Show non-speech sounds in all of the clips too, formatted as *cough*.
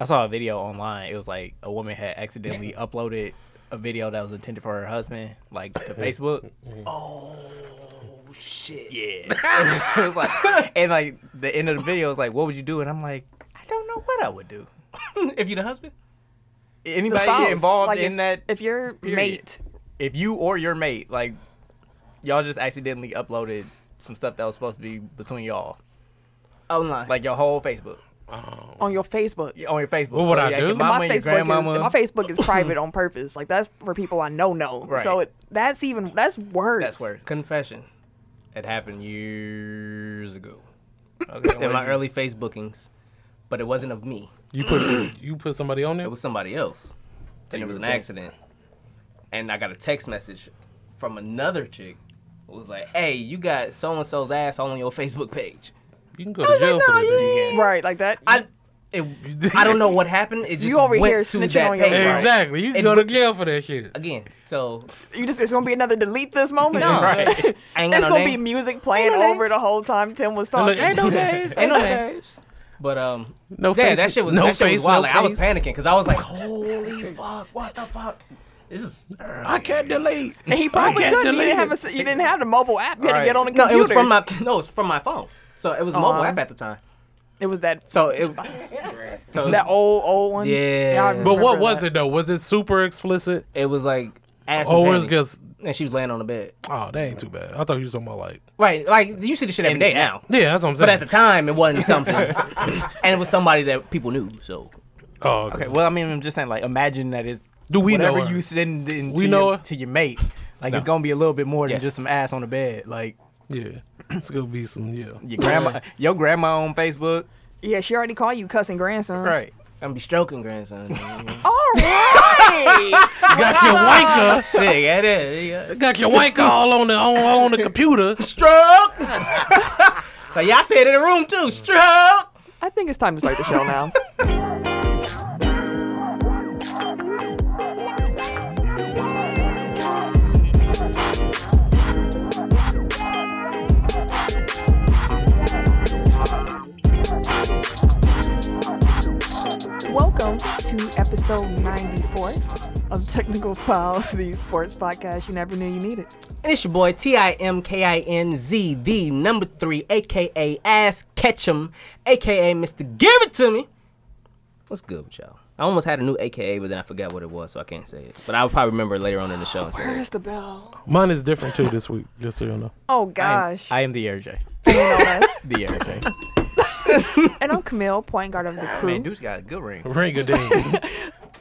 I saw a video online. It was like a woman had *laughs* accidentally uploaded a video that was intended for her husband, like to Mm-hmm. Facebook. Oh shit. Yeah. *laughs* it was like, and like the end of the video was like, "What would you do?" And I'm like, I don't know what I would do. if you're the husband, Anybody spouse, involved like in if, that, If your period. mate, if you or your mate, like, y'all just accidentally uploaded some stuff that was supposed to be between y'all, oh no. like your whole Facebook on your Facebook. on your Facebook. What would I yeah, do? Your And mama, my your Facebook grandmama. is, my Facebook is private *laughs* on purpose. Like that's for people I know know. Right. So it, that's even that's worse. that's where. confession. It happened years ago Okay, *laughs* in my what early Facebookings, but it wasn't of me. You put you put somebody on there. It was somebody else, and it was an accident. And I got a text message from another chick who was like, "Hey, you got so and so's ass on your Facebook page." You can go to jail for this. Right, like that. I, it, I don't know what happened. It just You over went here to snitching that on your page. friend. Exactly. You can It go to would- jail for that shit. Again, so you just it's gonna be another delete this moment. *laughs* No. Right. *laughs* I ain't got It's no gonna be names. music playing no over the whole time Tim was Look, talking. ain't *laughs* no names. ain't no names. But um, No yeah, face, that shit was no that shit face, was wild. no like I was case. panicking because I was like, "Holy fuck! What the fuck? This is." I can't delete. And he probably can't couldn't. You delete didn't, it. have a, you didn't have the mobile app. You had to Right. get on the No, computer. it was from my no, it was from my phone. So it was a mobile Uh-huh. app at the time. It was *laughs* that So it was so *laughs* that old old one. Yeah. I But But remember what was that. it though? Was it super explicit? it was like ass Oh, and it's panties. just- and she was laying on the bed. Oh, that ain't too bad. I thought you was talking about like. Right, like you see the shit every day now. Yeah, that's what I'm saying. But at the time, it wasn't something, *laughs* and it was somebody that people knew. So oh, okay. Okay, well, I mean, I'm just saying, like, imagine that it's Do we know whatever her? you send in We to, know your, her? to your mate. Like, No. it's gonna be a little bit more than Yes. just some ass on the bed. Like Yeah, it's gonna be some *laughs* yeah. *laughs* your grandma, your grandma on Facebook, Yeah, she already called you cussing grandson. right? I'm gonna be stroking grandson. All right. Got your wanker. *laughs* shit, yeah, it is. Yeah. Got your wanker all on the on, on the computer. Stroke. *laughs* so y'all said it in the room too. Stroke. I think it's time to start the show now. Welcome to episode 94 of Technical Foul, *laughs* the sports podcast you never knew you needed. And it's your boy T I M K I N Z the number three, aka Ass Ketchum, aka Mr. Give It To Me. What's good with y'all? I almost had a new AKA, but then I forgot what it was, so I can't say it. But I'll probably remember later on in the show. And say it. Where's the bell? Mine is different too this week. Just so you know. Oh, I am- gosh. I am, the RJ. You know us. The *laughs* RJ. And I'm Camille, point guard of the I mean, crew. dude's got a good ring. Ring a *laughs* ding.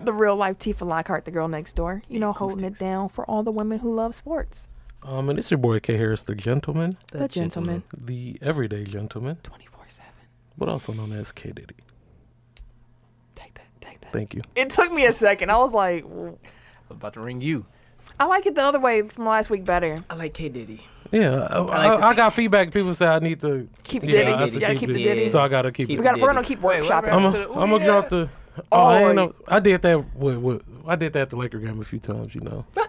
The real life Tifa Lockhart, the girl next door. You know, holding it down for all the women who love sports. um, and it's your boy K Harris, the gentleman, The gentleman, the everyday gentleman, 24 7. but also known as K Diddy. Take that, take that. Thank you. It took me a second. I was like, "W- I'm about to ring you. I like it the other way from last week better. I like K Diddy. Yeah, I, I, to I got feedback. People say I need to Keep the yeah, Diddy. I have to You gotta keep the Diddy. So I gotta keep. Keep We it. gotta, we're Diddy. going to keep workshopping. I'm Back a, to the- I'm gonna Ooh, drop the. Oh, I, ain't Oh. know, I did that. With, with, I did that at the Laker game a few times. You know. Mm.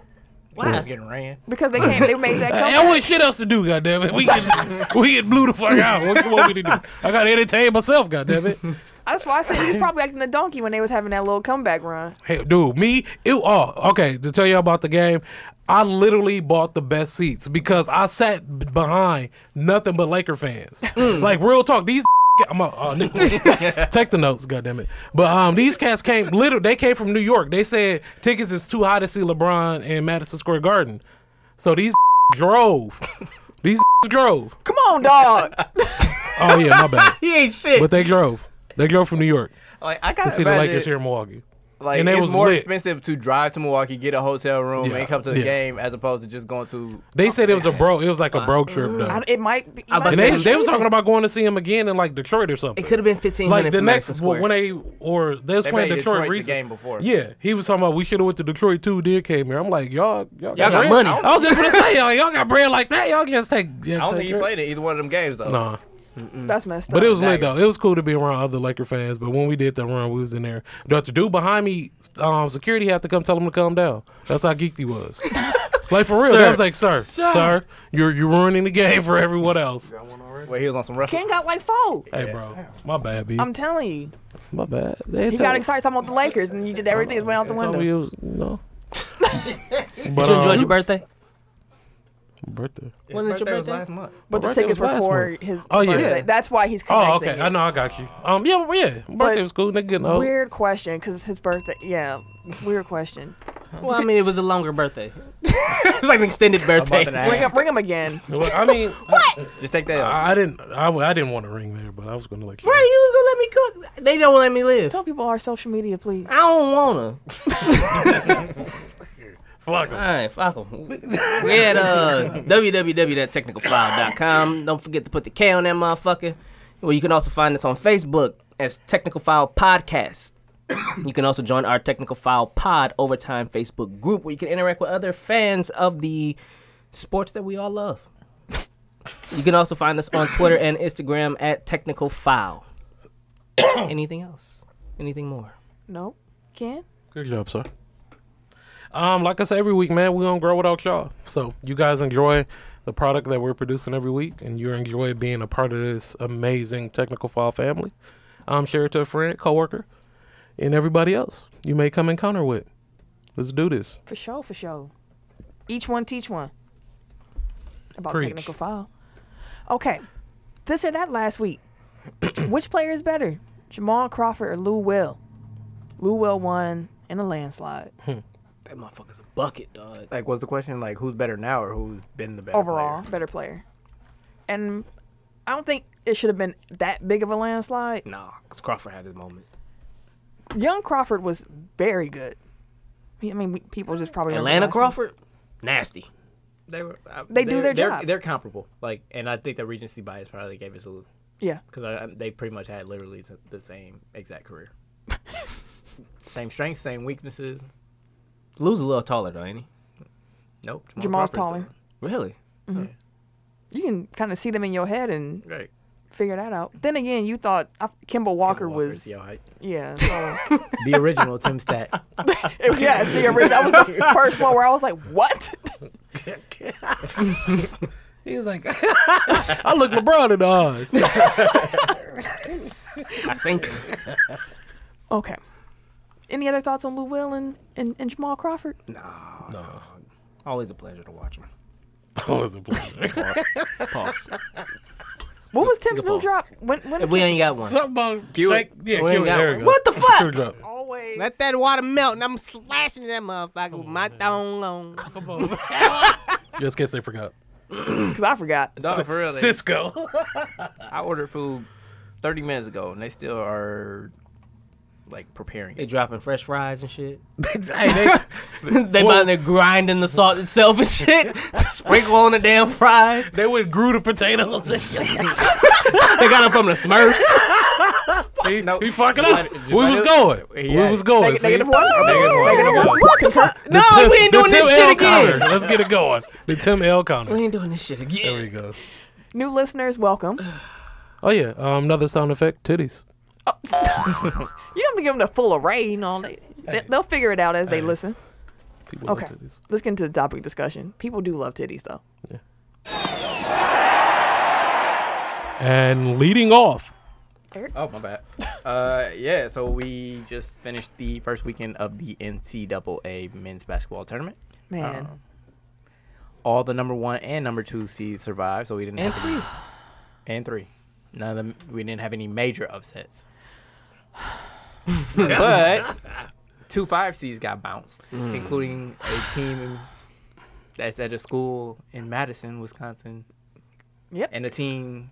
Wow, it's getting ran. because they can't, they *laughs* made that Hey, I comeback. want shit else to do, goddamn it. We get *laughs* we get blew the fuck out. What, what we to do? I gotta entertain myself, goddamn it. That's why I said he's probably acting a donkey when they was having that little comeback run. Hey, dude, me, it oh, okay, to tell you about the game, I literally bought the best seats because I sat b- behind nothing but Laker fans. Like real talk, these *laughs* I'm a, uh, nigga. *laughs* take the notes, goddamn it. But um, these cats came literally. They came from New York. They said tickets is too high to see LeBron in Madison Square Garden, so these *laughs* drove. These *laughs* drove. Come *laughs* on, dog. Oh yeah, my *laughs* bad. He ain't shit. But they drove. They drove from New York Like I to gotta see the imagine, Lakers here in Milwaukee. Like and they it's was more lit. expensive to drive to Milwaukee, get a hotel room, Yeah, and come to the yeah. game as opposed to just going to. They said it was a bro. It was like a bro trip though. I, it might be. I might And about they, to be say- they was talking about going to see him again in like Detroit or something. it could have been fifteen hundred. like the next well, when they or they was They playing Detroit, played Detroit the recent- game before. Yeah, he was talking about we should have went to Detroit too. Did came here. I'm like y'all y'all, Y'all got bread? money. I was just gonna say y'all y'all got bread like that. Y'all just take. Yeah, I don't take think he care. played in either one of them games though. Nah, That's messed up. but it was lit Dagger. though. It was cool to be around other Laker fans. But when we did that run, we was in there. *laughs* The dude behind me, um, security had to come tell him to calm down. That's how geeked he was. Like for real, Sir. that was like, sir, sir, you're you're ruining the game for everyone else. Wait, he was on some rough. Ken got like four. Hey, bro, my bad, B. I'm telling you, My bad. he got excited talking about the Lakers, and you did everything that went out the window. no. But, you enjoyed um, your birthday? Birthday. Wasn't it your birthday? last month. But the birthday tickets was were last for his Oh, yeah. birthday. That's why he's Oh, connecting. okay. it. I know. I got you. Um, yeah, well, yeah. Birthday was cool. Nigga getting old. Weird question, because it's his birthday. Yeah, weird question. Well, I mean, it was a longer *laughs* birthday. it was like an extended birthday. month and a Ring him, ring him again. Well, I *laughs* mean, what? Just take that. I, I didn't. I, w- I didn't want to ring there, but I was gonna let you. Right, you was gonna let me cook. They don't let me live. Tell people our social media, please. I don't wanna. Fuck 'em. All right, fuck 'em. We had uh, www.technicalfile.com. Don't forget to put the K on that motherfucker. Well, you can also find us on Facebook as Technical File Podcast. You can also join our Technical File Pod Overtime Facebook group where you can interact with other fans of the sports that we all love. You can also find us on Twitter and Instagram at Technical File. *coughs* Anything else? Anything more? Nope. Ken? Good job, sir. Um, like I say every week, man, we gonna grow without y'all. So you guys enjoy the product that we're producing every week, and you enjoy being a part of this amazing technical file family. Um, share it to a friend, coworker, and everybody else you may come encounter with. Let's do this. For sure, for sure. Each one teach one. About Preach. technical file. Okay. This or that last week. *clears throat* Which player is better? Jamal Crawford or Lou Will? Lou Will won in a landslide. That motherfucker's a bucket, dog. like, was the question like who's better now or who's been the best Overall, better player. And I don't think it should have been that big of a landslide. Nah, because Crawford had his moment. Mm. Young Crawford was very good. He- I mean, we- people just probably remember Atlanta last name. Crawford, nasty. They were. I- They do they're- their they're- job. They're comparable. Like, and I think the regency bias probably gave us a little Yeah. because they pretty much had literally the- the same exact career, *laughs* same strengths, same weaknesses. Lou's a little taller though, ain't he? Nope. Jamal's Crawford's Really? You can kind of see them in your head and the- Right. figure that out. Then again, you thought I, Kimball Walker Walker's, was, yo, *laughs* I- *laughs* yeah, so, the original Tim Stat. it, yeah, it's the original. That was *laughs* the first one where I was like, what? *laughs* He was like, *laughs* I look LeBron in the *laughs* eyes. I think. Okay. Any other thoughts on Lou Will and, and, and Jamal Crawford? Always a pleasure to watch him. That was a *laughs* pleasure. Pause. What was Tim's Good new balls. drop? When, when we ain't got one. Something shake. Yeah, We ain't cue it. got There one. we go. What the Cue fuck? drop. Always. Let that water melt, and I'm slashing that motherfucker with my thong on. Just in case they forgot. Because I forgot. *laughs* Dog, for real. they- Cisco. I ordered food 30 minutes ago, and they still are like preparing They it. dropping fresh fries and shit. *laughs* *laughs* hey, they about to grinding the salt itself and shit. *laughs* Sprinkle on the damn fries. they, they would grew the *laughs* potatoes. They got them from the Smurfs. See, *laughs* No. he fucking Just up. let it- just we let was it- going. He we had was it. going. Neg- see? negative one? Negative one. Negative one. What? Confirm- The No, Tim- we ain't the doing this Tim shit L. again. Connors. Let's get it going. The Tim L. Connors. *laughs* We ain't doing this shit again. There we go. New listeners, welcome. Oh yeah, um, another sound effect. Titties. Oh, *laughs* you don't have to give them the full array, you know. They, they, will figure it out as they Hey. listen. People love Okay. titties. Let's get into the topic discussion. People do love titties, though. And leading off, Oh, my bad. Uh, yeah, so we just finished the first weekend of the NCAA men's basketball tournament. Man. Um, all the number one and number two seeds survived, so we didn't And have three. *laughs* any, and three. None of them. We didn't have any major upsets. but two five seeds got bounced, including a team that's at a school in Madison, Wisconsin. Yep. And a team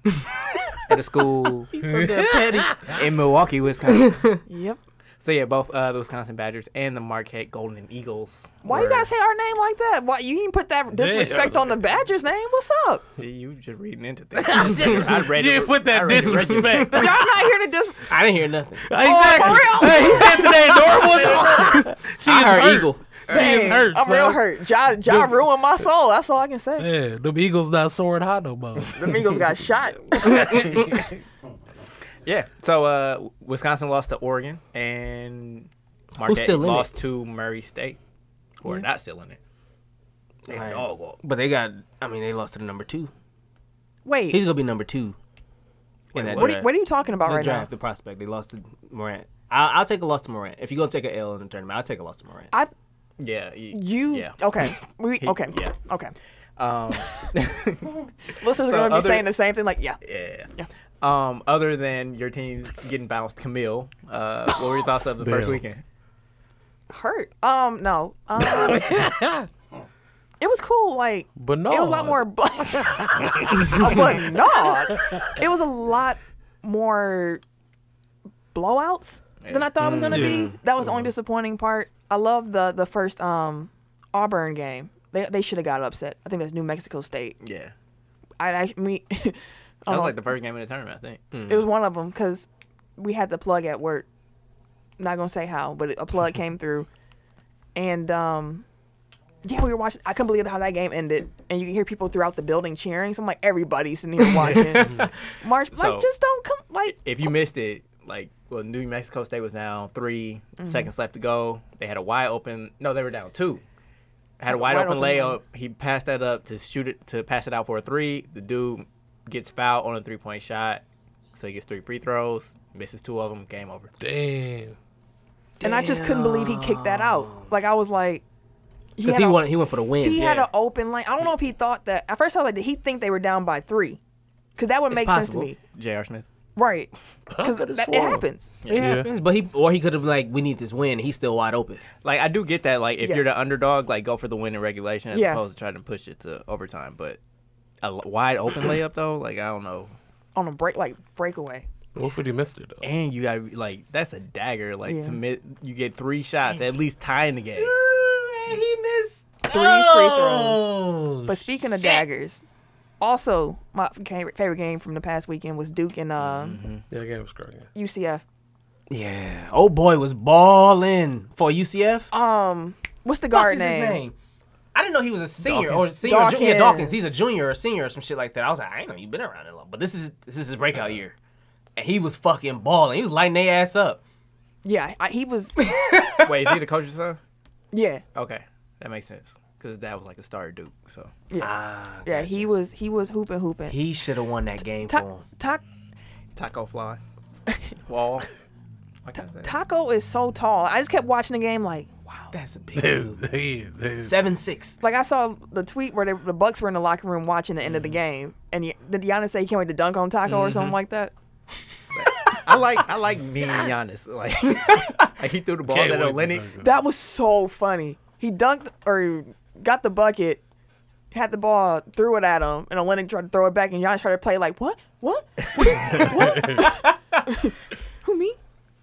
at a school in Milwaukee, Wisconsin. yep. So yeah, both uh, the Wisconsin Badgers and the Marquette Golden Eagles. Why you were- gotta say our name like that? Why you didn't put that disrespect on the Badgers name? What's up? See, you just reading *laughs* into things. *laughs* I read you it- *laughs* didn't put I that read it right- disrespect. Y'all not here to dis. I didn't hear nothing. exactly. Oh, for real? Hey, he said *laughs* today Norm was. she I is heard hurt. Eagle. She is hurt. I'm son. real hurt. Ja, ja ruined my soul. That's all I *laughs* can say. Yeah, the Eagles not soaring high no *laughs* more. The Migos got shot. Yeah. So uh, Wisconsin lost to Oregon and Marquette still in lost to Murray State, who are not still in it. Like, But they got. I mean, they lost to the number two. Wait, He's gonna be number two. In that what are, you, draft. what are you talking about the right draft, now? the prospect. They lost to Morant. I'll, I'll take a loss to Morant. If you're gonna take an L in the tournament, I'll take a loss to Morant. I Yeah. you Yeah. *laughs* okay? We okay? yeah. Okay. Um, *laughs* Listeners are So going to be other- saying the same thing. Like, yeah, yeah. Yeah. Um, other than your team getting bounced, Camille, uh, what were your thoughts of the first Damn. weekend? hurt. Um, no. Um, *laughs* *laughs* it was cool. Like, But no, it was a lot more. *laughs* but no, it was a lot more blowouts than I thought Mm, it was going to be. That was the only disappointing part. I love the the first um Auburn game. They they should have got upset. I think that's New Mexico State. Yeah. I I *laughs* mean, I don't That was know. like the first game of the tournament, I think. It was one of them because we had the plug at work. Not gonna say how, but *laughs* a plug came through, and um, yeah, we were watching. I couldn't believe how that game ended, and you can hear people throughout the building cheering. So I'm like, everybody's *laughs* in here watching. March, like, So- just don't come, like, If you missed it, like, well, New Mexico State was down 3 seconds left to go. They had a wide open. No, they were down two. Had a wide, wide open, open layup. He passed that up to shoot it to pass it out for a three. The dude gets fouled on a three point shot, so he gets three free throws, misses two of them. Game over. Damn. and I just couldn't believe he kicked that out. Like I was like, Because had he, a- wanted, he went for the win. He had Yeah. an open lane. I don't know if he thought that. At first, I was like, did he think they were down by three? Because that would It's make possible. sense to me, J.R. Smith. right? Because it sworn. happens. It happens, but he or he could have been like, we need this win. He's still wide open. Like I do get that. Like if Yeah. you're the underdog, like go for the win in regulation as Yeah. opposed to trying to push it to overtime. But a l- wide open layup though, like I don't know. On a break, like breakaway. Wolfie he missed it though. And you got to like that's a dagger. Like Yeah. to mid, you get three shots at least tying the *laughs* game. he missed three free throws. But speaking of daggers, also my favorite favorite game from the past weekend was Duke and uh, Mm-hmm. Yeah, that game was crazy. UCF. Yeah. Oh boy was balling for UCF. Oh, Um, what's the guard I didn't know he was a senior or Dawkins. senior. or ju- yeah, Dawkins. Dawkins. He's a junior or senior or some shit like that. I was like, I ain't know you've been around that long, but this is this is his breakout year, and he was fucking balling. He was lighting their ass up. Yeah, I, *laughs* he was. Wait, is he the coach's son? Yeah, Okay, that makes sense because dad was like a star at Duke. So Ah, yeah, he was. He was hooping, hooping. he should have won that game for Ta- him. ta- taco fly, *laughs* wall. What kind of thing? Taco is so tall. I just kept watching the game, like wow. That's a big dude. He- *laughs* he- Seven six. Like I saw the tweet where they, the Bucks were in the locker room watching the end Mm. of the game, and y- did Giannis say he can't wait to dunk on Taco or Mm-hmm. something like that? I like I like me and Giannis. *laughs* Like, like, he threw the ball Can't at wait to Olenek. dunk it. That was so funny. He dunked or got the bucket, had the ball, threw it at him, and Olenek tried to throw it back, and Giannis tried to play like, what? What? What? What?" *laughs* Who, me?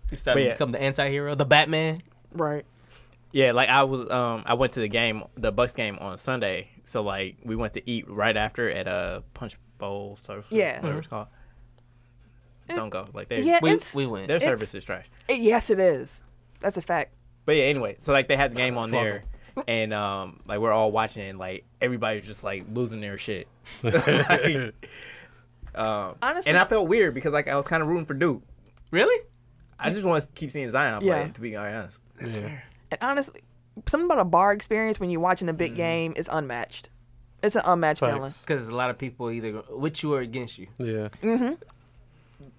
He started But to yeah. become the anti-hero, the Batman. Right. Yeah, like I was um I went to the game the Bucks game on Sunday. So like we went to eat right after at a punch bowl service. Yeah. Whatever it's called. Don't go. Like they Yeah, We, it's, we went. their it's- service is trash. it- yes, it is. That's a fact. But yeah, anyway, so like they had the game on Fuck there and um like we're all watching it and like everybody's just like losing their shit. Like, um Honestly, and I felt weird because like I was kinda rooting for Duke. Really? I just want to keep seeing Zion play, Yeah. to be honest. Yeah. and honestly, something about a bar experience when you're watching a big Mm. game is unmatched. It's an unmatched feeling. Facts. Because a lot of people either with you or against you. Yeah.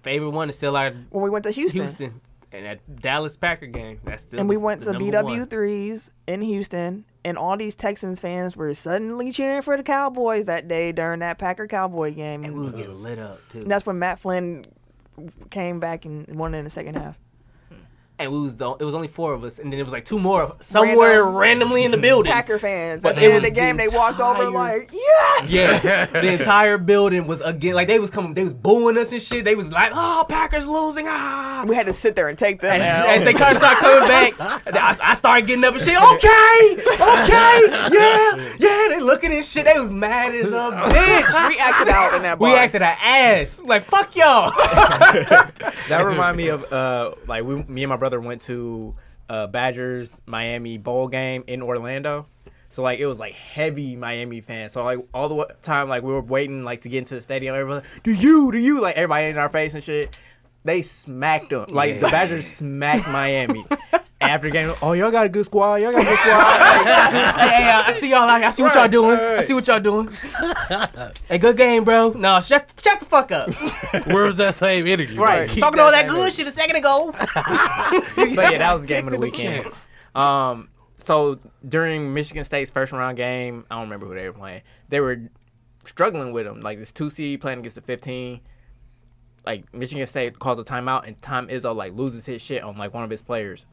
Favorite one is still our When we went to Houston, Houston and that Dallas Packer game. That's still and we went the to number one. BW3s in Houston, and all these Texans fans were suddenly cheering for the Cowboys that day during that Packer Cowboy game. And we would get lit up too. And that's when Matt Flynn came back and won in the second half. and we was the, it was only four of us, and then it was like two more somewhere Random. randomly *laughs* in the building. Packer fans. But At the end it of the was the game, they walked over entire- like, *laughs* yes! Yeah, the entire building was again like they was coming, they was booing us and shit. They was like, "Oh, Packers losing!" Ah, We had to sit there and take them. As, as *laughs* they kind of start coming back, I, I started getting up and shit. Oh, Okay, okay, yeah, yeah. They looking and shit. They was mad *laughs* as a bitch. *laughs* we acted out in that We bar. acted our ass. Like fuck y'all. *laughs* *laughs* That remind me of uh like we me and my brother went to uh Badgers Miami bowl game in Orlando. So like it was like heavy Miami fans. So like all the wa- time like we were waiting like to get into the stadium. Everybody, do you do you like everybody in our face and shit. They smacked them like the Yeah. Badgers smacked Miami, and after game, oh y'all got a good squad, y'all got a good squad. hey, hey, uh, I see y'all out here. I see what y'all Right, doing. I right. see what y'all doing. hey, good game, bro. No, shut shut the fuck up. Where was that same energy? Right. *laughs* Keep Talking that all that same good energy. shit a second *laughs* ago. so yeah, that was the game of the Kick to the weekend. chest. Um, so during Michigan State's first round game, I don't remember who they were playing. They were struggling with them, like this two seed playing against the fifteen. Like Michigan State calls a timeout, and Tom Izzo like loses his shit on like one of his players,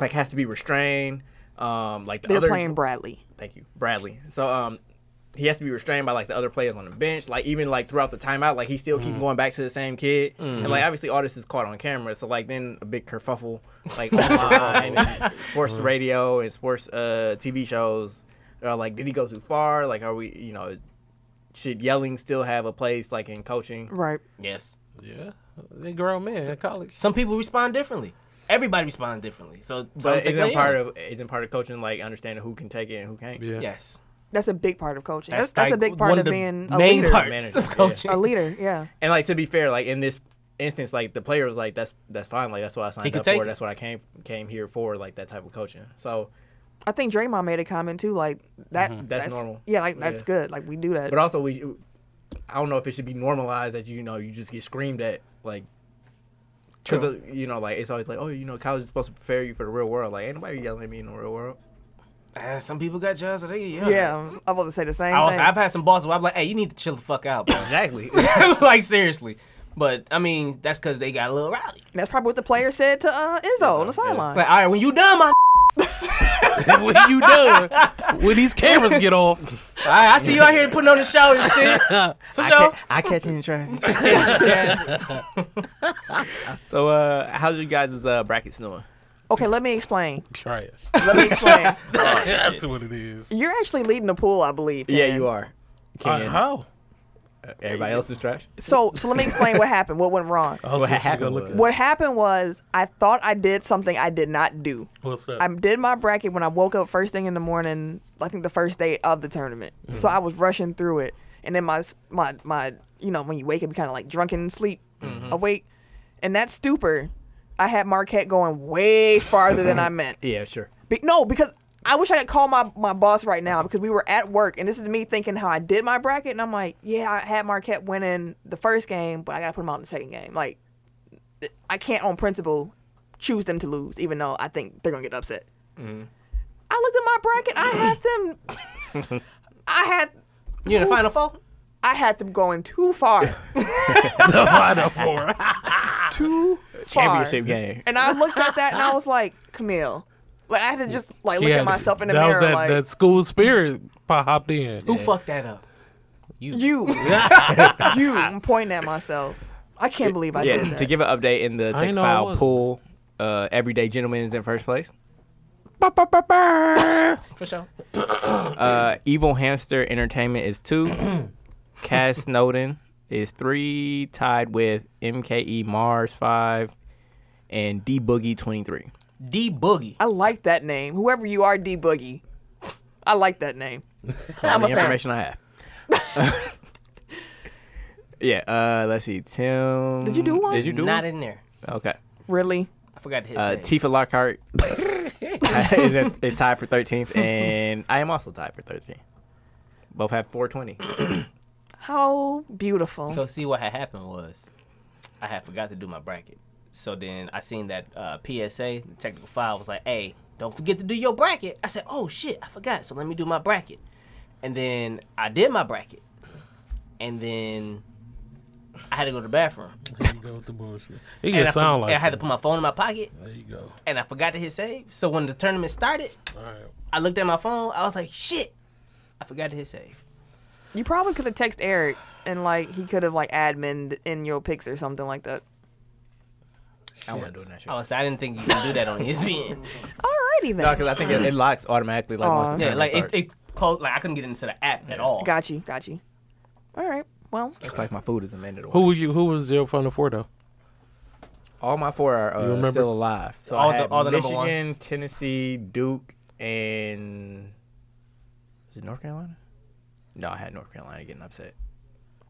like has to be restrained. Um, like the They're other playing Bradley. thank you, Bradley. So um, he has to be restrained by like the other players on the bench. Like even like throughout the timeout, like he still keep going back to the same kid. And like obviously all this is caught on camera. So like then a big kerfuffle like online, and sports radio and sports uh TV shows are like, did he go too far? Like are we you know should yelling still have a place like in coaching? Right. Yes. Yeah. They grown men in college. Some people respond differently. Everybody responds differently. So, so But isn't part of isn't part of coaching like understanding who can take it and who can't? Yeah. *laughs* yes. That's a big part of coaching. That's, That's that's a like big part one of of the being a main leader. parts Manager, of yeah. coaching. A leader, yeah. And like to be fair, like in this instance, like the player was like, "That's that's fine. Like that's what I signed could up take for. it. That's what I came came here for. Like that type of coaching." So, I think Draymond made a comment too, like that. That's normal. Yeah, like that's Yeah. good. Like we do that. but also we, I don't know if it should be normalized that you know you just get screamed at like. Because you know, like it's always like, oh, you know, college is supposed to prepare you for the real world. Like, ain't nobody yelling at me in the real world. Uh, some people got jobs, so they get yelled at. yeah, I'm about to say the same I was, thing. I've had some bosses where I'm like, hey, you need to chill the fuck out, bro. *laughs* Exactly. *laughs* like, seriously. But, I mean, that's because they got a little rowdy. that's probably what the player said to uh, Izzo on the sideline. Like, all right, when you done, my *laughs* when you done, when these cameras get off, All right, I see you out here putting on the show and shit. For sure. *laughs* I catch you in traffic. Yeah. So, uh, how's you guys' uh, brackets doing? Okay, let me explain. *laughs* trash. Let *laughs* me explain. *laughs* That's what it is. You're actually leading the pool, I believe. Yeah, Ken. you are. Uh, Ken, how? everybody else is trash. So, so let me explain what happened. What *laughs* went wrong? I was What just gonna happened go was- look What happened was I thought I did something I did not do. at what's up. I did my bracket when I woke up first thing in the morning. I think the first day of the tournament. So I was rushing through it, and then my s- my my you know when you wake up you kind of like drunken sleep awake, and that stupor, I had Marquette going way farther than I meant. Yeah, *laughs* sure. Be- no, because I wish I could call my, my boss right now because we were at work and this is me thinking how I did my bracket and I'm like, yeah, I had Marquette winning the first game, but I gotta put them out in the second game. Like, th- I can't on principle choose them to lose, even though I think they're gonna get upset. I looked at my bracket. I had them. I had You in the final four? I had them going too far, the final four. too far. Championship game. And I looked at that and I was like, Camille. Like I had to just like look Yeah, at myself in the that mirror was that, like that school spirit popped in. Who fucked that up? *laughs* You. you. I'm pointing at myself. I can't believe I did Yeah, that. to give an update in the I tech know it file wasn't. pool, uh, Everyday Gentleman's in first place. For sure. Uh, Evil Hamster Entertainment *coughs* is two. Cass Snowden is three, tied with MKE Mars five, and D Boogie twenty three. D Boogie. I like that name. Whoever you are, D Boogie. I like that name. I'm the a fan. information I have. *laughs* *laughs* yeah. Uh, let's see. Tim. Did you do one? Did you do Not one? in there. okay. Really? I forgot to hit Uh, save. Tifa *laughs* Lockhart *laughs* is, at- is tied for 13th, and I am also tied for 13th. Both have 420. How beautiful. So see what had happened was, I had forgot to do my bracket. So then I seen that uh, PSA, the technical file, was like, "Hey, don't forget to do your bracket." I said, "Oh shit, I forgot." So let me do my bracket, and then I did my bracket, and then I had to go to the bathroom. There you go with the bullshit. It and I, can sound for- like and I had to something. put my phone in my pocket, There you go. and I forgot to hit save. So when the tournament started, All right. I looked at my phone. I was like, "Shit, I forgot to hit save." you probably could have texted Eric and like he could have like admin in your pics or something like that. I want to do that shit. I was I didn't think you can do that on E ESPN. Alrighty then. No, because I think it, it locks automatically. Like once Aw. the yeah, tournament like it, starts. it closed. Like I couldn't get into the app at all. got you, got you. All right. Well, it's like my food is amended. Who was you? Who was your final four though? All my four are uh, You remember? still alive. So All I the- had all the number Michigan, Tennessee, Duke, and is it North Carolina? No, I had North Carolina getting upset.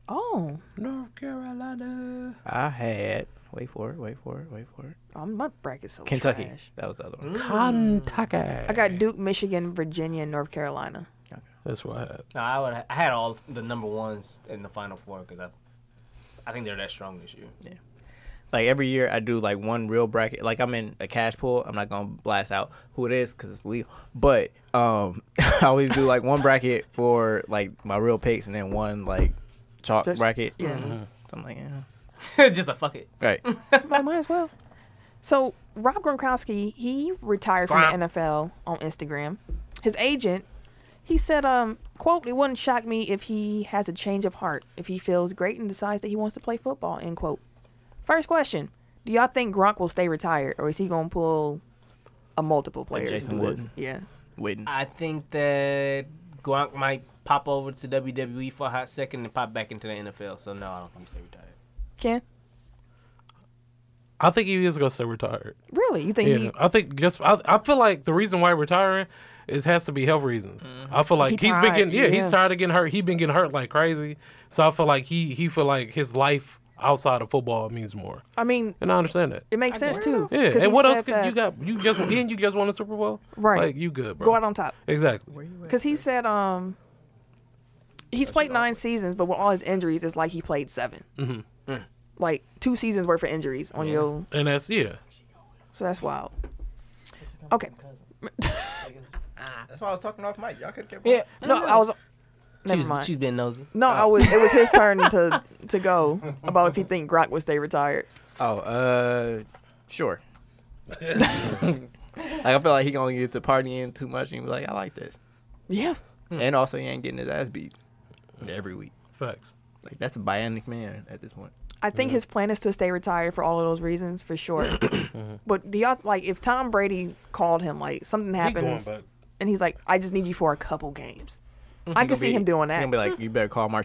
Oh, North Carolina. I had. Wait for it. Wait for it. Wait for it. um, my bracket's so Kentucky. trash. That was the other one. Kentucky. I got Duke, Michigan, Virginia, and North Carolina. That's what I had. No, I would. I had all the number ones in the final four because I, I think they're that strong this year. Like every year, I do like one real bracket. Like I'm in a cash pool. I'm not gonna blast out who it is because it's legal. But um, *laughs* I always do like one bracket for like my real picks, and then one like chalk Just- bracket. yeah. So I'm like, yeah. *laughs* Just a fuck it. Right. *laughs* I might as well. So Rob Gronkowski, he retired from the NFL on Instagram. His agent, he said, um, quote, it wouldn't shock me if he has a change of heart, if he feels great and decides that he wants to play football, end quote. First question. Do y'all think Gronk will stay retired or is he gonna pull a multiple players? Jason and do this? Witten. Yeah. Waiting. I think that Gronk might pop over to WWE for a hot second and pop back into the NFL. So no, I don't think he's retired. Ken? I think he is gonna say retired. Really? You think Yeah, he I think just I, I feel like the reason why he retiring is has to be health reasons. Mm-hmm. I feel like he He has been tired, getting yeah, yeah. he's tired of getting hurt. He been getting hurt like crazy. So I feel like he he feel like his life outside of football means more, I mean, and I understand that. it makes sense too. Yeah, 'cause he and what said else could that- you got? You just and you just won a Super Bowl, Right. Like you good, bro. Go out on top. exactly. Because he said um he's played nine seasons, but with all his injuries, it's like he played 7 Mm-hmm. Like two seasons worth of injuries on your. And that's yeah. So that's wild. Okay. That's why I was talking off mic. Y'all could get Yeah, No, I was. She Never was, mind. she's been nosy. no, I was. It was his turn to to go about if he think Gronk would stay retired. Oh, uh, sure. *laughs* like I feel like he gonna get to partying too much and be like, I like this, Yeah. and also he ain't getting his ass beat every week. Facts. Like that's a bionic man at this point. I think his plan is to stay retired for all of those reasons for sure. but do y'all like if Tom Brady called him like something He going happens back. and he's like, I just need you for a couple games. I He can gonna see be- him doing that. He gonna be like, you better call *laughs* Martellus.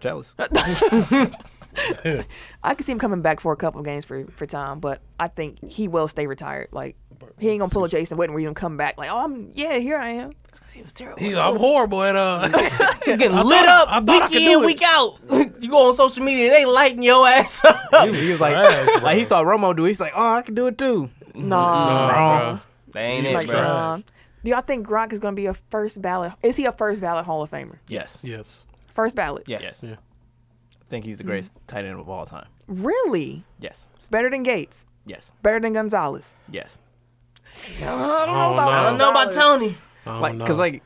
I could see him coming back for a couple games for for time, but I think he will stay retired. Like he ain't gonna pull a Jason Witten where he gonna come back like, oh, I'm yeah, here I am. He was terrible. He, I'm horrible at *laughs* uh. *laughs* You're getting I lit thought- I up thought I week could in, do it. week out. *laughs* you go on social media, and they lighting your ass *laughs* up. he was like, trash, *laughs* like he saw Romo do. it. He's like, oh, I can do it too. Nah, *laughs* Nah, They ain't You it, like trash. bro. nah. Do y'all think Gronk is gonna be a first ballot? Is he a first ballot Hall of Famer? Yes. yes. First ballot. Yes. Yeah. I think he's the greatest tight end of all time. Really? Yes. Better than Gates. Yes. Better than Gonzalez. Yes. I don't know about- I don't know about Tony. I Like, don't know. cause like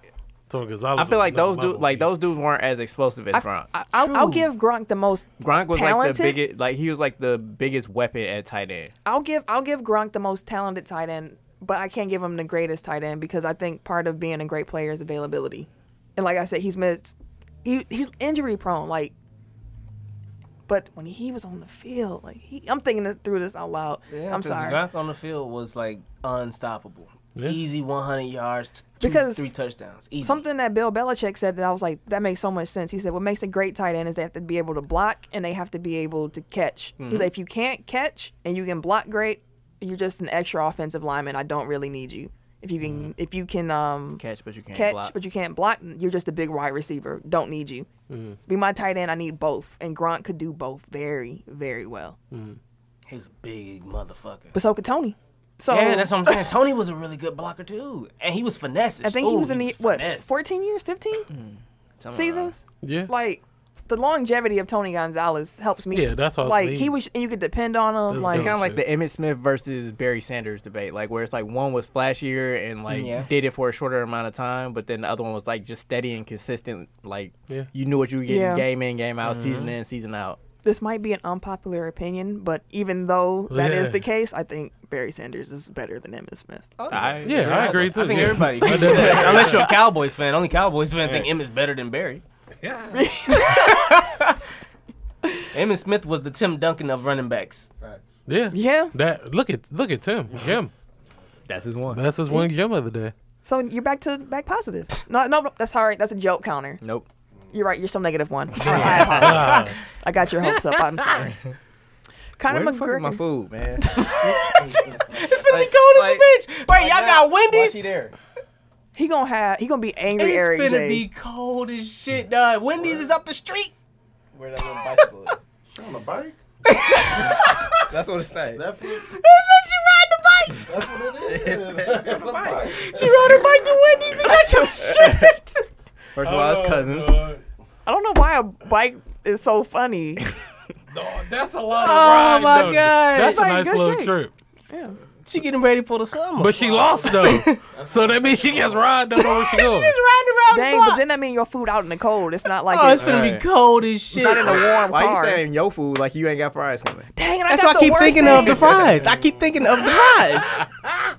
So Gonzalez I feel was like another those dudes, level. like those dudes weren't as explosive as Gronk. I, I'll, I'll give Gronk the most. Gronk was like the talented? biggest, like he was like the biggest weapon at tight end. I'll give I'll give Gronk the most talented tight end, but I can't give him the greatest tight end because I think part of being a great player is availability. And like I said, he's missed he he's injury prone, like but when he was on the field, like he, I'm thinking it through this out loud. I'm 'cause sorry. Gronk on the field was like unstoppable. Yeah. Easy 100 yards, t- two, Because three touchdowns. Easy. Something that Bill Belichick said that I was like, that makes so much sense. He said, what makes a great tight end is they have to be able to block and they have to be able to catch. He's like, if you can't catch and you can block great, you're just an extra offensive lineman. I don't really need you. If you can, if you can, um, Catch, but you can't catch, block. but you can't block. You're just a big wide receiver. Don't need you. Be my tight end. I need both. And Grant could do both very, very well. He was a big motherfucker. But so could Tony. So yeah, that's what I'm saying. Tony was a really good blocker too, and he was finesse. I think he was in the what 14 years, 15 seasons. Yeah. Like the longevity of Tony Gonzalez helps me. Yeah, that's what I was like he thinking. was, and you could depend on him. That's Like good. Kind of like shit. the Emmett Smith versus Barry Sanders debate, like where it's like one was flashier and like Yeah. did it for a shorter amount of time, but then the other one was like just steady and consistent. Like Yeah. you knew what you were getting Yeah. game in, game out, season in, season out. this might be an unpopular opinion, but even though that is Yeah. the case, I think Barry Sanders is better than Emmett Smith. I, Yeah, I agree too. I think yeah. everybody, *laughs* unless you're a Cowboys fan, only Cowboys fan think Emmitt's better than *laughs* Barry. Yeah. Emmitt Smith was the Tim Duncan of running backs. Yeah. Yeah. That look at look at Tim. Jim. That's his one. That's his one gym of the day. So you're back to back positive. No, no, no, that's all right. That's a joke counter. Nope. You're right. You're some negative one. *laughs* I, apologize. *laughs* I got your hopes up. I'm sorry. Conor Where the fuck is my McGregor. food, *laughs* man? It's gonna Like- be cold like- as a bitch. Wait, y'all Like, got why- why Wendy's. she there? He gonna have. He gonna be angry. It's Eric gonna J. be cold as shit, dog. Wendy's is up the street. Where that little bicycle is. She on a bike? *laughs* That's what it say. That's what, Is that you ride the bike? that's what it It's- is. it's It's a bike. *laughs* She rode her bike to Wendy's and *laughs* got your shit. First of all, Oh, it's Oh, cousins. I don't know why a bike is so funny. Oh, that's a lot of Oh, ride. my though. God. That's a Like, nice good little shape. trip. She getting ready for the summer. But she lost though, so that means she gets ride. Don't know where she She's going. just riding around the Dang, block. but then that means your food out in the cold. It's not like oh, it's it's gonna be Right. cold as shit. not in *laughs* a warm Why car. you saying yo food like you ain't got fries coming? Dang, and I That's got why I the keep worst thinking thing. of the fries. I keep thinking of the fries.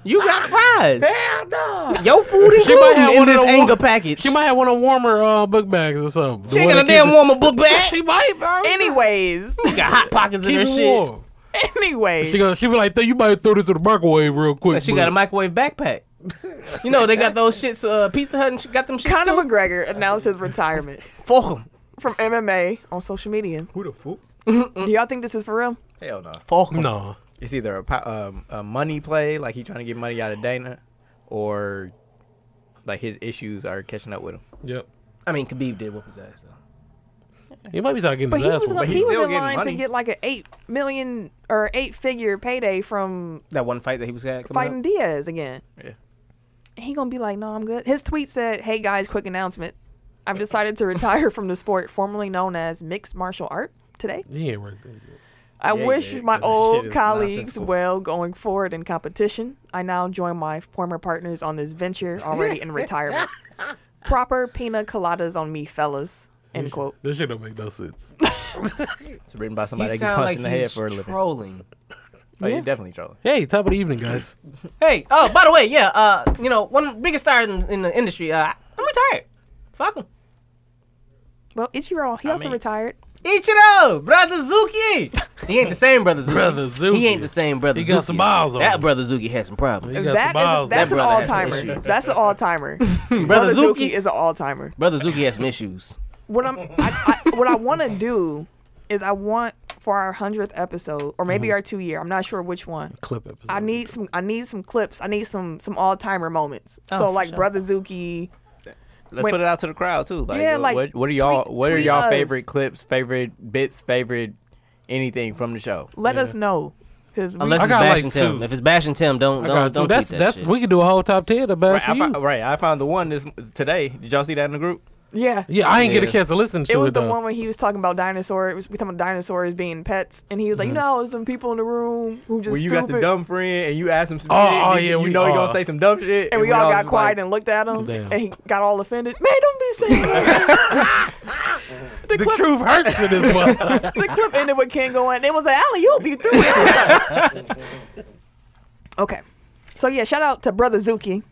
You got fries. Hell no. Your food She might have included one in of this the wa- anger package. She might have one of warmer uh, book bags or something. She ain't got a damn warmer book bag. She might, bro. Anyways, She got hot pockets in Keep her it shit. warm. anyways, She gonna she be like, "Th- you might throw this in the microwave real quick. She bro." got a microwave backpack. You know they *laughs* got those shits. Uh, Pizza Hut and she got them shits Conor too. McGregor announced his retirement Fuck 'em. from MMA on social media. Who the fuck? Do y'all think this is for real? Hell no. Fuck 'em. no. It's either a, po- um, a money play, like he trying to get money out of Dana, or like his issues are catching up with him. Yep. I mean, Khabib did whoop his ass though. You might be talking to But he that was one. gonna, but he's he was still in getting line money. to get like an eight million or eight figure payday from That one fight that he was at. coming fighting up. Diaz again. Yeah. He gonna be like, no, I'm good. His tweet said, "Hey guys, quick announcement. I've decided to retire from the sport formerly known as mixed martial art today. Yeah, right. I Yeah, wish yeah, my 'cause this shit old is colleagues nonsensical. well going forward in competition. I now join my former partners on this venture already in retirement. Proper pina coladas on me, fellas." End quote. This shit don't make no sense. It's written by somebody He that gets sound punched like in the head he's for a living. trolling. oh, you're definitely trolling. hey, top of the evening, guys. Hey, oh, by the way, yeah, uh, you know, one biggest star in, in the industry. Uh, I'm retired. Fuck him. Well, Ichiro, he also mean- retired. Ichiro, brother Zuki. *laughs* He ain't the same brother Zuki. Brother He Zuki. ain't the same brother. He got Zuki. some miles on That him. brother Zuki had some problems. He got That some is balls that's on an him. all brother has some timer. issues. That's an all timer. Brother Zuki Zuki. is an all timer. Brother Zuki has some issues. What I'm I, I, what I want to do is I want for our hundredth episode or Mm-hmm. maybe our two year. I'm not sure which one. clip episode. I need some I need some clips. I need some some all timer moments. Oh, so for like sure. brother Zuki. Let's Wait. put it out to the crowd too. Like, Yeah, what- like, what, what are y'all? tweet- what are tweet y'all us. favorite clips? Favorite bits? Favorite anything from the show? Let us know because we Unless I it's got, like, bashing Tim. two. If it's bashing Tim, don't I don't got don't you. That's keep that that's shit. we could do a whole top ten about Right I, you. found, right, I found the one this today. Did y'all see that in the group? yeah. yeah, I ain't get Yeah. a chance to listen to it. It was the though. one where he was talking about dinosaurs. We talking about dinosaurs being pets, and he was like, Mm-hmm. "You know, how it's them people in the room who just Where you stupid." got the dumb friend and you asked him some Oh, shit. oh, and you- yeah, you we- know he gonna oh. say some dumb shit. and we all got just quiet like- and looked at him, Damn. and he got all offended. Man, don't be *laughs* saying that. *laughs* the, The clip, truth hurts in this one. the clip ended with Ken going, "It was an alley oop. You threw it." *laughs* okay, so yeah, shout out to brother Zuki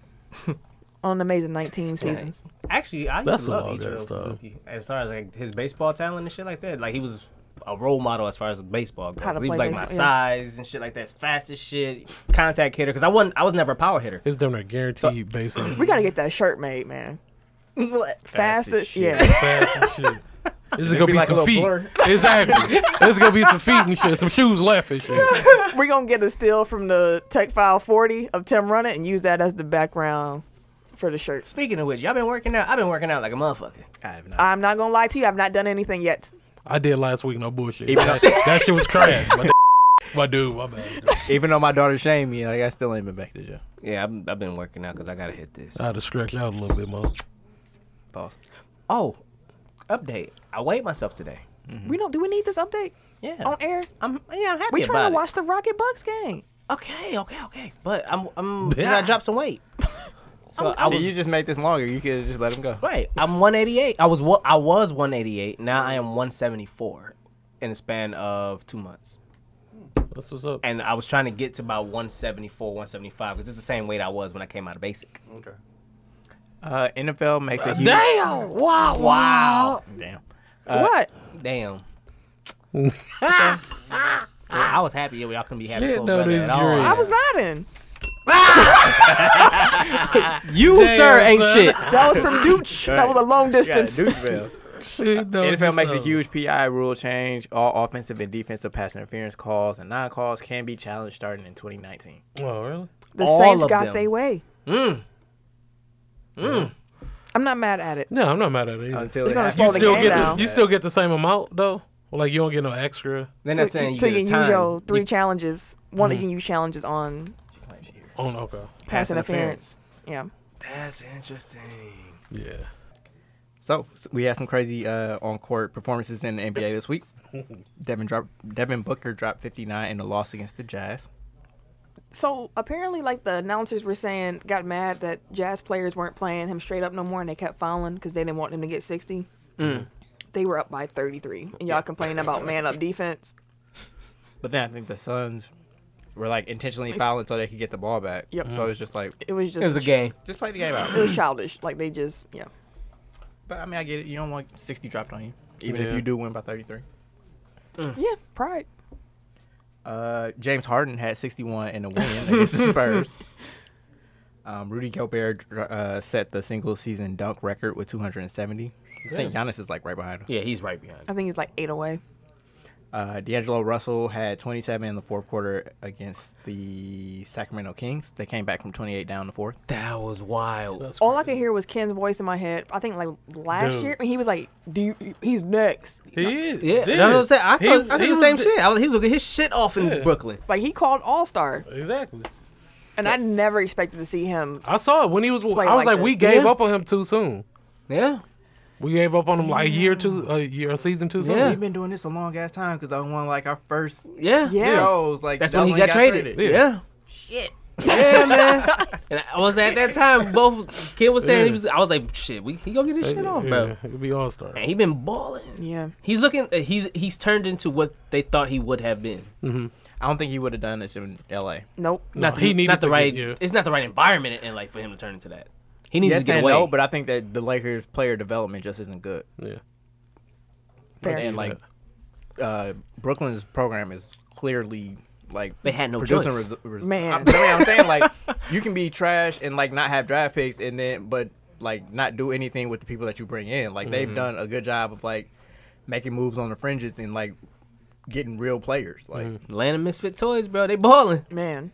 *laughs* on an amazing 19 seasons. Actually, I used That's to a love lot of Ichiro good stuff. Suzuki as far as like his baseball talent and shit like that. Like he was a role model as far as baseball goes. How to he was play like my baseball, yeah. size and shit like that, fast as shit, contact hitter. Because I wasn't, I was never a power hitter. it was damn near guaranteed based on We gotta get that shirt made, man. What? Fast, as as- shit. yeah. fast and shit. This is It'd gonna be be, like a some little feet. blur. *laughs* Exactly. There's gonna be some feet and shit. Some shoes left and shit. We're gonna get a steal from the Tech File 40 of Tim Running and use that as the background for the shirt. Speaking of which, y'all been working out. I've been working out like a motherfucker. I have not. I'm not gonna lie to you, I've not done anything yet. I did last week. No bullshit. Even though- That, that shit was trash. My, d- my dude, my bad. *laughs* Even though my daughter shamed me, like I still ain't been back to the gym. Yeah, I've, I've been working out because I gotta hit this. I had to stretch out a little bit more. Pause. oh, update. I weighed myself today. We don't. Do we need this update Mm-hmm. Yeah, on air? I'm yeah, I'm happy We about trying it. to watch the Rocket Bucks game. Okay, okay, okay. But I'm I'm yeah. I dropped some *laughs* weight. So i So was you just make this longer. You could just let him go. right. I'm 188. I was wa- I was 188. Now I am 174 in the span of 2 months. That's what's up. And I was trying to get to about 174, 175 cuz it's the same weight I was when I came out of basic. Okay. Uh, NFL makes a huge. Damn! Wow! Wow! Damn. Uh, what? *laughs* Damn. So, yeah, I was happy. Yeah, y'all couldn't be happy Shit, for no, brother this at all. girl. I was nodding. You Damn, sir ain't son. shit. That was from Dooch. That was a long Yeah, distance. *laughs* douchebag. NFL makes a uh, huge PI rule change. All offensive and defensive pass interference calls and non calls can be challenged starting in 2019. Oh, really? the all Saints of got them. their way. I'm not mad at it. No, I'm not mad at it. either. Until It's it gonna happens. slow You the still game get down. the, you still get the same amount though. Like you don't get no extra They're So, not saying you so get you a can use time. your three You- challenges. One you can use challenges on on Oh, okay. pass interference. Yeah. That's interesting. Yeah. So we had some crazy uh, on-court performances in the NBA this *laughs* week. Devin dropped. Devin Booker dropped 59 in the loss against the Jazz. So apparently, like the announcers were saying, got mad that jazz players weren't playing him straight up no more, and they kept fouling because they didn't want him to get sixty. They were up by thirty three, and y'all complaining about man up defense. But then I think the Suns were like intentionally fouling so they could get the ball back. Yep. So it was just like It was just It was a game. just play the game It out. was childish. Like they just yeah. But I mean I get it. You don't want 60 dropped on you, even if Yeah. you do win by 33. Yeah, pride. Uh, James Harden had 61 in a win against *laughs* the Spurs. Um, Rudy Gobert dr- uh, set the single season dunk record with 270. I think Giannis is like right behind him. Yeah, he's right behind. I think he's like eight away. Uh, D'Angelo Russell had 27 in the fourth quarter against the Sacramento Kings. They came back from 28 down the fourth. That was wild. That's All I could hear was Ken's voice in my head. I think like last Dude. year, and he was like, "Do you, he's next." He is. Yeah, He that's what I'm is. saying. I, He- told, I said he the was same shit. I was, he was gonna get his shit off in Yeah. Brooklyn. Like he called All Star, Exactly. and I never expected to see him. I saw it when he was. I was like like, we this. gave Yeah. up on him too soon. Yeah, We gave up on him like a year too, a year, a season too soon. Yeah. We've been doing this a long ass time because I won like our first yeah, Yeah. shows. Like That's that when he one got, traded. Yeah. Shit. Yeah, man. And I was at that time. Both kid was saying he Yeah. was. I was like, shit. We, he gonna get his shit off, bro. Yeah, It'd be all star. Man, he been balling. Yeah, He's looking. uh, He's he's turned into what they thought he would have been. I don't think he would have done this in L.A. nope. Not he the, needed not the to get- right. yeah. It's not the right environment in like for him to turn into that. He needs Yes to get and away. no, but I think that the Lakers player development just isn't good. Yeah. Fair. And like uh, Brooklyn's program is clearly like They had no choice. resu- res- Man. I'm, but I mean, I'm saying *laughs* like you can be trash and like not have draft picks and then but like not do anything with the people that you bring in. Like Mm-hmm. they've done a good job of like making moves on the fringes and like getting real players. Like Land of Misfit Toys, bro. They balling. Man,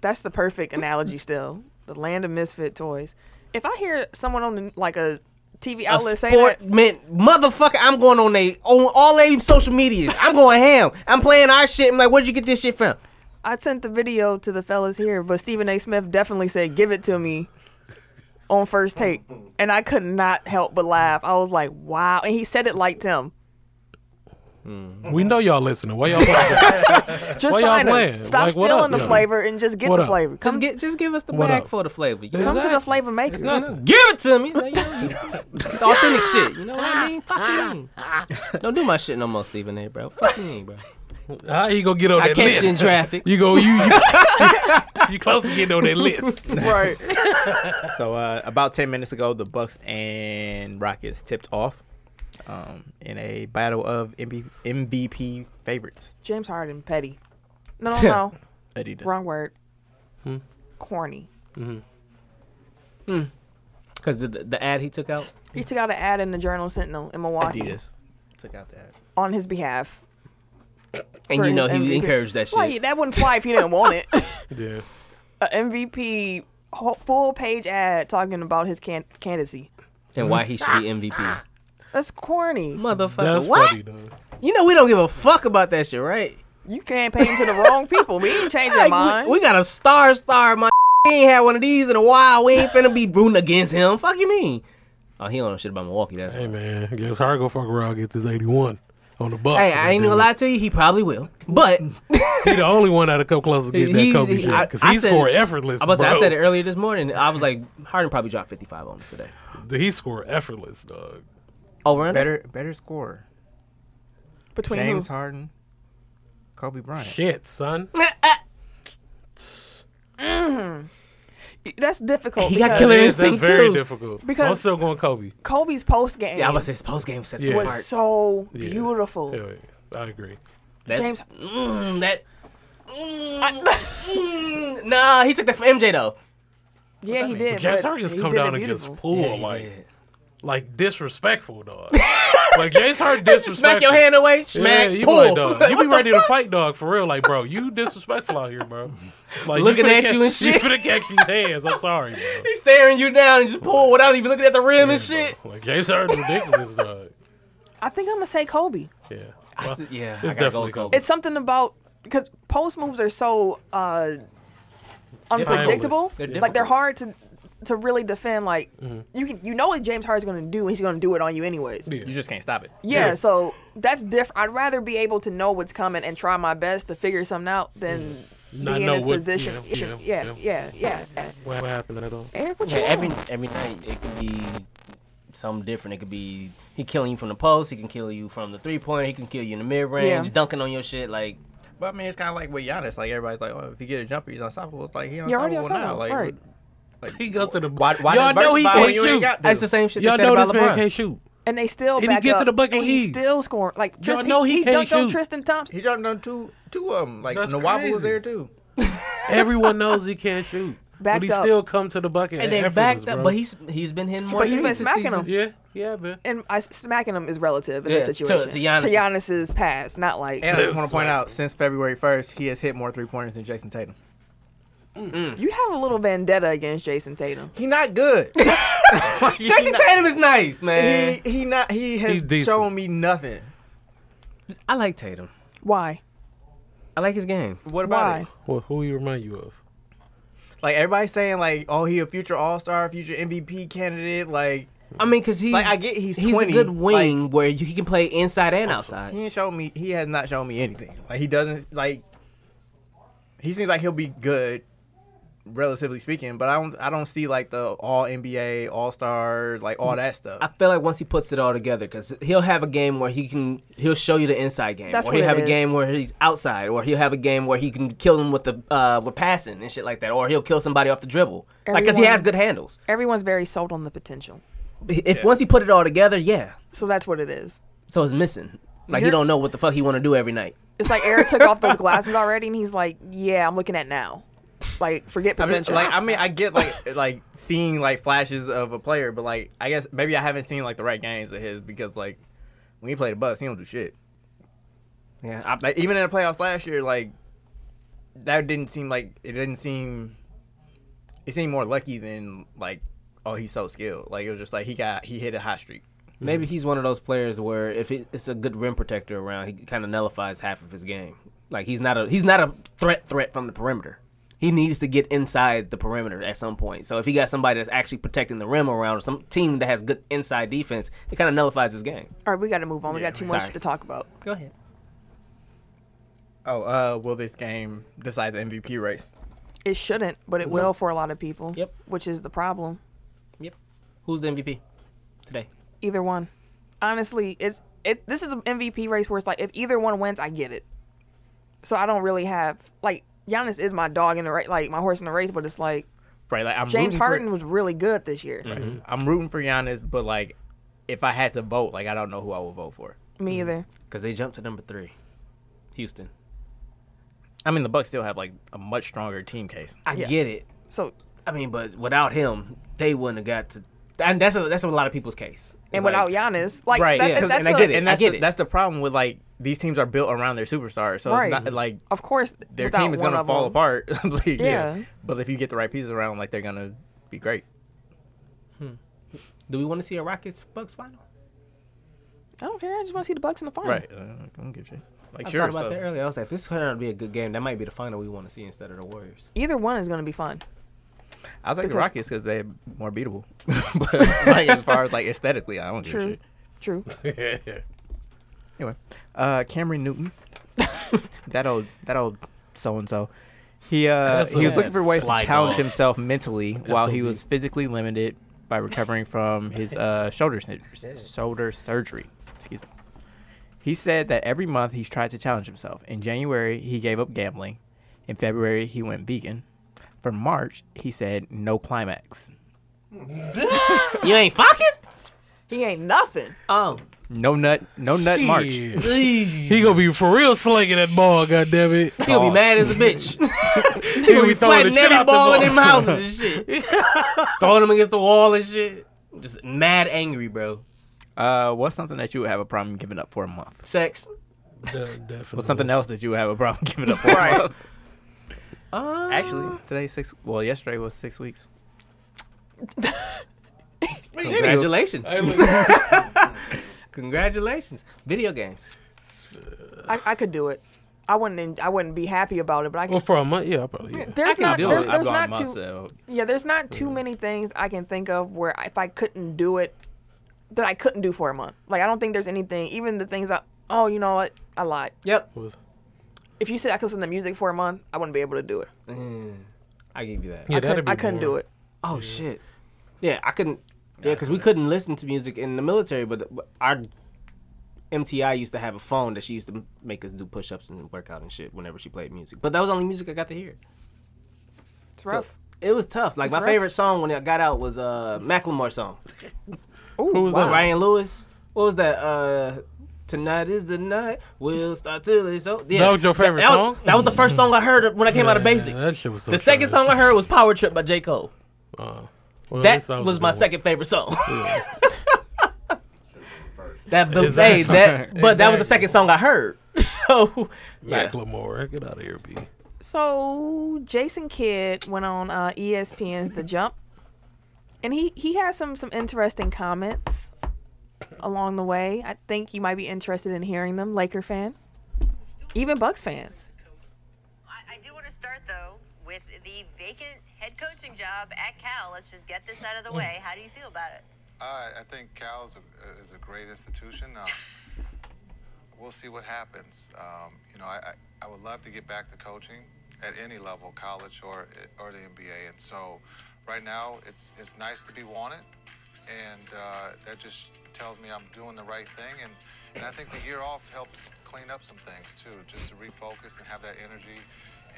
that's the perfect analogy. Still, the land of misfit toys. If I hear someone on the, like a TV A outlet say sport that, meant motherfucker. I'm going on they on all they social medias. I'm going ham. I'm playing our shit. I'm like, where'd you get this shit from? I sent the video to the fellas here, but Stephen A. Smith definitely said, "Give it to me." On first take, and I could not help but laugh. I was like, "Wow!" And he said it like Tim. We know y'all listening. Why *laughs* y'all? fucking- Just Why y'all sign playing? us. Stop Like, what stealing up, the yo? flavor and just get What the up? flavor. Just Come, get, just give us the What bag up? for the flavor. You come to the Exactly. flavor maker. *laughs* Nothing. Give it to me. Like, you know, it's *laughs* authentic shit. You know what *laughs* I mean? Fuck you mean. Don't do my shit no more, Stephen A, bro. Fuck you *laughs* mean, bro. How you gonna get on I that catch you in list? *laughs* traffic. *laughs* You go you you, you *laughs* close to getting on that *laughs* list. Right. *laughs* so uh, about ten minutes ago, the Bucks and Rockets tipped off um, in a battle of MB- MVP favorites. James Harden, petty. *laughs* No, no, no. Adidas. Wrong word. Hmm. Corny. Because the, the ad he took out. He took out an ad in the Journal Sentinel in Milwaukee Adidas took out that. on his behalf. And you For know his he MVP. encouraged that shit. Like, that wouldn't fly if he didn't want *laughs* it. Yeah. An MVP full page ad talking about his can- candidacy. And why he should *laughs* be MVP. That's corny. Motherfucker. That's what? funny though. You know we don't give a fuck about that shit, right? You campaign to the *laughs* wrong people. We ain't changing Like, we- minds. we, got a star star, my *laughs* we ain't had one of these in a while. We ain't finna be rooting against him. Fuck you mean? Oh, he don't know shit about Milwaukee. That's Hey why. man, James Harden go fuck around gets his eighty one on the Bucks. Hey, I ain't gonna lie to you. He probably will, but He the only one that'll come close to getting He- that Kobe he- shit I- because I he said- scored effortless. I, was, bro. I said it earlier this morning. I was like, Harden probably dropped 55 on us today. He scored effortless, dog. Over and Better better score. Between James *laughs* who? Harden, Kobe Bryant. Shit, son. Mm. That's difficult. He got because killer That is- that's instinct very too. difficult. Because- I'm still going Kobe. Kobe's post game Yeah, I was his post game sets Yeah. yeah. was apart. so Yeah. beautiful. Yeah, I agree. that, James- mm, that. *laughs* Mm, mm, nah, he took that from MJ though. Yeah, he did. James but Harden just he come did it down and gets beautiful. pulled. Yeah, like yeah. like disrespectful, *laughs* dog. like James Harden disrespectful. Smack your hand away. Smack. yeah, you be pull. like, *laughs* dog, you be ready to fight, dog, for real. Like, bro, you disrespectful out here, bro. Like, Looking finna at catch- you and shit. You finna catch these hands. I'm sorry, bro. He's staring you down and just pull without even looking at the rim and Yeah, shit. bro. Like James Harden, ridiculous, dog. I think I'm gonna say Kobe. Yeah. I said, yeah, it's I gotta go definitely with Kobe. It's something about because post moves are so uh, unpredictable. They're Mm-hmm. like they're difficult. hard to to really defend. Like you can you know what James Harden's gonna do, and he's gonna do it on you anyways. Yeah. You just can't stop it. Yeah, Yeah. so that's different. I'd rather be able to know what's coming and try my best to figure something out than Mm-hmm. Not be in know this what- position. yeah, Yeah, yeah, yeah, yeah, yeah. What happened at all? Eric, what you Yeah, every want? every night it could be something different. It could be he killing you from the post. He can kill you from the three pointer. He can kill you in the mid range, Yeah. dunking on your shit. Like But I mean, it's kind of like with Giannis. Like everybody's like, oh, if you get a jumper, he's unstoppable. It's like he You're already unstoppable, now. unstoppable, Like, right. like *laughs* He go to the- why, why Y'all know he diversify can't when you ain't shoot. got to? that's the same shit. Y'all they said know about this man LeBron. can't shoot. And they still And he back get to up, the bucket and with he ease. still scoring. Like Tristan, know he he, can't dunked on shoot. Tristan Thompson. He jumped on two two of them. Like That's Nawabu crazy. was there too. Everyone knows he can't shoot. Backed but he up. still come to the bucket. And at they effortless, backed up, bro. but he's he's been hitting more. But he's been threes this smacking season. him. Yeah, yeah, man. And I, smacking him is relative in Yeah, this to- situation. to Giannis's. Giannis's pass, not like And I *clears throat* just want That's to point out, since February first, he has hit more three pointers than Jason Tatum. you have a little vendetta against Jason Tatum. He not good. Like, he Jason not- Tatum is nice, man. He he not he He's has decent. shown me nothing. I like Tatum. Why? I like his game. What about Why? it? Well, who he remind you of? *laughs* Like everybody's saying, like, oh, he a future All Star, future MVP candidate. Like I mean, cause he Like, I get he's 20, a good wing where you, he can play inside and outside. he ain't shown me. He has not shown me anything. Like he doesn't like. He seems like he'll be good, relatively speaking. But I don't. I don't see like the All NBA, All Star, like all that stuff. I feel like once he puts it all together, because he'll have a game where he can he'll show you the inside game, That's or what he'll it have a is. game where he's outside, or he'll have a game where he can kill him with the uh, with passing and shit like that, or he'll kill somebody off the dribble, like because he Everyone- has good handles. Everyone's very sold on the potential, If once he put it all together, yeah, so that's what it is. so it's missing. Like he Yeah. don't know what the fuck he want to do every night. It's like Eric took off those glasses already, and he's like, "Yeah, I'm looking at now. Like, forget I mean, potential. like I mean, I get like *laughs* like seeing like flashes of a player, but like I guess maybe I haven't seen like the right games of his because like when he played the Bucks, he don't do shit. Yeah, I, Like even in the playoffs last year, like that didn't seem like it didn't seem. It seemed more lucky than like, oh, he's so skilled. Like it was just like he got he hit a hot streak. maybe he's one of those players where if it, it's a good rim protector around, he kind of nullifies half of his game. Like he's not a he's not a threat threat from the perimeter. He needs to get inside the perimeter at some point. So if he got somebody that's actually protecting the rim around or some team that has good inside defense, it kind of nullifies his game. All right, we got to move on. we got too much sorry. to talk about. Go ahead. Oh, uh, will this game decide the MVP race? It shouldn't, but it will for a lot of people. Yep. Which is the problem. Yep. Who's the MVP today? Either one. Honestly, it's it. This is an MVP race where it's like if either one wins, I get it. So I don't really have like Giannis is my dog in the race, like my horse in the race, but it's like Right, like I'm James rooting Harden For, Mm-hmm. was really good this year. right. I'm rooting for Giannis, but like, if I had to vote, like I don't know who I would vote for. Me either. Because they jumped to number three, Houston. I mean, the Bucks still have like a much stronger team case. I Yeah. get it. So I mean, but without him, they wouldn't have got to. And that's a, that's a lot of people's case. It's like- and without Giannis, like right, that, yeah, 'cause- that's and I a- get it. And that's I get the, it. that's the problem with like these teams are built around their superstars, so Right. it's not like Of course, their without team is one gonna of fall them. apart. *laughs* like, Yeah. But if you get the right pieces around, like they're gonna be great. Do we want to see a Rockets Bucks final? I don't care. I just want to see the Bucks in the final. Right. Uh, I don't give a shit. Like I sure. thought about so- that earlier. I was like, if this turned out to be a good game, that might be the final we want to see instead of the Warriors. Either one is going to be fun. I was like the Because- Rockets because they're more beatable. *laughs* but like as far as like aesthetically, I don't give a True. shit. *laughs* True. Anyway, uh, Cameron Newton, that old that old so and so, he uh, That's he was a looking for ways sly to challenge dog. himself mentally while he SOB. was physically limited by recovering from his uh, shoulder sn- shoulder surgery. Excuse me. He said that every month he's tried to challenge himself. In January, he gave up gambling. In February, he went vegan. For March, he said no climax, you ain't fucking? He ain't nothing. Oh. no nut, no nut March. Yeah. he He gonna be for real slinging that ball, goddamn it. gonna be mad as a bitch. *laughs* he be gonna be throwing the flattening shit every out the ball in ball. *laughs* them houses and shit. Throwing them against the wall and shit. Just mad angry, bro. Uh, what's something that you would have a problem giving up for a month? Sex. De- definitely. What's something else that you would have a problem *laughs* giving up for a month? Actually, today's six. Well, yesterday was six weeks. Congratulations. Congratulations. Video games. I, I could do it. I wouldn't. en- I wouldn't be happy about it, but I could. Well, for a month, yeah, I probably. Yeah. there's can not. do There's, it. there's gone not too. so- Yeah, there's not too many things I can think of where if I couldn't do it, that I couldn't do for a month. Like I don't think there's anything. Even the things I. Oh, you know what? I lied. Yep. If you said I could listen to music for a month, I wouldn't be able to do it. I give you that. Yeah, I couldn't, I couldn't do it. Oh shit. Yeah, I couldn't. Yeah, because we couldn't listen to music in the military, but but our MTI used to have a phone that she used to make us do push-ups and workout and shit whenever she played music. But that was the only music I got to hear. It's rough. It was tough. Like my rough. favorite song when it got out was uh Macklemore song. Who was that? Ryan Lewis. What was that? Uh Tonight is the night. We'll start till it's over. Yeah. That was your favorite that, song? Was, that was the first song I heard when I came out of basic. Yeah, that shit was so the trash. second song I heard was Power Trip by J. Cole. Uh, well, That this was a my good one. second favorite song. *laughs* that *laughs* but hey, Exactly. that but that Exactly. was the second song I heard. *laughs* so yeah. Macklemore, get out of here, B. So Jason Kidd went on uh, ESPN's The Jump, and he he has some some interesting comments along the way. I think you might be interested in hearing them, Laker fan, even Bucks fans. I, I do want to start though with the vacant head coaching job at Cal. Let's just get this out of the way. How do you feel about it? I, I think Cal is a, is a great institution. Um, we'll see what happens. Um, you know, I, I, I would love to get back to coaching at any level, college or or the NBA. And so, right now, it's it's nice to be wanted, and uh, that just tells me I'm doing the right thing. And and I think the year off helps clean up some things too, just to refocus and have that energy.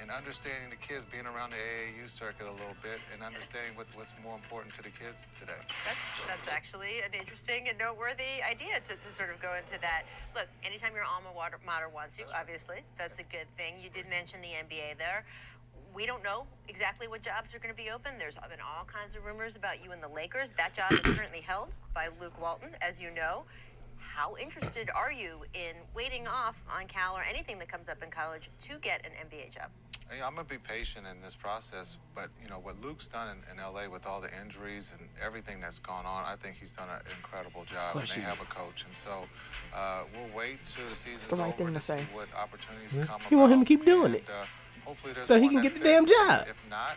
And understanding the kids, being around the AAU circuit a little bit, and understanding what, what's more important to the kids today. That's that's actually an interesting and noteworthy idea to, to sort of go into that. Look, anytime your alma water- mater wants you, obviously, that's a good thing. You did mention the NBA there. We don't know exactly what jobs are going to be open. There's been all kinds of rumors about you and the Lakers. That job is currently held by Luke Walton, as you know. How interested are you in waiting off on Cal or anything that comes up in college to get an NBA job? you know, I'm gonna be patient in this process, but you know what Luke's done in, in LA with all the injuries and everything that's gone on, I think he's done an incredible job, and they have a coach, and so uh, we'll wait till the season's the right over thing to, to say. see what opportunities come. You want him about, to keep doing and, it. uh, hopefully there's So he one can that get the damn fits, and job. If not,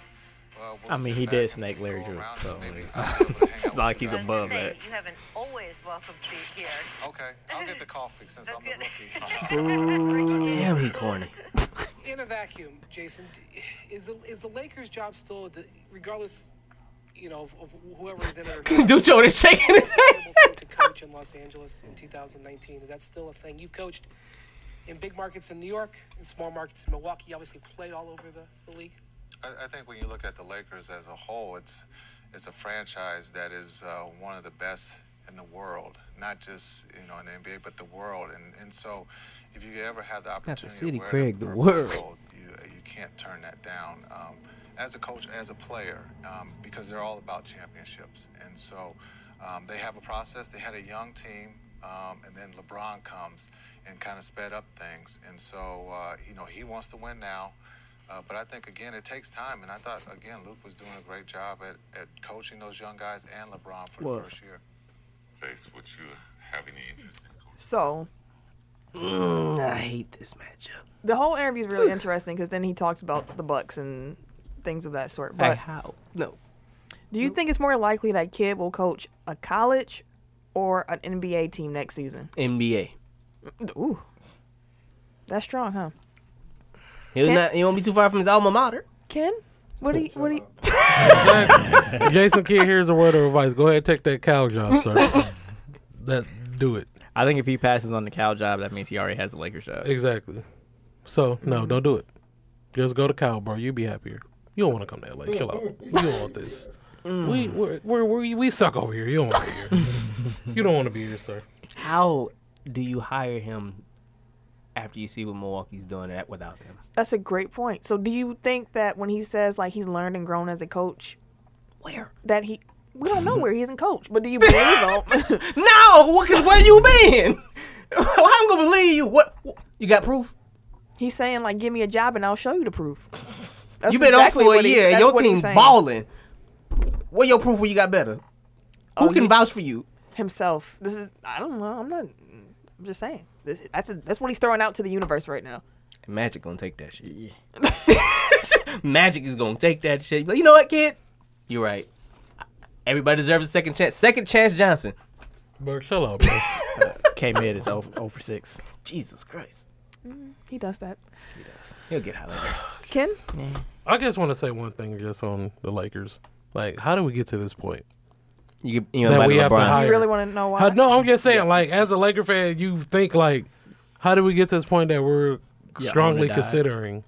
well, we'll I mean, sit he back did and snake go Larry Drew, around and so, maybe like- I'll be able to hang out *laughs* with Like you he's I guys. was gonna above say, that. You have an always welcome seat here. Okay, I'll get the coffee since I'm the rookie. *laughs* *laughs* Damn he corny. in a vacuum, Jason, d- is the, is the Lakers' job still, d- regardless, you know, of, of whoever is in it or not, Dude Jordan shaking his it's a terrible thing to coach in Los Angeles in 2019? Is that still a thing? You've coached in big markets in New York, in small markets in Milwaukee. You obviously played all over the, the league. I, I think when you look at the Lakers as a whole, it's it's a franchise that is uh, one of the best in the world, not just you know in the NBA, but the world. And and so, if you ever have the opportunity, city, to wear Craig, the purple world. gold, you you can't turn that down. Um, as a coach, as a player, um, because they're all about championships, and so um, they have a process. They had a young team, um, and then LeBron comes and kind of sped up things, and so uh, you know he wants to win now. Uh, but I think again it takes time, and I thought again Luke was doing a great job at, at coaching those young guys and LeBron for the first year. face would you have any interest in So Mm, I hate this matchup. the whole interview is really interesting because then he talks about the Bucks and things of that sort. Like But how? No. do you think it's more likely that Kidd will coach a college or an NBA team next season? NBA. Ooh, that's strong, huh? He'll Can't- not he won't be too far from his alma mater. Ken, what do you what do you? Jason Kidd, here's a word of advice. Go ahead, take that cow job, sir. that do it I think if he passes on the cow job, that means he already has the Lakers job. exactly. So no, don't do it. Just go to cow, bro. You'll be happier. You don't want to come to LA. Chill out. You don't want this. We we're, we're, we we suck over here. You don't want to be here. you don't want to be here, sir. How do you hire him after you see what Milwaukee's doing at- without him? That's a great point. So do you think that when he says like he's learned and grown as a coach, where that he We *laughs* don't know where he isn't coached, but do you believe him? No, because where you been? *laughs* I'm gonna believe you. What you got proof? he's saying like, "Give me a job and I'll show you *laughs* the proof." That's You've been on exactly for what a he's- year. and that's Your what he's team's saying. balling. What your proof where you got better? Who can you- vouch for Oh, you? himself. This is I don't know. I'm not. I'm just saying. This, that's a, that's what he's throwing out to the universe right now. Magic gonna take that shit. *laughs* Magic is gonna take that shit. But you know what, kid? You're right. Everybody deserves a second chance. Second chance, Johnson. Bro, chill out, bro. K Mid is 0, 0 for 6. Jesus Christ. He does that. He'll get out of there. Ken, I just want to say one thing just on the Lakers. Like, how do we get to this point? You, you That know, we have to LeBron. hire- you really want to know why? How, no, I'm just saying, like, as a Laker fan, you think, like, how do we get to this point that we're Yeah, strongly Armand died. considering,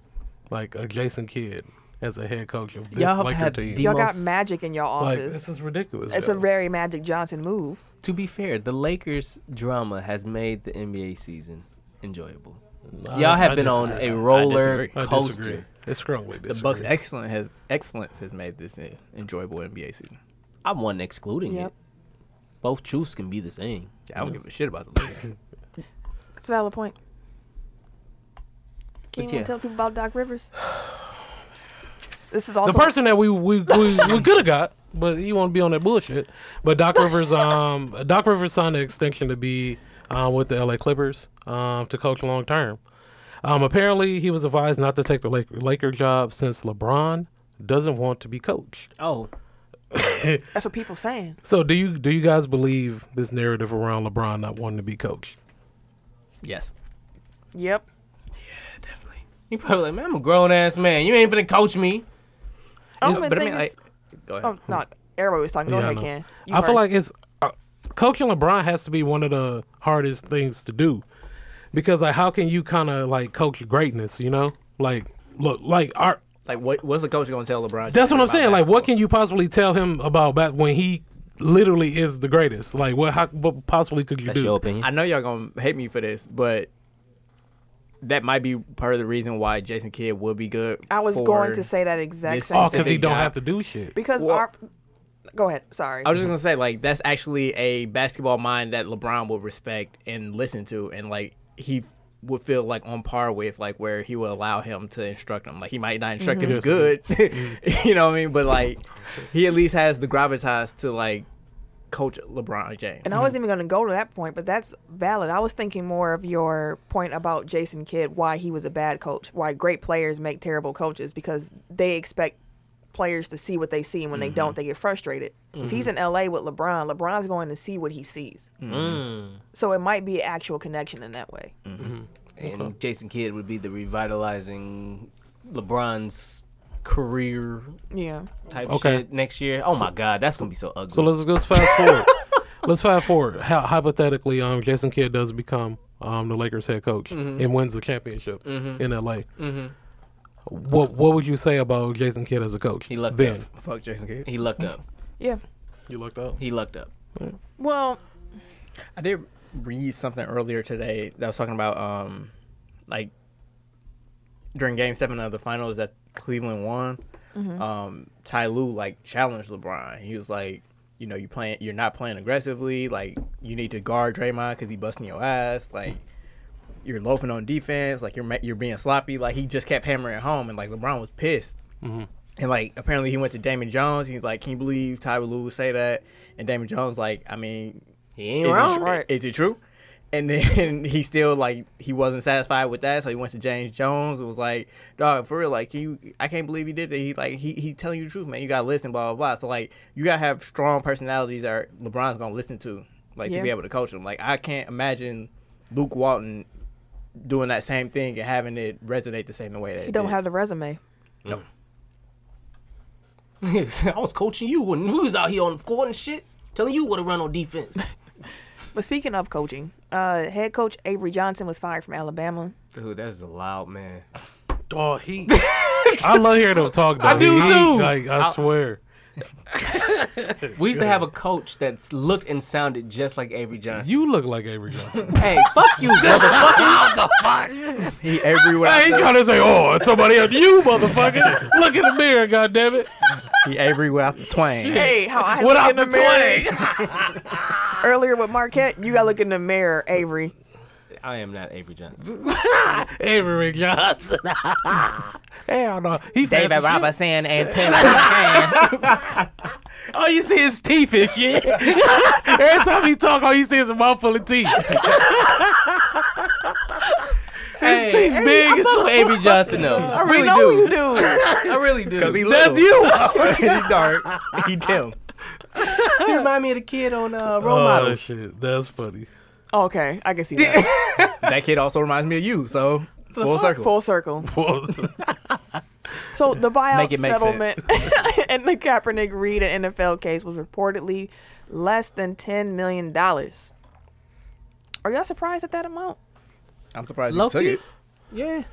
like, a Jason Kidd as a head coach of this Y'all have Laker had team? the y'all got most- magic in your like, office. this is ridiculous. it's a yo. very Magic Johnson move. To be fair, the Lakers drama has made the NBA season enjoyable. Y'all have I been on disagree. a I roller I disagree. coaster. It's strongly The disagree. Bucks' excellent has, excellence has made this an enjoyable NBA season. I wasn't excluding Yep. it. Both truths can be the same. I don't give a shit about *laughs* the Lakers. That's a valid point. But Can you yeah. want to tell people about *sighs* Doc Rivers? This is also the person that we we, we, we could have got, but he won't be on that bullshit. But Doc Rivers, um, Doc Rivers signed an extension to be um, with the LA Clippers um, to coach long term. Um, apparently, he was advised not to take the Laker, Laker job since LeBron doesn't want to be coached. Oh, That's what people saying. So, do you do you guys believe this narrative around LeBron not wanting to be coached? yes. Yep. you probably like, man, I'm a grown ass man. You ain't finna coach me. I Yes, don't but I even think mean, it's. like, go ahead. Oh, no. Everybody was talking. Go Yeah, I ahead, know. Ken. You I feel first. like it's uh, coaching LeBron has to be one of the hardest things to do because like how can you kind of like coach greatness? You know, like look like our. Like, what, what's the coach going to tell LeBron? That's what I'm about saying. Like, what basketball? can you possibly tell him about bat when he literally is the greatest? Like, what? How, what possibly could you That's do? your opinion. I know y'all going to hate me for this, but that might be part of the reason why Jason Kidd would be good. I was for going to say that this exact same Oh, because season. he Specific don't job. have to do shit. because Well- our. Go ahead. Sorry. I was just gonna say, like, that's actually a basketball mind that LeBron would respect and listen to, and like he would feel like on par with, like where he would allow him to instruct him. Like he might not instruct him Yes. good, *laughs* you know what I mean? But like he at least has the gravitas to like coach LeBron James. And I wasn't even going to go to that point, but that's valid. I was thinking more of your point about Jason Kidd, why he was a bad coach, why great players make terrible coaches because they expect players to see what they see, and when they Mm-hmm. don't, they get frustrated. If he's in LA with LeBron, LeBron's going to see what he sees. Mm. So it might be an actual connection in that way. and Jason Kidd would be the revitalizing LeBron's career Yeah. type Okay. shit next year. Oh my God, that's gonna be so ugly. So let's let's fast *laughs* forward. let's fast forward. How, hypothetically, um, Jason Kidd does become um the Lakers head coach and wins the championship in L.A. What What would you say about Jason Kidd as a coach? He lucked then. up. Fuck Jason Kidd. He lucked up. Yeah. You lucked up. He lucked up. Well, I did read something earlier today that was talking about um like during game seven of the finals that Cleveland won, um, Ty Lue like challenged LeBron. He was like, you know, you playing you're not playing aggressively, like you need to guard Draymond because he busting your ass, like you're loafing on defense, like you're ma- you're being sloppy. Like he just kept hammering home and like LeBron was pissed. And like apparently he went to Damon Jones. He's like, "Can you believe Ty Lue would say that?" And Damon Jones like, "I mean, He ain't is wrong. It, is it true? And then *laughs* he still like he wasn't satisfied with that, so he went to James Jones and was like, "Dog, for real, like can you, I can't believe he did that. He like he he telling you the truth, man. You gotta listen, blah blah blah. So like you gotta have strong personalities that are- LeBron's gonna listen to, like to Yeah. be able to coach him. Like I can't imagine Luke Walton doing that same thing and having it resonate the same way that he it don't did. have the resume. *laughs* I was coaching you when we was out here on the court and shit, telling you what to run on defense. But speaking of coaching, uh, head coach Avery Johnson was fired from Alabama. *laughs* Dude, that's a loud man. Oh, he. *laughs* I love hearing him talk. Though. I do He- too. Like I swear, We used to have a coach that looked and sounded just like Avery Johnson. You look like Avery Johnson. *laughs* hey, fuck you, motherfucker. He *laughs* everywhere. *laughs* I I ain't said, trying to say, oh, it's somebody else. You *laughs* motherfucker. look in the mirror, goddammit. he everywhere without the twang. Hey, how I had to What look up in the, the mirror *laughs* twang? earlier with Marquette. You gotta look in the mirror, Avery. I am not Avery Johnson. Avery Johnson. *laughs* Hell no. He fast as shit. and *laughs* Taylor. All you see is teeth and shit. *laughs* Every time he talk, all you see is a mouthful of teeth. *laughs* His Hey, teeth big. I as- fuck with Avery Johnson though. *laughs* I We really know you do. do. *laughs* I really do. he You That's you. He's dark. *laughs* He dim. remind me of the kid on uh, *laughs* Role Oh, Models. shit. That's *laughs* funny. okay, I can see that. That kid also reminds me of you. So full circle. Full circle. So the Make buyout it make settlement *laughs* in the Kaepernick Reed and NFL case was reportedly less than ten million dollars. Are y'all surprised at that amount? I'm surprised Low-key? you took it. Yeah.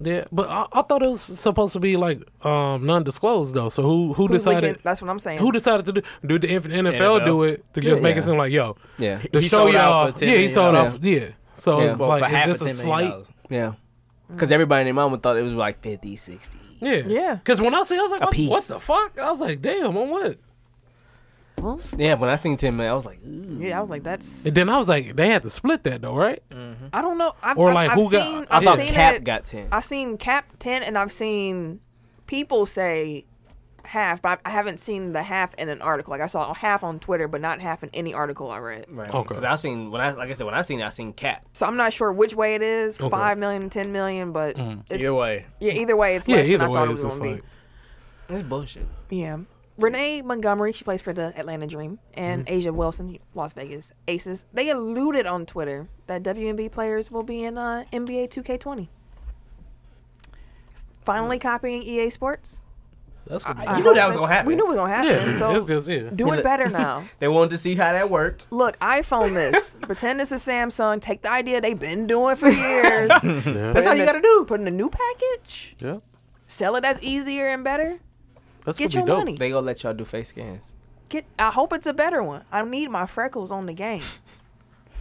Yeah, but I, I thought it was supposed to be like um, non-disclosed though. So who who Who's leaking- decided? That's what I'm saying. Who decided to do? Did the NFL, NFL. do it to just make Yeah. it seem like yo? Yeah. The He show sold out y'all, for $10 yeah, he million sold dollars. off, yeah. So Yeah. it's Well, for like half is of this a ten million slight? dollars. Yeah. Because everybody and their mama thought it was like 50, 60. Yeah, Yeah. Because when I see, I was like, A what, what piece. the fuck? I was like, damn, on what? Yeah, when I seen Tim, man, I was like, ooh. Yeah, I was like, that's. And then I was like, they had to split that though, right? I don't know. I've, Or I've- like, I've who got- seen, I I I've thought seen Cap it- got 10. I've seen cap ten, and I've seen people say half, but I I haven't seen the half in an article. Like I saw half on Twitter, but not half in any article I read. Right. Okay. Because I seen, when I, like I said, when I seen it, I seen Cap. So I'm not sure which way it is, Okay. Mm-hmm. five million, ten million, but it's, Either way. yeah, either way, it's Yeah, less than I either way, thought it it's was just going like, to That's bullshit. be. Yeah. Renee Montgomery, she plays for the Atlanta Dream, and Mm-hmm. Asia Wilson, Las Vegas Aces. They alluded on Twitter that WNBA players will be in uh, NBA 2K20. Mm. Finally copying EA Sports. that's what I You knew hope that was that's- gonna happen. We knew it was gonna happen. yeah, so it's just yeah. do it better now. They wanted to see how that worked. Look, iPhone this. Pretend this is Samsung. Take the idea they've been doing for years. That's all you gotta do. Put in a new package. Yeah, Sell it that's easier and better. that's Get what your we dope. money. They gonna let y'all do face scans. Get. I hope it's a better one. I need my freckles on the game.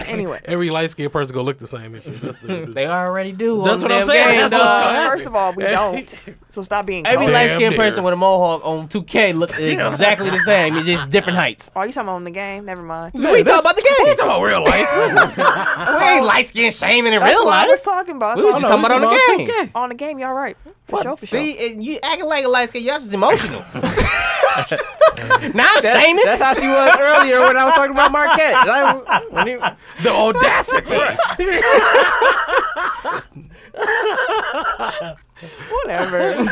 Anyway, *laughs* Every light skinned person gonna look the same and shit. That's the They already do. That's on what I'm them saying. That's games, what's dog. gonna happen. first of all, we don't. So stop being. Every cold. Damn light skinned dear. person with a mohawk on 2K *laughs* looks exactly the same. It's just different heights. Are you talking about on the game? Never mind. We talking about the game. It's about real *laughs* life. We ain't light skinned shaming in That's real what I was life. talking about. That's We was what just I'm- talking about on the game. on the game. Y'all right? For sure. For sure. See, and you acting like a light skin. Y'all just *laughs* emotional. now I'm shaming. That's how she was earlier when I was talking about Marquette. *laughs* And I- when he- the audacity. *laughs* Whatever.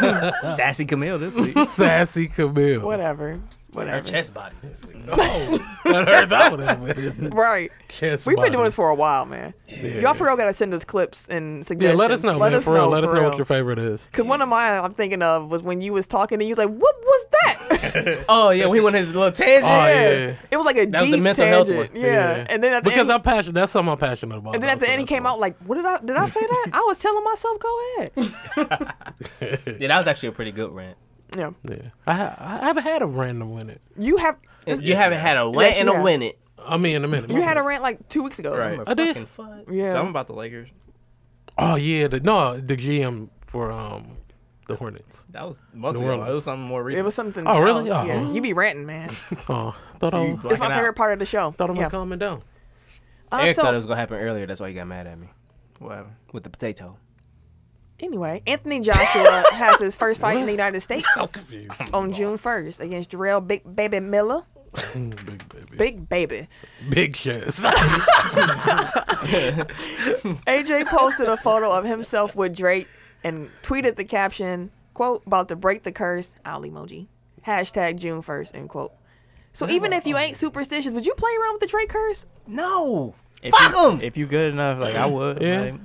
sassy Camille this *laughs* week. *laughs* Sassy Camille. *laughs* Whatever. Whatever. Chest body this week. I heard that one. out of *laughs* it. Right. Chest We've been body. doing this for a while, man. Y'all for real gotta send us clips and Yeah, suggestions. let us know, man. for real, let us know what your favorite is. Because one of mine I'm thinking of was when you was talking and you was like, "What was *laughs* that?" Oh yeah, we went on his little tangent. Oh, yeah. It was like a That was deep the mental health tangent. one. Yeah. and then at the because end, I'm passionate. That's something I'm passionate about. and then though, at the so end he that's came why. out like, "What did I did I say that?" I was telling myself, "Go *laughs* ahead." Yeah, that was actually a pretty good rant. Yeah, Yeah, I, ha- I haven't had a random win it. you have you haven't had a Yes, rant you and a have. win it. I mean, in a minute. you had a rant like two weeks ago. Right. I did. Fucking fuck. Yeah. So I'm about the Lakers. Oh yeah, the, no, the GM for um the *laughs* Hornets. That was months New ago. Orleans. It was something more recent. it was something. Oh, really? else. Yeah. Oh. You be *laughs* ranting, man. Oh, thought You I It's my blacking out. favorite part of the show. thought I was yeah. calming down. Uh, Eric so- thought it was gonna happen earlier. That's why he got mad at me Whatever. with the potato. Anyway, Anthony Joshua has his first fight in the United States *laughs* on June 1st against Jarrell Big Baby Miller. Big baby, Big Baby. big chest. AJ posted a photo of himself with Drake and tweeted the caption, quote, about to break the curse, owl emoji, hashtag June 1st, end quote. So even if you ain't superstitious, would you play around with the Drake curse? No. If Fuck you, 'em. If you good enough, like I *laughs* would. Yeah. like-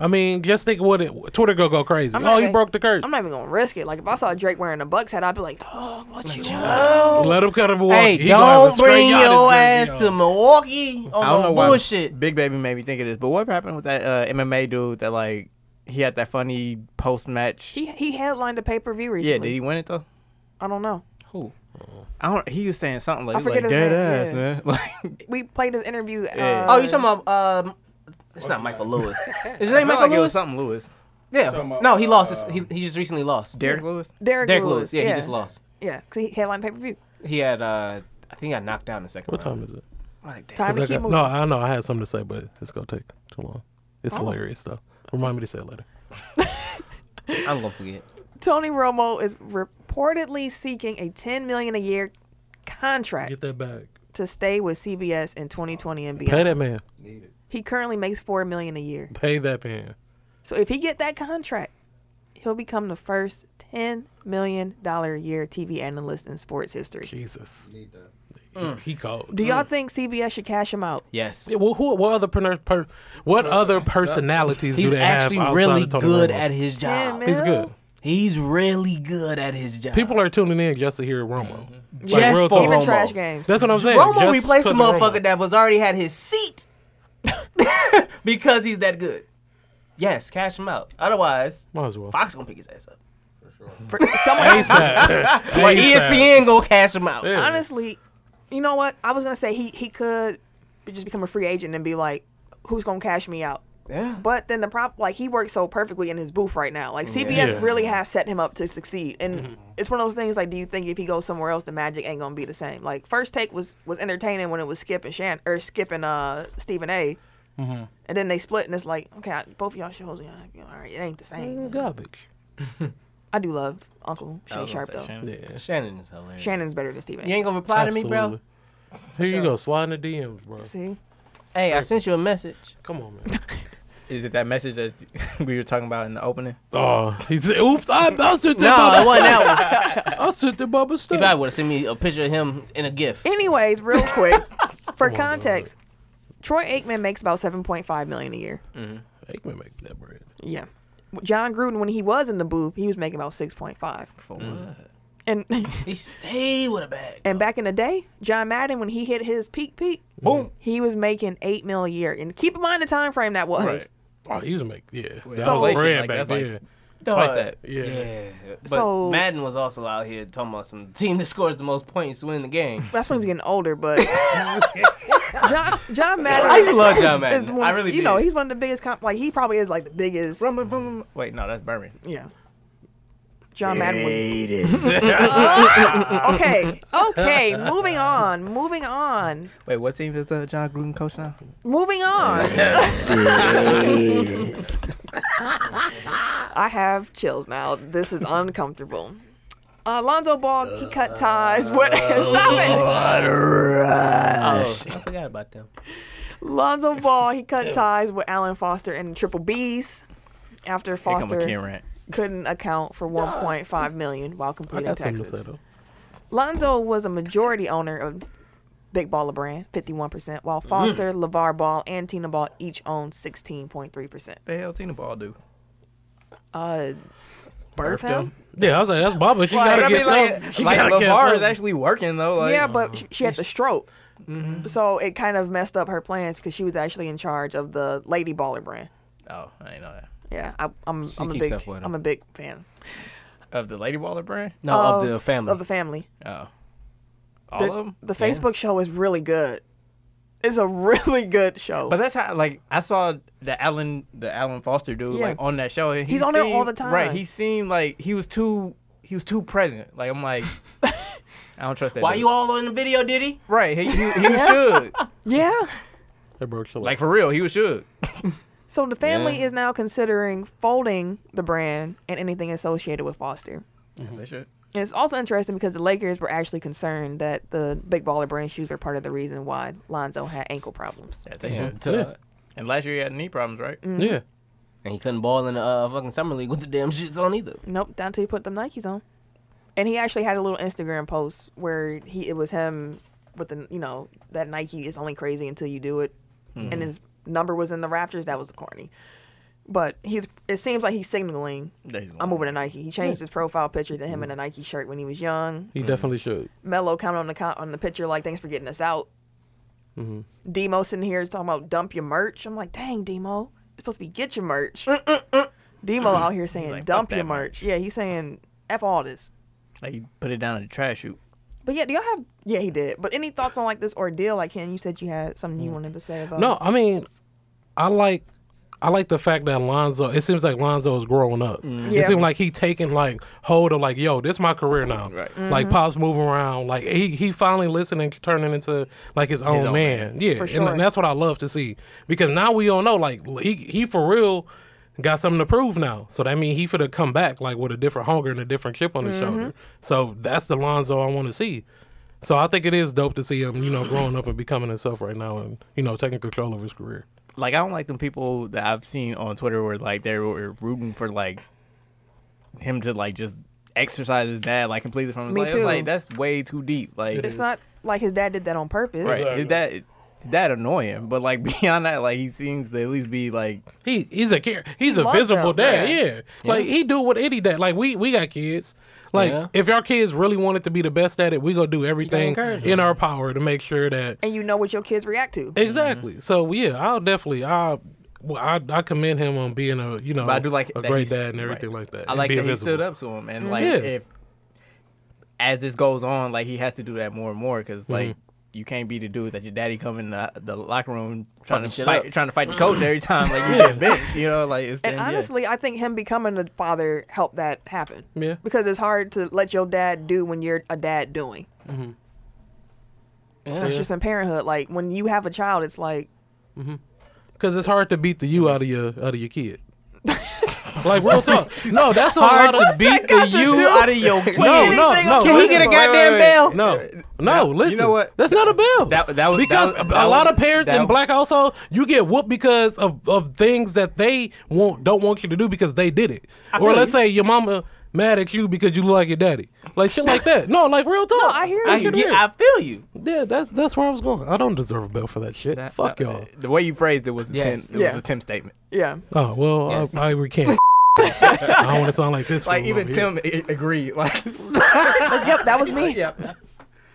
I mean, just think what it. Twitter go go crazy. I'm not oh, he even- broke the curse. I'm not even gonna risk it. Like if I saw Drake wearing a Bucks hat, I'd be like, oh, what you Let him cut him walk. Hey, don't bring your ass to Milwaukee I don't on know no why bullshit. Big Baby made me think of this, but what happened with that uh, MMA dude that like he had that funny post match? He he headlined a pay per view Yeah, recently. did he win it though? I don't know. Who? I don't. He was saying something like, I he was like, forget his dead name, ass, yeah. man. *laughs* Like, We played his interview. Yeah. Oh, uh, you talking about? Um, it's not Michael Lewis. Is his I name felt like it was Michael Lewis? something Lewis. Yeah. Talking about, no, he lost. uh, His, he, he just recently lost. Derek Lewis. Derek, Derek Lewis. Lewis. Yeah, he just lost. Yeah, because he headlined pay per view. He had. uh I think he got knocked out in the second What round. time is it? Like, damn. Time to Okay. keep moving. No, I know. I had something to say, but it's gonna take too long. It's Oh. hilarious though. Remind me to say it later. I'm gonna forget. Tony Romo is reportedly seeking a 10 million a year contract Get that back. to stay with CBS in 2020 and Pay beyond. that man. He currently makes 4 million a year. Pay that man. So if he get that contract, he'll become the first 10 million dollar a year TV analyst in sports history. Jesus. Mm. He- He called. Do y'all think CBS should cash him out? Yes. Yeah, well, who? What other per, per, What other personalities do He's they have? actually outside really of Tony good Romo? at his job. He's good. He's really good at his job. People are tuning in just to hear Mm-hmm. Romo. Like, Just real for talk. Even Romo. trash games. That's what I'm saying. Romo Just replaced the 'cause of motherfucker Romo. that was already had his seat *laughs* because he's that good. Yes, cash him out. Otherwise, Might as well. Fox gonna pick his ass up. E For *laughs* someone ASAP. But ASAP. ESPN gonna cash him out. Yeah. honestly, you know what? I was gonna say he he could be- just become a free agent and be like, who's gonna cash me out? Yeah. But then the prop like he works so perfectly in his booth right now. Like CBS Yeah. really has set him up to succeed, and it's one of those things. Like, do you think if he goes somewhere else, the magic ain't gonna be the same? Like, first take was was entertaining when it was Skip and Shan or Skip and uh Stephen A. And then they split, and it's like, okay, I, both of y'all shows, yeah, you know, all right, it ain't the Mm-hmm. same. Garbage. I do love Uncle Shay Sharp though. Yeah. Shannon is hilarious. Shannon's better than Stephen. You A. ain't gonna reply to me, bro. Absolutely. Here you go, slide in the DMs, bro. See, Hey, I sent you a message. Come on, *laughs* man. Is it that message that *laughs* we were talking about in the opening? Oh, he said, "Oops, I, I should No, Bubba it wasn't Stubbs. that one. I should the Bubba He Stubbs." probably would have sent me a picture of him in a GIF. Anyways, real quick, for context, Troy Aikman makes about seven point five million a year. Aikman make that bread. Yeah. John Gruden, when he was in the booth, he was making about six point five. For Mm. what? And He stayed with a bag. and back in the day, John Madden, when he hit his peak peak, boom, he was making eight mil a year. And keep in mind the time frame that was. Right. Oh, he was make yeah. That So- was bread Like, back that's like- then. Twice that. Yeah. Yeah. But So- Madden was also out here talking about some team that scores the most points to win the game. *laughs* That's when he was getting older, *laughs* but John John Madden. I used to love John is Madden. one- I really you did. know, he's one of the biggest. Comp- like he probably is like the biggest. Rum, rum, rum. Wait, no, that's Berman. Yeah. John Madden. Would... *laughs* okay. Okay. Moving on. Moving on. Wait, what team is uh, John Gruden coach now? Moving on. *laughs* I have chills now. This is uncomfortable. Uh, Lonzo Ball, he cut ties. *laughs* What? Stop Oh, shit. I forgot about them. it. Lonzo Ball, he cut ties with Allen Foster and Triple B's after Here come a Ken Foster rant. couldn't account for 1.5 million while I completing got something to taxes. say though. Lonzo was a majority owner of Big Baller Brand, 51%, while Mm. Foster, LeVar Ball, and Tina Ball each owned 16.3%. The hell Tina Ball do? Uh, birth him? Yeah, I was like, that's Baba. She Like, gotta I get mean, something. like, she like gotta get LeVar is something. actually working though. Like, yeah, uh-huh. but sh- she had the stroke. Mm-hmm. So it kind of messed up her plans because she was actually in charge of the Lady Baller brand. oh, I ain't know that. Yeah, I, I'm I'm a keeps big up with 'em. I'm a big fan Of the Lady Baller brand? No, Oh, of, the family. of the family. Oh, all The, of them. the Facebook show is really good. It's a *laughs* really good show. But that's how like I saw the Alan the Alan Foster dude Yeah. like on that show. and he He's on there all seemed- the Right. time. He seemed like he was too he was too present. Like I'm *laughs* like I don't trust that. Why dude. you all in the video, Diddy? right? He he, he *laughs* was should yeah. Hey, bro, chill like out. for real. He was should. So the family is now considering folding the brand and anything associated with Foster. They should. And it's also interesting because the Lakers were actually concerned that the Big Baller brand shoes were part of the reason why Lonzo had ankle problems. Yes, they should. To- Yeah. And last year he had knee problems, right? Mm. yeah. And he couldn't ball in the uh, fucking summer league with the damn shits on either. Nope, down till he put them Nikes on. And he actually had a little Instagram post where he it was him with the you know that Nike is only crazy until you do it, and his number was in the Raptors. That was corny, but he's it seems like he's signaling That he's gonna- I'm moving to Nike. He changed his profile picture to him in a Nike shirt when he was young. Mm. He definitely should. Melo counted on the count on the picture like thanks for getting us out. Mm-hmm. Demo sitting here is talking about dump your merch. I'm like, dang, Demo, it's supposed to be get your merch. Demo out here saying like, dump "Fuck your that merch. Yeah, he's saying f all this. Like he put it down in the trash chute. But yeah, do y'all have? Yeah, he did. But any thoughts on like this ordeal? Like, Ken, you said you had something Mm. you wanted to say about. No, I mean, I like. I like the fact that Lonzo. It seems like Lonzo is growing up. Mm. Yeah. It seems like he taking like hold of like, yo, this my career now. Right. Like pops moving around. Like he he finally listening, turning into like his own own man. Yeah, For and- sure. and that's what I love to see because now we all know like he he for real got something to prove now. So that means he finna come back like with a different hunger and a different chip on his shoulder. So that's the Lonzo I want to see. So I think it is dope to see him, you know, growing up and becoming himself right now, and you know, taking control of his career. like I don't like them people that I've seen on Twitter where like they were rooting for like him to like just exercise his dad like completely from his Me life. too. Like that's way too deep. Like It's not like his dad did that on purpose. right. Is that is that annoying? But like *laughs* beyond that, like he seems to at least be like He he's a care he's a loves visible them, dad, yeah. yeah. Like he do what any dad. Like we we got kids. Like Yeah. if our kids really wanted to be the best at it, we gonna do everything encourage in our power to make sure that And you know what your kids react to. Exactly. Mm-hmm. So yeah, I'll definitely I, well, I I commend him on being a you know But I do like Oh, a that great he's- dad and everything right. like that. I and like that being he visible. stood up to him and like Yeah. if as this goes on, like he has to do that more and more because like Mm-hmm. you can't be the dude that your daddy come in the, the locker room trying Fucking to shit fight up. trying to fight the coach Mm-hmm. every *laughs* time like you get bitch, you know like it's And been- yeah. honestly, I think him becoming a father helped that happen. Yeah. Because it's hard to let your dad do when you're a dad doing. Yeah. That's just in parenthood. Like when you have a child, it's like because it's hard to beat the you out of your out of your *laughs* kid. like real talk. No, that's a Hard lot to beat the you out of your kid. No, no, no. Can he get a Wait, wait, goddamn wait. bell? No, no. Listen, know what? That's not a bill. That- that was- because that was- a, that a lot was- of parents that in was- black also you get whooped because of of things that they won't don't want you to do because they did it. or feel let's you. say your mama mad at you because you look like your daddy, like shit like that. No, like real talk. I hear That I, you. shit get, real. I feel you. yeah, that's that's where I was going. I don't deserve a bill for that shit. That- Fuck that- y'all. The way you phrased it was a Yes. Tim, it Yeah. was a Tim statement. yeah. Oh well, Yes. I, I recant. I don't want to sound like this. Like fool even over here. Tim i- agreed. *laughs* Like Yep, that was me. yeah,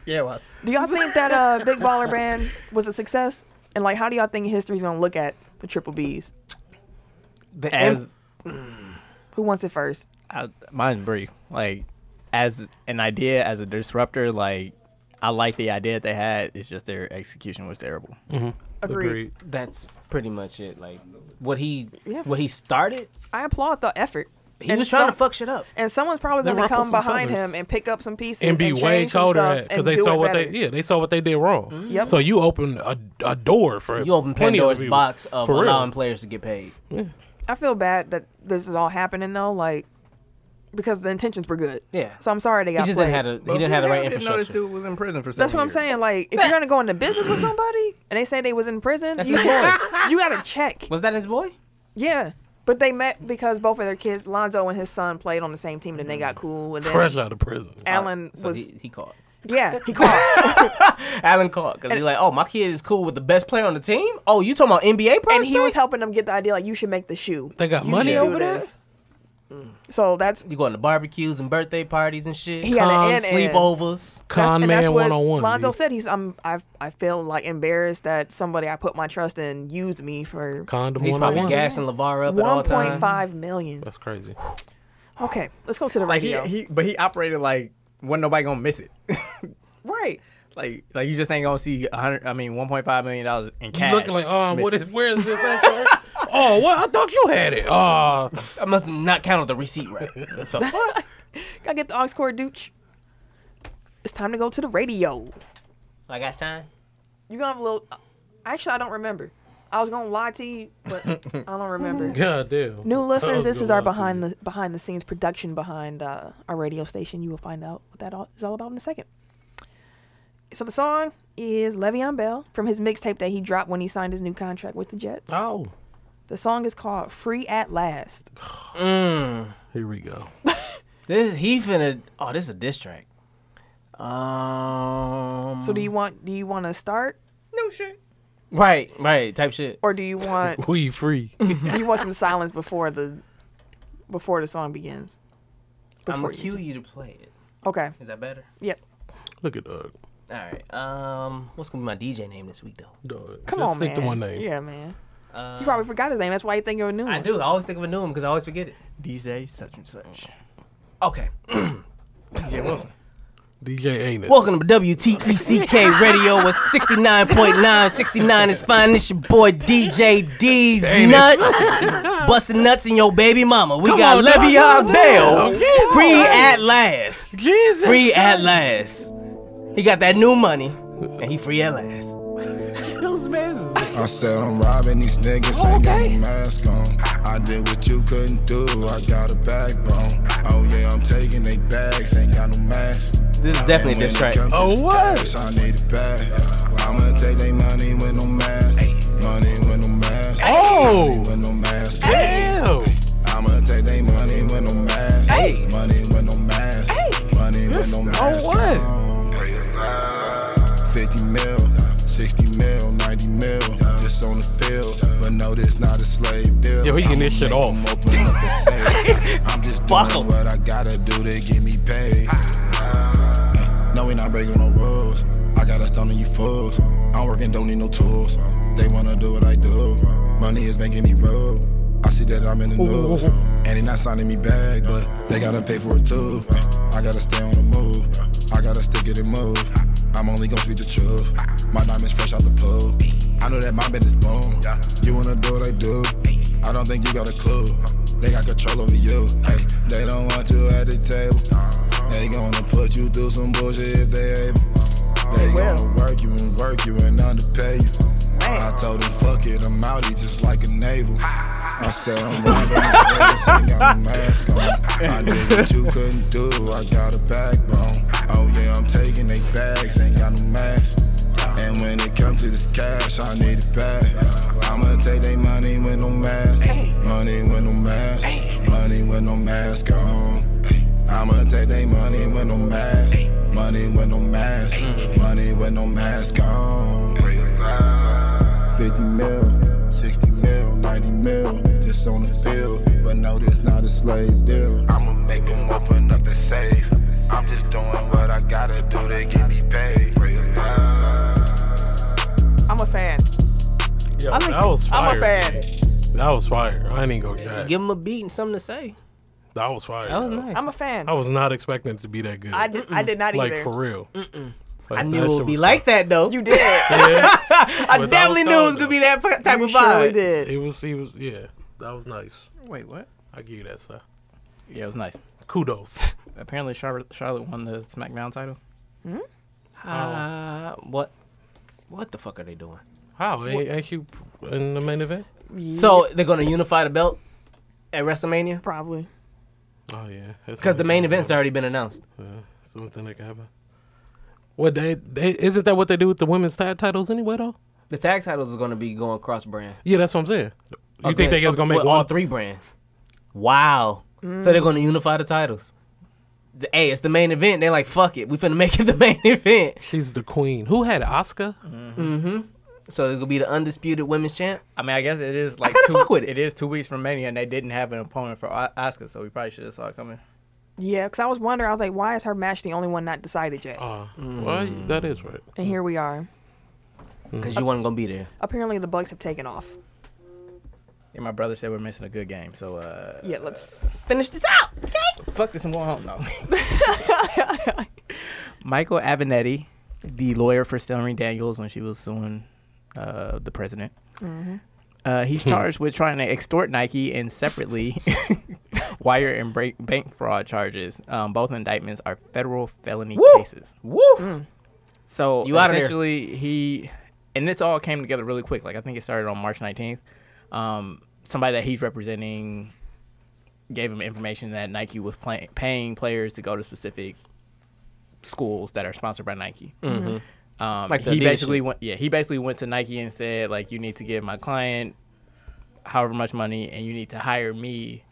yeah, it was. Do y'all think that uh Big Baller Band was a success? And like how do y'all think history's gonna look at the triple B's? The As Who wants it first? I, mine's brief. Like as an idea, as a disruptor, like I like the idea that they had. It's just their execution was terrible. Agreed. that's pretty much it. Like what he Yeah. what he started, I applaud the effort. he was trying to some- fuck shit up. And someone's probably Then gonna ruffle come some behind feathers. him and pick up some pieces and be way change some colder stuff at and because they do saw it what better. Mm-hmm. they yeah they saw what they did wrong. Yep. So you open a, a door for You open plenty of Pandora's people. box of for real. allowing players to get paid. I feel bad that this is all happening though, like because the intentions were good. Yeah. So I'm sorry they He got just played. didn't have the he didn't have the right This infrastructure. dude was in prison for. That's what I'm saying. Like, if you're gonna go into business with somebody and they say they was in prison, That's you, his boy. you gotta check. Was that his boy? Yeah. But they met because both of their kids, Lonzo and his son, played on the same team, and then they got cool. And then fresh out of prison. Allen So was, he, he called. yeah, he called. Alan called because he's like, oh, my kid is cool with the best player on the team. Oh, you talking about NBA prospect? and he was helping them get the idea, like, you should make the shoe. They got You money should do over there? this. So that's you going to barbecues and birthday parties and shit. He had an Cons, in-in. sleepovers. that's, Con and that's man what one on one. Lonzo said. He's um, I I feel like embarrassed that somebody I put my trust in used me for Condom He's one on probably one. gassing Lavar up at all one times. point five million. That's crazy. Okay, let's go to the Like he, radio. he, but he operated like wasn't nobody gonna miss it. *laughs* right. like, like you just ain't gonna see a hundred. I mean, one point five million dollars in cash. You looking like "Oh, um miss what it. is where is this? I'm sorry. oh what I thought you had it. *laughs* Uh I must have not counted the receipt right. *laughs* What the fuck? Gotta get the aux cord douche. It's time to go to the radio. I got time. You gonna have a little. uh, Actually, I don't remember. I was gonna lie to you, but I don't remember. God damn. New listeners, this is our behind the the behind the scenes production behind uh, our radio station. You will find out what that all, is all about in a second. So the song is Le'Veon Bell from his mixtape that he dropped when he signed his new contract with the Jets. Oh. The song is called "Free at Last." Here we go. This he finna. Oh, this is a diss track. Um. So do you want do you want to start Right, right, type shit. or do you want We free. you want some silence before the before the song begins? I'm Before gonna cue you to play it. Okay. Is that better? Yep. *laughs* Look at Doug. All right. Um, what's gonna be my DJ name this week though? Doug. Come Just on, stick man. to one name. Yeah, man. Uh, You probably forgot his name. That's why you think you're a new I one. do. I always think of a new one because I always forget it. DJ such and such. Okay. DJ Wilson. DJ Anus. Welcome to WTECK Radio with 69.9. 69 is fine. It's your boy DJ D's Anus. Nuts. Busting nuts in your baby mama. We got on, Le'Veon dog. Bell. Okay. Free Alright. at last. Jesus. Free at last. He got that new money and he free at last. Those man's- I said I'm robbing these niggas, Oh, ain't got no mask on. I did what you couldn't do, I got a backbone. Oh yeah, I'm taking they bags, ain't got no mask. This is definitely this track. Oh, what? Cash, I need a bag. I'ma take they money with no mask. Money with no mask. Money Oh, with no mask. damn. I'ma take they money with no mask. Money with no mask. Money with no mask. what? what? 50 mil, 60 mil, 90 mil, just on the field. But no, this not a slave deal. Yo, he getting I'ma this shit make off. 'em open up and say, I'm just Buckle. doing what I gotta do to get me paid. No, we not breaking no rules. I got a stone on you fools. I'm working, don't need no tools. They wanna do what I do. Money is making me rude. I see that I'm in the news. And they not signing me back, but they gotta pay for it too. I gotta stay on the move. I gotta stick it and move. I'm only gonna speak the truth. My diamonds fresh out the pool. I know that my business boom. You wanna do what I do? I don't think you got a clue. They got control over you. Ay, they don't want you at the table. They gonna put you through some bullshit if they able. They gonna work you and work you and underpay you. I told him, fuck it, I'm out, he just like a navel. I said, I'm robbing this nigga, ain't got no mask on. I did what you couldn't do, I got a backbone. Oh yeah, I'm taking they bags, ain't got no mask. And when it comes to this cash, I need it back. I'ma take they money with no mask. Money with no mask. Money with no mask on. I'ma take they money with no mask. Money with no mask. Money with no mask on. 50 mil, 60 mil, 90 mil, just on the field. But no, this not a slave deal. I'ma make them open up the safe. I'm just doing what I gotta do to get me paid. I'm a fan. Yo, I'm a, that was fire. I'm a fan. That was fire. I ain't even gonna jack. Give him a beat and something to say. That was fire. That was though. nice. I'm a fan. I was not expecting it to be that good. I did. I did not Oh, like either. for real. Like, I knew that shit it would be was like that though. you did. *laughs* I But that definitely was knew it was cold, gonna be that type you of vibe. surely dope. did. It was. He was. Yeah, that was nice. Wait, what? I give you that, sir. Yeah, it was nice. Kudos. Apparently, Charlotte, Charlotte won the SmackDown title. *laughs* Uh, what? What the fuck are they doing? How ain't, ain't you in the main event? So they're gonna unify the belt at WrestleMania Probably. Oh yeah, because the main event's already been announced. So one thing that can happen. What they, they isn't that what they do with the women's tag titles anyway though? The tag titles are gonna be going cross brand. Yeah, that's what I'm saying. You think they guys gonna make With one? all three brands? Wow. So they're gonna unify the titles. The, hey, it's the main event. They're like, fuck it, we finna make it the *laughs* main event. She's the queen. Who had Oscar? So it's gonna be the undisputed women's champ. I mean, I guess it is like kinda two, fuck with it. it is two weeks from Mania, and they didn't have an opponent for O- Asuka, so we probably should have saw it coming. Yeah, because I was wondering. I was like, why is her match the only one not decided yet? Uh, Mm. mm. well, that is right. And here we are. Mm. Because you weren't gonna be there. Apparently, the Bucks have taken off. Yeah, my brother said we're missing a good game, so uh, Yeah, let's. Finish this out. fuck this. I'm going home. No. *laughs* Michael Avenatti, the lawyer for Stormy Daniels when she was suing uh, the president, uh, he's charged with trying to extort Nike and separately *laughs* wire and break bank fraud charges. Um, both indictments are federal felony Woo! cases. Woo! So You outta here. essentially, he and this all came together really quick. Like I think it started on March 19th. Um, somebody that he's representing gave him information that Nike was play- paying players to go to specific schools that are sponsored by Nike. Um, Like the he Adidas basically shit. went, yeah, he basically went to Nike and said like, you need to give my client however much money, and you need to hire me,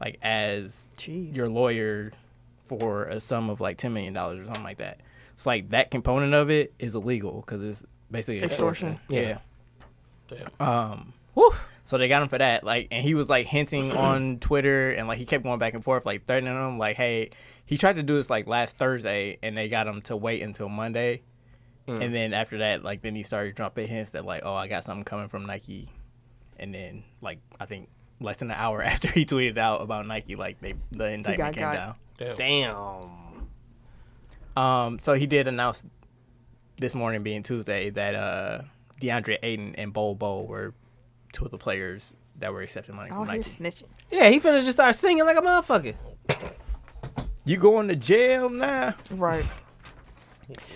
like as Jeez. your lawyer for a sum of like ten million dollars or something like that. So like that component of it is illegal because it's basically Extortion. Yeah. Damn. Um. So they got him for that. Like, and he was like hinting on Twitter, and like he kept going back and forth, like threatening him, like, "Hey." He tried to do this like last Thursday, and they got him to wait until Monday. And then after that, like then he started dropping hints that like, oh, I got something coming from Nike. And then like I think less than an hour *laughs* after he tweeted out about Nike, like they the indictment came got- down. Damn. Damn. Um, so he did announce this morning, being Tuesday, that uh, DeAndre Ayton and Bol Bol were two of the players that were accepting money I from don't hear Nike. snitching. Yeah, he finna just start singing like a motherfucker. You going to jail now? Right. *laughs*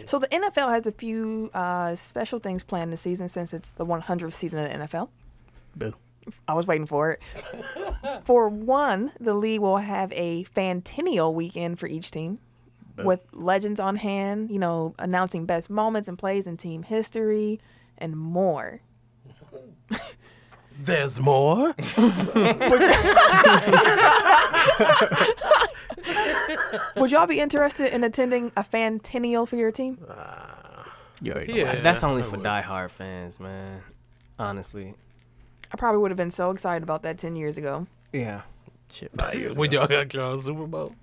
So the NFL has a few uh, special things planned this season since it's the 100th season of the NFL. Boo. I was waiting for it. *laughs* for one, the league will have a Fantennial weekend for each team with legends on hand, you know, announcing best moments and plays in team history and more. There's more. Would y'all be interested in attending a Fantennial for your team? You already know Yeah. what *laughs* I- That's only for diehard fans, man. Honestly. I probably would have been so excited about that 10 years ago. Yeah. Shit, five years When ago. y'all got y'all Super Bowl.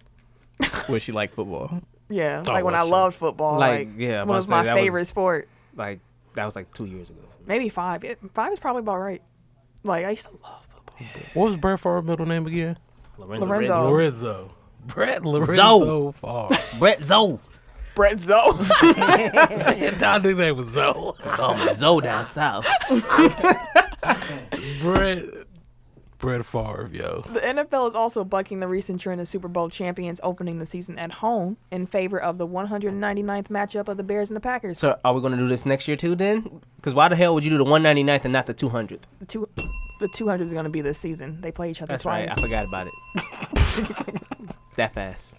Wish you like football. Yeah, Oh, like when I well, shit. loved football. Like, Like, yeah, I'm about when it was to say my that was- favorite sport. Like that was like two years ago. Maybe five. Yeah, five is probably about right. Like I used to love football. What was Brett Favre's middle name again? Lorenzo. Lorenzo. Oh. Lorenzo. Brett Lorenzo Favre. *laughs* Brett Zoe. Brett Zoe. I think that was Zoe. Call me Oh, Zoe down south. Brett. Brett Favre, yo. the NFL is also bucking the recent trend of Super Bowl champions opening the season at home in favor of the 199th matchup of the Bears and the Packers. So are we gonna do this next year too then? Because why the hell would you do the 199th and not the 200th? the two, the 200 is going to be this season. They play each other That's twice. right. I forgot *laughs* about it. that fast.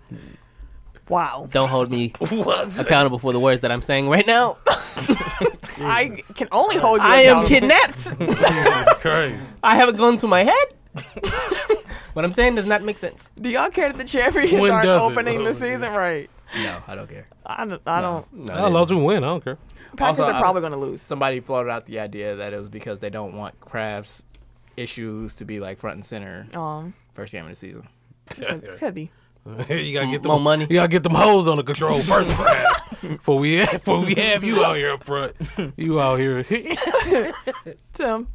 Wow. Don't hold *laughs* me accountable for the words that I'm saying right now. I can only hold you. Uh, I am accountable. kidnapped. Jesus *laughs* Christ. I have a gun to my head. *laughs* what I'm saying does not make sense. *laughs* Do y'all care that the champions When aren't does it? opening the Oh, yeah. season right? No, I don't care. I don't. I don't. No, I lost we win. I don't care. Packers Also, are I- probably going to lose. Somebody floated out the idea that it was because they don't want Kraft's issues to be like front and center Um, first game of the season. could be. *laughs* you gotta Mm, get them, Mm, more money. You gotta get them hoes under *laughs* control first, Brad. before we before we have you out here up *laughs* front. You out here. *laughs* Tim,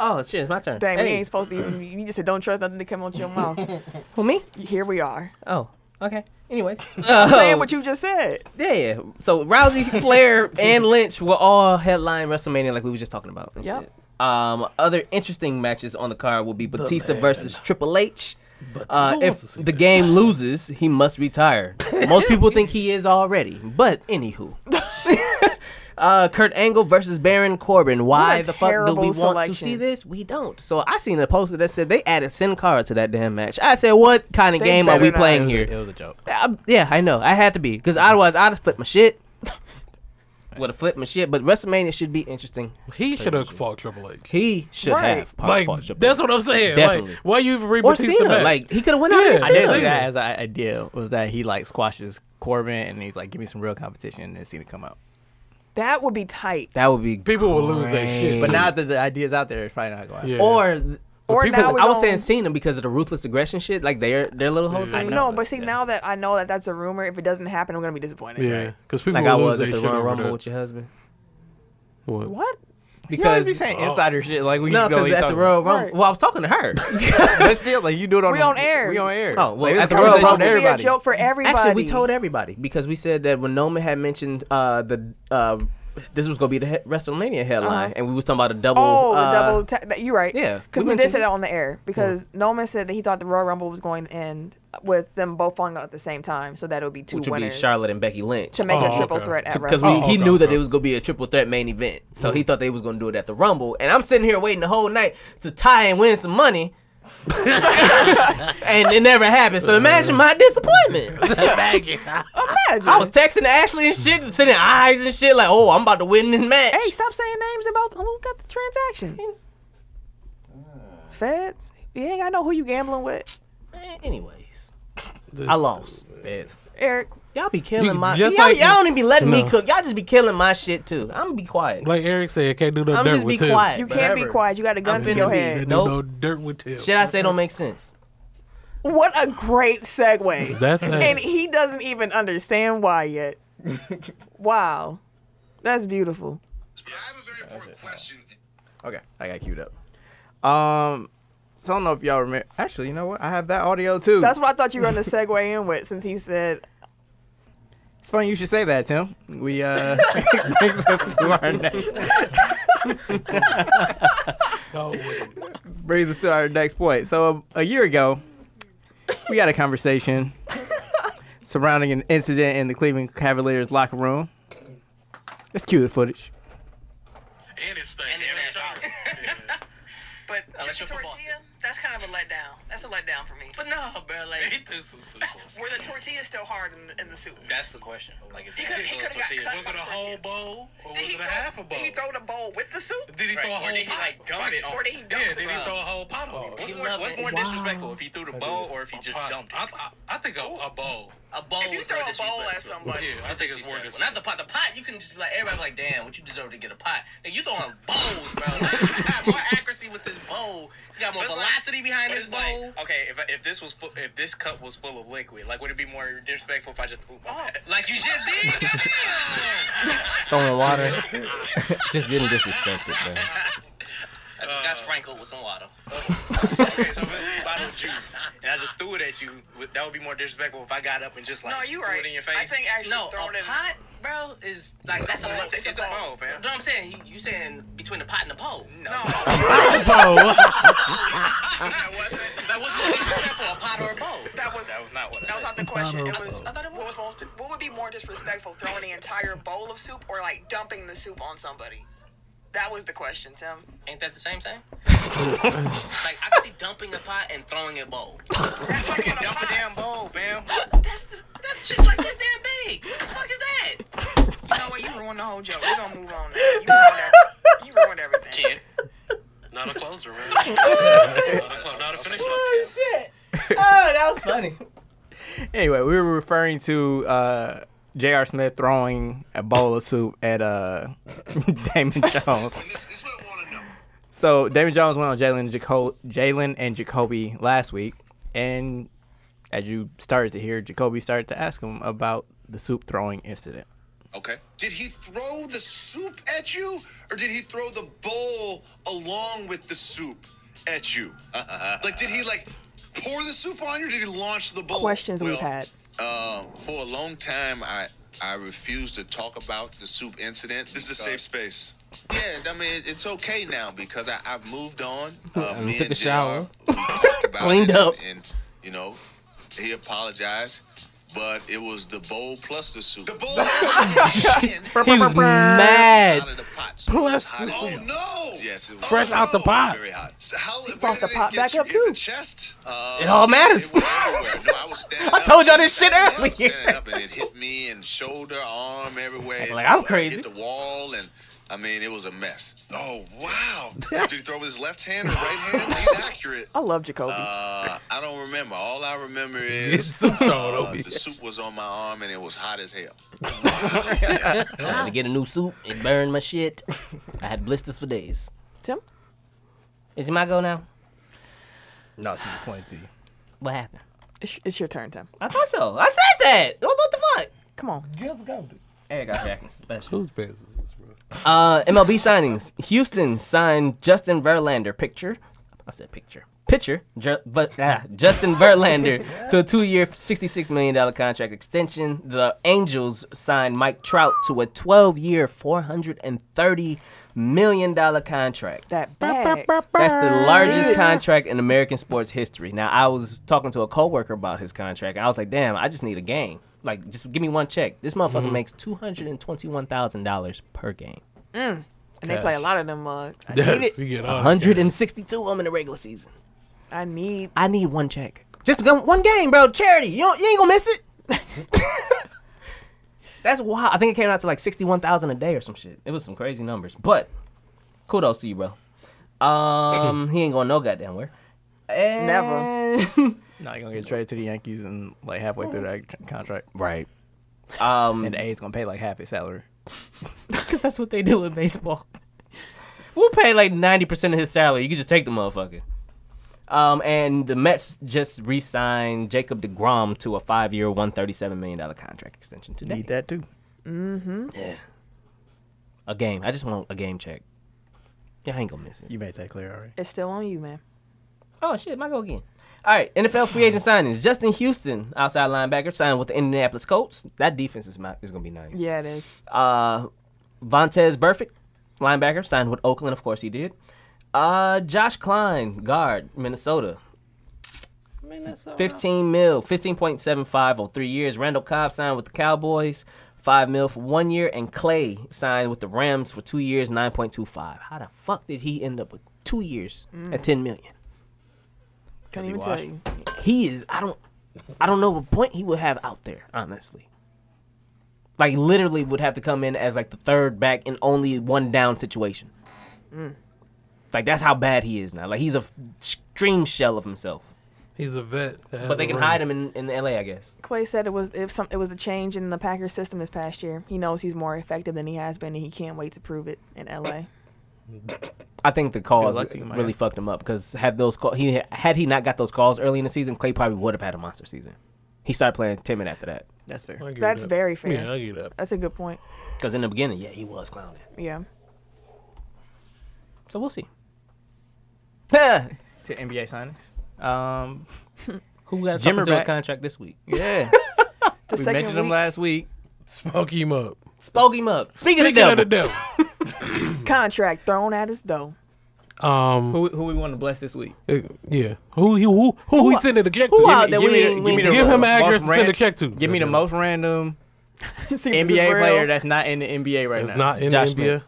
Oh shit, it's my turn. dang, we Hey, ain't supposed to even. You just said don't trust nothing to come out your mouth. *laughs* who me? Here we are. Oh, okay. Anyways, Saying what you just said. yeah, yeah. So *laughs* Rousey, Flair, and Lynch were all headline WrestleMania, like we were just talking about. and Yep. shit. Um, other interesting matches on the card will be Batista versus Triple H. Uh, if the game loses, he must *laughs* retire. Most people think he is already, but anywho. uh, Kurt Angle versus Baron Corbin. Why a the fuck do terrible we want to selection. see this? We don't. So I seen a poster that said they added Sin Cara to that damn match. I said, what kind of They game are better we not. playing It here? was a joke. I, yeah, I know. I had to be because otherwise I'd have flipped my shit. Would have flipped my shit. But WrestleMania should be interesting. he should have fought Triple H. He should Right. have. Like that's what I'm saying. Definitely. Like, why you even bring or Batista Cena. back? Like he could have went out. Yeah. and I did Cena. like that as an idea was that he like squashes Corbin and he's like, give me some real competition and then Cena come out. That would be tight. That would be People will lose their shit. But too. now that the idea's out there, it's probably not going to happen. Yeah. or th- Or people- now we I was gon- saying Cena because of the ruthless aggression shit, like their their little whole I thing. know, No, but see, yeah. now that I know that that's a rumor, if it doesn't happen, I'm gonna be disappointed. yeah, because people Like will I lose was their at the shit Royal over Rumble that. with your husband. What? What? Because Because saying insider shit like we Oh. no, know because you at the talking- Royal Rumble, Right. well, I was talking to *laughs* her. *laughs* but still like you do it on We the- on air. We on air. Oh, well, Like, this at the conversation Royal Rumble- with supposed to be a everybody. joke for everybody. Actually, we told everybody because we said that when Roman had mentioned uh, the uh, this was gonna be the he- WrestleMania headline, Uh-huh. and we was talking about a double. Oh, the uh, double. Ta- that- you're right. yeah, because we we, did mentioned say it. that on the air because Noman said that he thought the Royal Rumble was going to end with them both falling out at the same time, so that it would be two which would be winners Charlotte and Becky Lynch. to make Oh, a triple okay. threat at because WrestleMania. Oh, he okay, knew that okay. it was gonna be a triple threat main event, so Mm-hmm. he thought they was gonna do it at the Rumble. And I'm sitting here waiting the whole night to tie and win some money, *laughs* and it never happened. So imagine my disappointment. Imagine. I was texting Ashley and shit, sending eyes and shit like, "Oh, I'm about to win this match." hey, stop saying names about who got the transactions. Feds. You ain't gotta know who you gambling with, Man, Anyways, This- I lost. It's- Eric. Y'all be killing You- my. See, just y'all, like- y'all don't even be letting me No. cook. Y'all just be killing my shit too. I'm gonna be quiet. Like Eric said, can't do no I'm dirt just with be Tim. quiet. You bro. can't be Whatever. quiet. You got a gun to your Can't head. do Nope. no dirt with Tim. Shit I say don't make sense. What a *laughs* great segue. That's and he doesn't even understand why yet. wow. That's beautiful. Yeah, I have a very important question. Okay, I got queued up. Um, so I don't know if y'all remember. Actually, you know what? I have that audio too. That's what I thought you were going to segue in with since he said It's funny you should say that, Tim. We uh *laughs* brings us to our next brings us to our next point. So um, a, a year ago, we had a conversation surrounding an incident in the Cleveland Cavaliers locker room. Let's cue the footage. Anything. But chicken tortilla, that's kind of a letdown. That's a letdown for me. But no, bro, like He threw some soup on were the tortillas still hard in the, in the soup? That's the question. Like, if He they could- did he go could've got tortillas. cut by tortillas. bowl or Did he throw- Did he throw the bowl with the soup? Did he throw a Right, or whole did he pot? like dump it? on- Oh, Or did he dump Yeah, the did he soup? throw a whole pot on it? What's more, what's more disrespectful, if he threw the bowl or if he just dumped it? I, I, I think a, a bowl. A bowl If you is throw more a bowl at disrespectful. somebody- Yeah, I That's think it's more disrespectful. Not the pot. The pot, you can just be like, everybody's like, damn, what you deserve to get a pot. Now, you throwing bowls, bro. Like, you got *laughs* more accuracy with this bowl. You got more But it's like- velocity behind but this it's like- bowl. okay, if, if this was full, if this cup was full of liquid, like, would it be more disrespectful if I just pooped Oh. Like you just did? Goddamn! Throwing water. *laughs* Just didn't disrespect it, man. I just got sprinkled with some water. okay, so if it was a bottle of juice, and I just threw it at you, would- that would be more disrespectful if I got up and just like No, Oh, you threw right. it in your face. I think actually No, throwing a it. pot, bro, is like that's a It's a it's, a bowl, bowl, fam. No, I'm saying you, you saying between the pot and the pole. No, *laughs* that wasn't. Like what's more disrespectful, a pot or a bowl? That was That was not what I that was not the question. It was I thought it what was most, what would be more disrespectful, throwing the entire bowl of soup or like dumping the soup on somebody? That was the question, Tim. Ain't that the same *laughs* thing? like I can see dumping a pot and throwing a *laughs* bowl. Dump a damn bowl, fam. That's just, that shit's like this damn big. What the fuck is that? You know what? You ruined the whole joke. We're gonna move on. Now. *laughs* You, ruined every- you ruined everything. Kid. Not a closer, man. not a, clo- not a finisher. shit. Oh, that was funny. Anyway, we were referring to uh J.R. Smith throwing a bowl of soup at uh *laughs* Damon Jones. So Damon Jones went on Jalen Jaco- Jalen and Jacoby last week, and as you started to hear, Jacoby started to ask him about the soup throwing incident. Okay. Did he throw the soup at you, or did he throw the bowl along with the soup at *laughs* you? like, did he like pour the soup on you, or did he launch the bowl? Questions we've Well, had. Uh, for a long time, I I refused to talk about the soup incident. This is a safe space. Yeah, I mean it- it's okay now because I, I've moved on. Uh, I me took and a JR, shower. *laughs* we talked about Cleaned it, up. and, and, you know he apologized, but it was the bowl plus the soup. The bowl He was mad. Plus the soup. Oh no! Yes, it was Fresh out the pot. Very hot. So how He brought the pot back up too. chest? Uh, It all matters. it went everywhere. No, I *laughs* was standing I up. told y'all this shit I was earlier. Standing up and it hit me and shoulder, arm, everywhere. Like, I'm It crazy. Hit the wall and I mean it was a mess. Oh *laughs* wow! Did he throw with his left hand or right *laughs* hand? He's accurate. I love Jacoby. Uh, I don't remember. All I remember Get is some thrown uh, over the you. soup was on my arm and it was hot as hell. I had to get a new soup. It burned my shit. I had blisters for days. Tim? Is it my go now? No, she was pointing to you. What happened? It's, it's your turn, Tim. I thought so. I said that. What, what the fuck? Come on. Just go, dude. Eric got back special. Whose pants is this, bro? Uh, MLB signings. Houston signed Justin Verlander. Picture. I said picture. Pitcher, Jer- but, ah, *laughs* Justin Verlander to a two-year, $66 million contract extension. The Angels signed Mike Trout to a 12-year, $430 million contract. That bag. That's the largest contract in American sports history. Now, I was talking to a coworker about his contract. And I was like, "Damn, I just need a game. Like, just give me one check. This motherfucker makes two hundred and twenty-one thousand dollars per game. And they play a lot of them mugs. I need Yes, it. you get all One the hundred and sixty-two of them in the regular season. I need. I need one check. Just go- one game, bro. Charity. You, don't, you ain't gonna miss it. *laughs* That's wild. I think it came out to like sixty-one thousand a day or some shit. It was some crazy numbers. But kudos to you, bro. Um, he ain't going no goddamn where. *laughs* Never. Not gonna get traded to the Yankees and like halfway through that tr- contract, Right. Um, and the A's gonna pay like half his salary. Because that's what they do in baseball. we'll pay like 90% of his salary. You can just take the motherfucker. Um, and the Mets just re signed Jacob DeGrom to a five year, $137 million contract extension today. Need that too. A game. I just want a game check. Yeah, I ain't going to miss it. You made that clear already. It's still on you, man. Oh shit, my go again. All right, NFL free agent signings. Justin Houston, outside linebacker, signed with the Indianapolis Colts. That defense is my, is gonna be nice. Yeah, it is. Uh, Vontez Burfict, linebacker, signed with Oakland. Of course, he did. Uh, Josh Klein, guard, Minnesota. Minnesota. 15 mil, 15.75 on three years. Randall Cobb signed with the Cowboys, 5 mil for one year. And Clay signed with the Rams for two years, 9.25. How the fuck did he end up with two years Mm. at 10 million? Can't even tell you. He is, I don't, I don't know what point he would have out there, honestly. Like, literally would have to come in as like the third back in only one down situation. Mm. Like, that's how bad he is now. Like, he's a f- extreme shell of himself. He's a vet. But they can hide him in, in LA, I guess. Clay said it was if some it was a change in the Packers system this past year. He knows he's more effective than he has been, and he can't wait to prove it in LA. I think the calls luck to you, Maya. really fucked him up because had those call, he had he not got those calls early in the season, Clay probably would have had a monster season. He started playing timid after that That's fair. That's very fair. Yeah, I get that. That's a good point. because in the beginning, yeah, he was clowning. Yeah. So we'll see. to NBA signings. Um, Who got Jimmer Jimmer to a back. contract this week? *laughs* Yeah. The we second mentioned him week- last week. Smoke him up. Spoke him up. Speaking, Speaking of of the the devil. devil. Contract thrown at his door. Um, Who who we want to bless this week? uh, yeah. Who he who who, he sending the check to? who out there we ain't- we ain't- give him most an address to send a ran- check to. Give me the most random See, this is NBA real. player that's not in the NBA right It's now. not in Josh the NBA.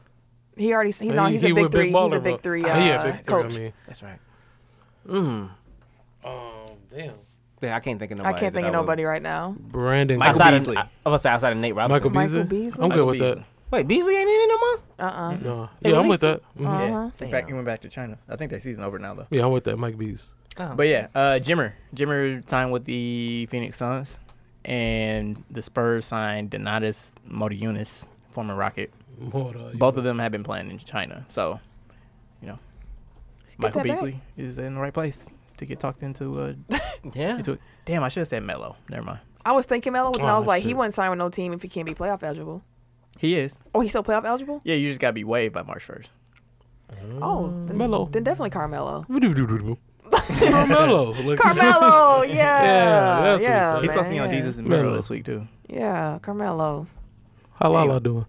He already. s- He, He- no, he's he a big with Big three. He's a Baller, bro. big *laughs* three. He Uh, a big three, I coach. mean. That's right. Mm. Oh, Um, damn. Yeah, I can't think of I nobody. can't think that of would- nobody right now. Brandon. Michael outside Beasley. Of, I, I was gonna say outside of Nate Robinson. Michael Beasley. Michael Beasley. I'm Michael good with that. Beasley. Wait, Beasley ain't in it no more. Uh uh No. They Yeah, I'm with released that. it? Mhm. Uh-huh. In fact, he went back to China. I think that season over now though. Yeah, I'm with that. Mike Bees. Oh. But yeah, uh, Jimmer. Jimmer signed with the Phoenix Suns, and the Spurs signed Donatus Motiunas, former Rocket. Both of them have been playing in China, so you know, Michael that back. Beasley is in the right place to get talked into. Uh, yeah. into it. Damn, I should have said Melo. Never mind. I was thinking Melo, and I Oh, was like, he shit. wouldn't sign with no team if he can't be playoff eligible. He is. Oh, he's still playoff eligible. Yeah, you just gotta be waived by March first. Oh, then, Mm. Melo. Then definitely Carmelo. *laughs* Carmelo. Like, Carmelo, yeah, Yeah, that's what he yeah, said. He's supposed to man, be on yeah. Jesus and Mero Melo. this week too. Yeah, Carmelo. How Lala doing?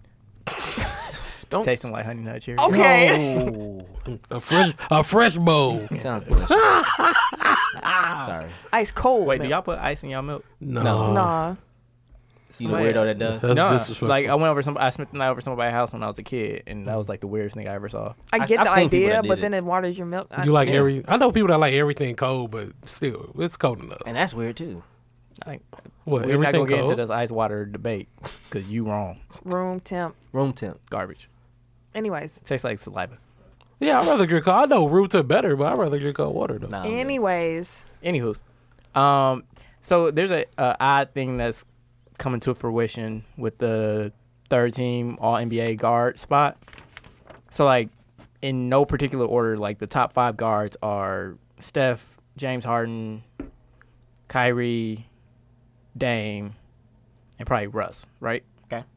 Don't. Tasting like honey nut cherry. Okay. *laughs* Oh, A fresh, a fresh bowl. sounds delicious. *laughs* Sorry, Ice cold. Wait, do milk. y'all put ice in y'all milk? No. Uh, Nah. you the weirdo that does. That's no, disrespectful. like I went over some. I spent the night over somebody's house when I was a kid, and that was like the weirdest thing I ever saw. I I- get I've the seen people idea, that did but it. then it waters your milk. I- You like Yeah. every? I know people that like everything cold, but still, it's cold enough. and that's weird too. What? We're not everything gonna get into cold? this ice water debate because you wrong. room temp. Room temp. Garbage. Anyways, Tastes like saliva. Yeah, I'd rather drink cold. I know root to better, but I'd rather drink cold water though. Nah, I'm good. anyways, Anywho, um, so there's a, a odd thing that's coming to fruition with the third team All NBA guard spot. So like, in no particular order, like the top five guards are Steph, James Harden, Kyrie, Dame, and probably Russ, right?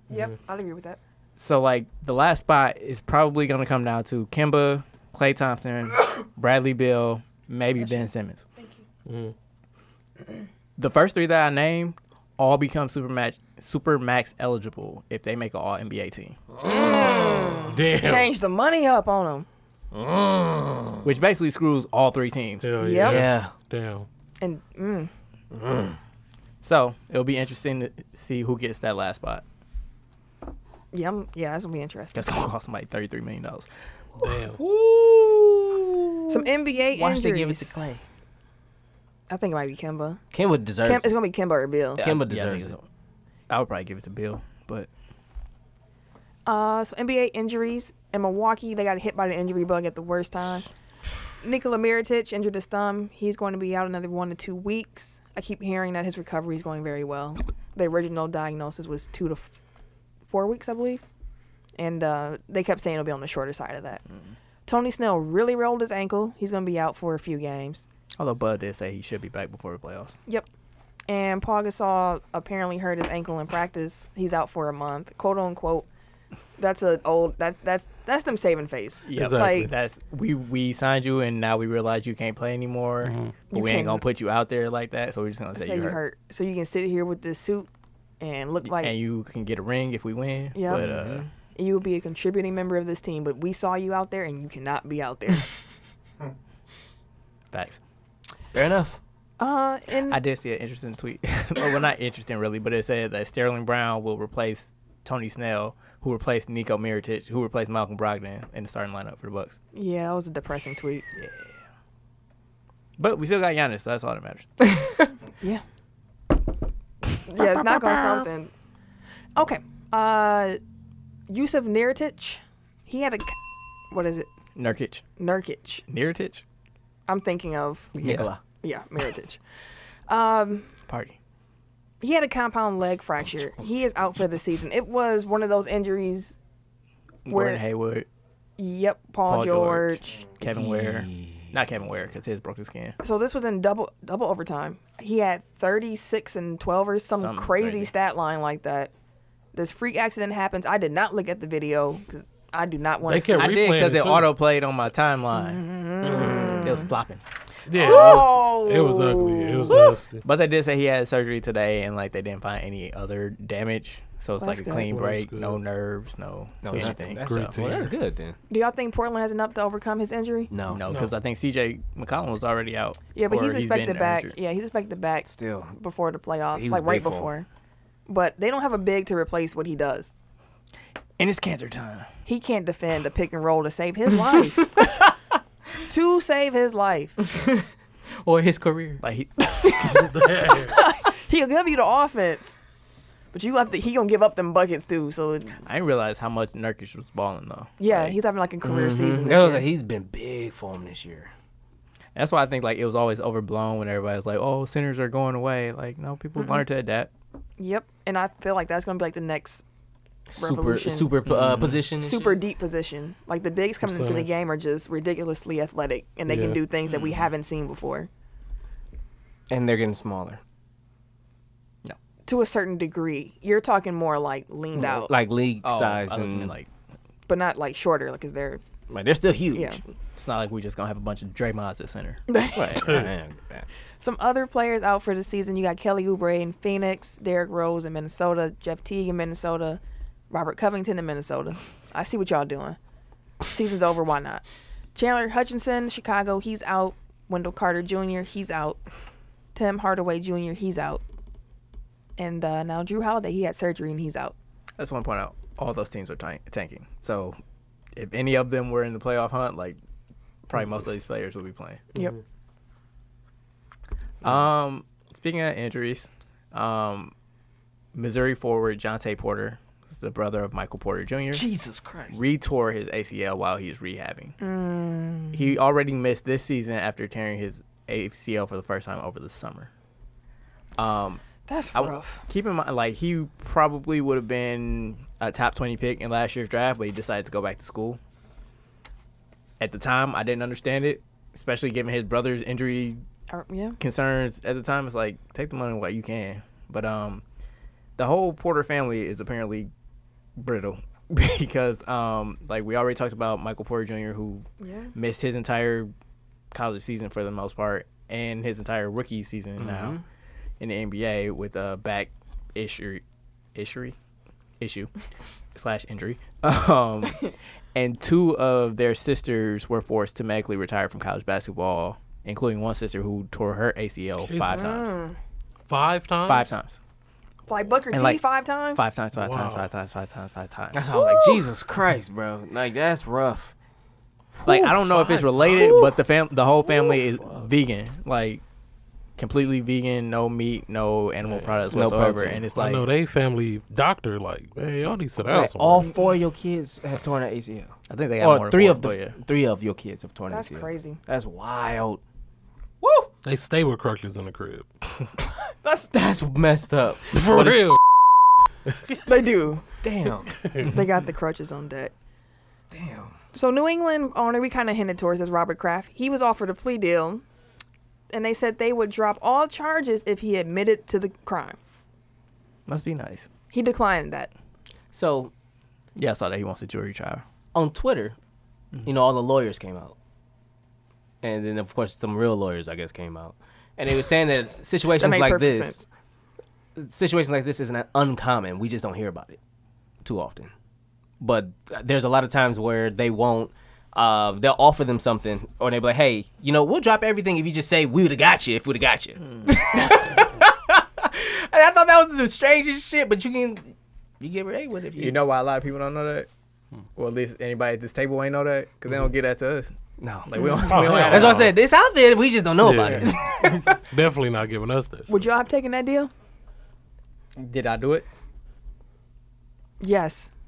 yep, I'll agree with that. So like the last spot is probably gonna come down to Kimba, Clay Thompson, Bradley Bill, maybe Ben Simmons. Thank you. The first three that I named all become super max super max eligible if they make an All NBA team, Damn. Change the money up on him which basically screws all three teams. Hell yeah. Yep. Yeah. Damn. and mm, So it'll be interesting to see who gets that last spot. yeah, I'm, yeah, that's gonna be interesting. That's gonna cost somebody thirty three million dollars. Damn. Some NBA Why injuries. should they give it to Clay? I think it might be Kimba. Kim would deserve Kim, it. it's gonna be Kimba or Bill. Kimba I think deserves so. it. I would probably give it to Bill, but Uh, so NBA injuries in Milwaukee, they got hit by the injury bug at the worst time. Nikola Mirotic injured his thumb. He's going to be out another one to two weeks. I keep hearing that his recovery is going very well. The original diagnosis was two to f- four weeks, I believe, and uh, they kept saying it'll be on the shorter side of that. Tony Snell really rolled his ankle. He's going to be out for a few games. although Bud did say he should be back before the playoffs. Yep. And Paul Gasol apparently hurt his ankle in practice. He's out for a month, quote unquote. That's an old that that's that's them saving face. Yeah, Like that's we we signed you and now we realize you can't play anymore. But You we ain't can't- gonna put you out there like that, so we're just gonna say, say you hurt. So you can sit here with this suit and look like and you can get a ring if we win. Yeah. But uh, you will be a contributing member of this team, but we saw you out there and you cannot be out *laughs* there. facts. Fair enough. uh and I did see an interesting tweet. *laughs* well, not interesting really, but it said that Sterling Brown will replace Tony Snell, who replaced Nico Miritich, who replaced Malcolm Brogdon in the starting lineup for the Bucks. yeah, that was a depressing tweet. Yeah. But we still got Giannis, so that's all that matters. Yeah. Yeah, it's not going something. Okay. Uh Yusuf Nurkic, he had a c- what is it? Nurkic, Nurkic. Miritich, I'm thinking of Nikola. Yeah, *laughs* Miritich. um party. he had a compound leg fracture. He is out for the season. It was one of those injuries where Gordon Hayward, yep, Paul, George. Kevin Ware, not Kevin Ware because his broke his skin. So this was in double double overtime. He had 36 and 12 or some Something crazy, crazy. stat line like that. This freak accident happens. I did not look at the video because I do not want They to. kept I did because they auto played on my timeline. Mm-hmm. It was flopping. Yeah, Oh. it was ugly. It was Woo! ugly. But they did say he had surgery today, and like they didn't find any other damage, so it's That's like a good. clean Well, that's break, no nerves, no, No, that's- anything. that's so. a- well, that's good then. Do y'all think Portland has enough to overcome his injury? No, No, because I think C.J. McCollum was already out. Yeah, but or he's been expected back. injured. Yeah, he's expected back Still. before the playoffs, He was like right big for him. before. But they don't have a big to replace what he does. And it's cancer time. He can't defend a pick and roll to save *laughs* his life. to save his life, Or his career. Like he, *laughs* he'll give you the offense, but you have to. He gonna give up them buckets too. So it- I didn't realize how much Nurkic was balling though. Yeah, he's having like a career season. Mm-hmm. That This was year. like, he's been big for him this year. That's why I think like it was always overblown when everybody's like, "Oh, centers are going away." Like, no, people Mhm. learn to adapt. yep, and I feel like that's gonna be like the next Super, revolution. super uh, position. and super deep position. Like the bigs coming into the Percentage. game are just ridiculously athletic, and they Yeah. can do things that we haven't seen before shit. and they're getting smaller. to a certain degree. You're talking more like leaned out, Like league Oh, I size thought you meant, and like but not like shorter, like 'cause they're like they're still huge. Yeah. It's not like we just gonna have a bunch of Draymonds at center. *laughs* Right, right, I don't get that. Some other players out for the season. You got Kelly Oubre in Phoenix, Derrick Rose in Minnesota, Jeff Teague in Minnesota, Robert Covington in Minnesota. I see what y'all doing. Season's over. Why not? Chandler Hutchinson, Chicago. He's out. Wendell Carter Jr. He's out. Tim Hardaway Jr. He's out. And uh, now Drew Holiday. He had surgery and he's out. That's one point out. All those teams are tank- tanking. So if any of them were in the playoff hunt, like probably most of these players will be playing. Yep. Um, speaking of injuries, um, Missouri forward Jonte Porter, who's the brother of Michael Porter Jr. Jesus Christ. retore his ACL while he's rehabbing. Mm. He already missed this season after tearing his ACL for the first time over the summer. Um, That's I w- rough. keep in mind, like he probably would have been a top twenty pick in last year's draft, but he decided to go back to school. At the time, I didn't understand it, especially given his brother's injury Or- yeah. concerns at the time it's like take the money while you can but um the whole porter family is apparently brittle *laughs* because um like we already talked about michael porter jr who Yeah. missed his entire college season for the most part and his entire rookie season now in the nba with a back issue issue issue slash injury *laughs* um and two of their sisters were forced to medically retire from college basketball, including one sister who tore her ACL five times. Five times. Five times. Like Booker And, T. like, five times. Five times, five times, Wow. five times, five times, five times. That's why I was like, Jesus Christ, bro. Like that's rough. Like I don't know if five it's related, times. but the fam the whole family is vegan. Like completely vegan, no meat, no animal products No whatsoever. protein. And it's I like know they family doctor like, man, y'all need to sit down Like, all somewhere. four of your kids have torn an ACL. I think they got Or more three more, of the but yeah. three of your kids have torn an That's ACL. crazy. That's wild. They stay with crutches in the crib. That's That's messed up. For What is- real. they do. Damn. They got the crutches on deck. Damn. So New England owner, we kind of hinted towards this Robert Kraft. He was offered a plea deal, and they said they would drop all charges if he admitted to the crime. must be nice. He declined that. So Yeah, I saw that he wants a jury trial. on Twitter, you know, all the lawyers came out, and then of course some real lawyers, I guess, came out, and they were saying that situations made like perfect this, situations like this isn't uncommon. We just don't hear about it too often. But there's a lot of times where they won't. Uh, they'll offer them something, or they'll be like, "Hey, you know, we'll drop everything if you just say we would have got you if we'd have got you." *laughs* and I thought that was the strangest shit, but you can you get away with it. if You know why a lot of people don't know that? Hmm. Well, at least anybody at this table ain't know that because they don't get that to us. No, like we don't. Oh, we don't hell have That's that. what I said. It's out there. We just don't know about it. *laughs* Definitely not giving us this. Would y'all have taken that deal? Did I do it? Yes. *laughs*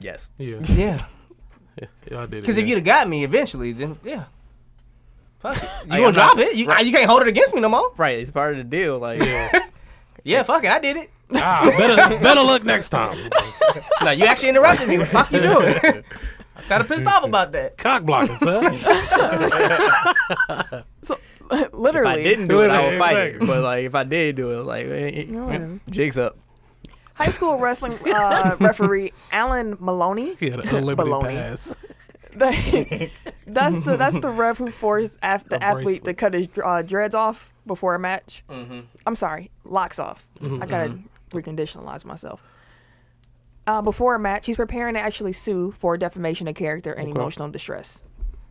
Yes. Yeah. Yeah. Yeah, yeah, I did it. Because if yeah. you'd have got me eventually, then yeah. Fuck it. You Like, gonna I'm drop not- it? You, you can't hold it against me no more. Right. It's part of the deal. Like, Yeah, fuck it. I did it. ah, better better luck next time. no, you actually interrupted me. What the fuck you *laughs* doing? I was kind of pissed off about that. Cock blocking, son. if Literally. I didn't do it, I would fight it. Exactly. But like, if I did do it, like, it- it- No. jigs up. High school wrestling *laughs* uh, referee Alan Maloney. He had an unlimited Baloney. *laughs* pass. *laughs* That- that's the that's the ref who forced af- the athlete to cut his uh, dreads off before a match. Mhm. I'm sorry, locks off. Mhm. Mm-hmm, I gotta Mhm. reconditionalize myself. Uh, before a match, he's preparing to actually sue for defamation of character and Okay. emotional distress.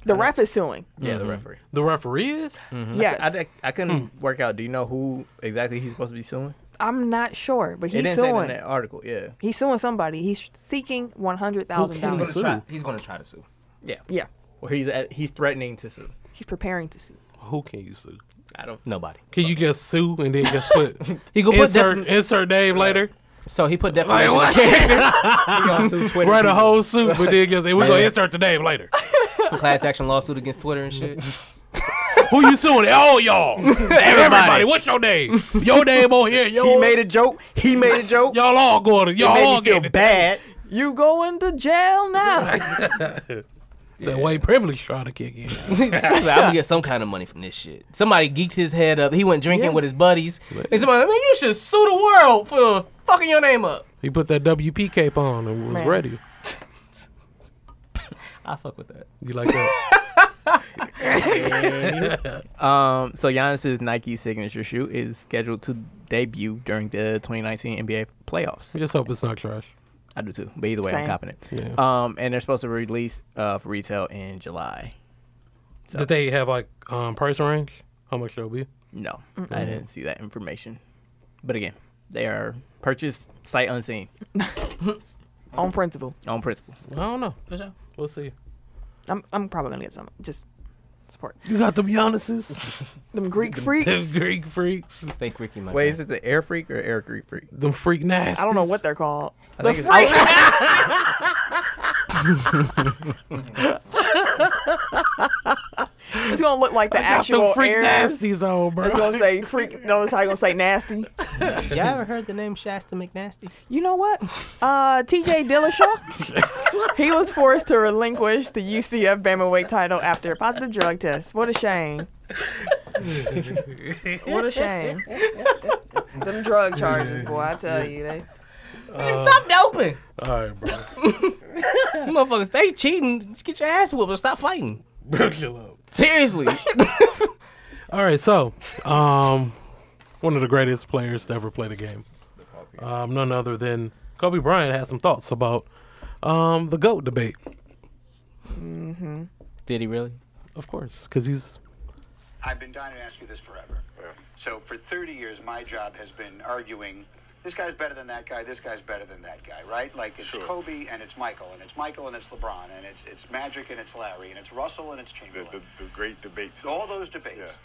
The ref is suing. Yeah, the referee. The referee is? Mhm. Yes. I, I, I couldn't work out. Do you know who exactly he's supposed to be suing? I'm not sure, but it he's didn't say that in suing. that article. Yeah. He's suing somebody. He's seeking one hundred thousand He's gonna dollars. try. He's gonna try to sue. Yeah. Yeah, Well, he's at, he's threatening to sue. he's preparing to sue. Who can you sue? I don't. Nobody. Can you just sue and then just put He gonna put insert, defam- insert name later? So he put defamation Like, of character, He gonna sue Twitter. Write a people. whole suit, but then just and we gonna Yeah. insert the name later. class action lawsuit against Twitter and shit. Who you *laughs* suing? All y'all. Everybody. Everybody. What's your name? Your name on here. Yo, He made a joke. He made a joke. y'all all going to It y'all made all me feel getting it. bad. You going to jail *laughs* now? That white privilege trying to kick in. I'm gonna get some kind of money from this shit. Somebody geeked his head up. He went drinking Yeah. with his buddies, and somebody, man, you should sue the world for fucking your name up. He put that WP cape on and was Man. ready. I fuck with that. You like *laughs* that? Um, so Giannis's Nike signature shoe is scheduled to debut during the 2019 NBA playoffs. I just hope it's not trash. I do too, but either way, I'm Same. copping it. Yeah. Um, and they're supposed to release uh for retail in July. Did they have like um, price range? How much they'll be? No, I didn't see that information. But again, they are purchased sight unseen On principle. on principle. I don't know. We'll see. I'm I'm probably gonna get some. Just support You got them Giannis's, them Greek freaks. *laughs* them Greek freaks, Stay freaky, my Wait, man. is it the Air Freak or Air Greek Freak? them freak nasty. I don't know what they're called. I the think freak. *laughs* it's gonna look like the Got them actual freak air. It's nasties on, bro. gonna say freak. Notice how you gonna say nasty. Y'all ever heard the name Shasta McNasty? You know what? Uh, T.J. Dillashaw. he was forced to relinquish the UCF bantamweight title after a positive drug test. What a shame. what a shame. Them drug charges, boy. I tell you, they. Stop doping. All right, bro. You motherfuckers, stay cheating. Just get your ass whooped or stop fighting. bro, *laughs* chill out. *laughs* Seriously. All right, so um, one of the greatest players to ever play the game, um, none other than Kobe Bryant, had some thoughts about um, the goat debate, Did he really? of course, because he's I've been dying to ask you this forever. So for 30 years, my job has been arguing. This guy's better than that guy. This guy's better than that guy, right? Like it's Kobe and it's Michael and it's Michael and it's LeBron and it's it's Magic and it's Larry and it's Russell and it's Chamberlain. The, the, great debates. All those debates.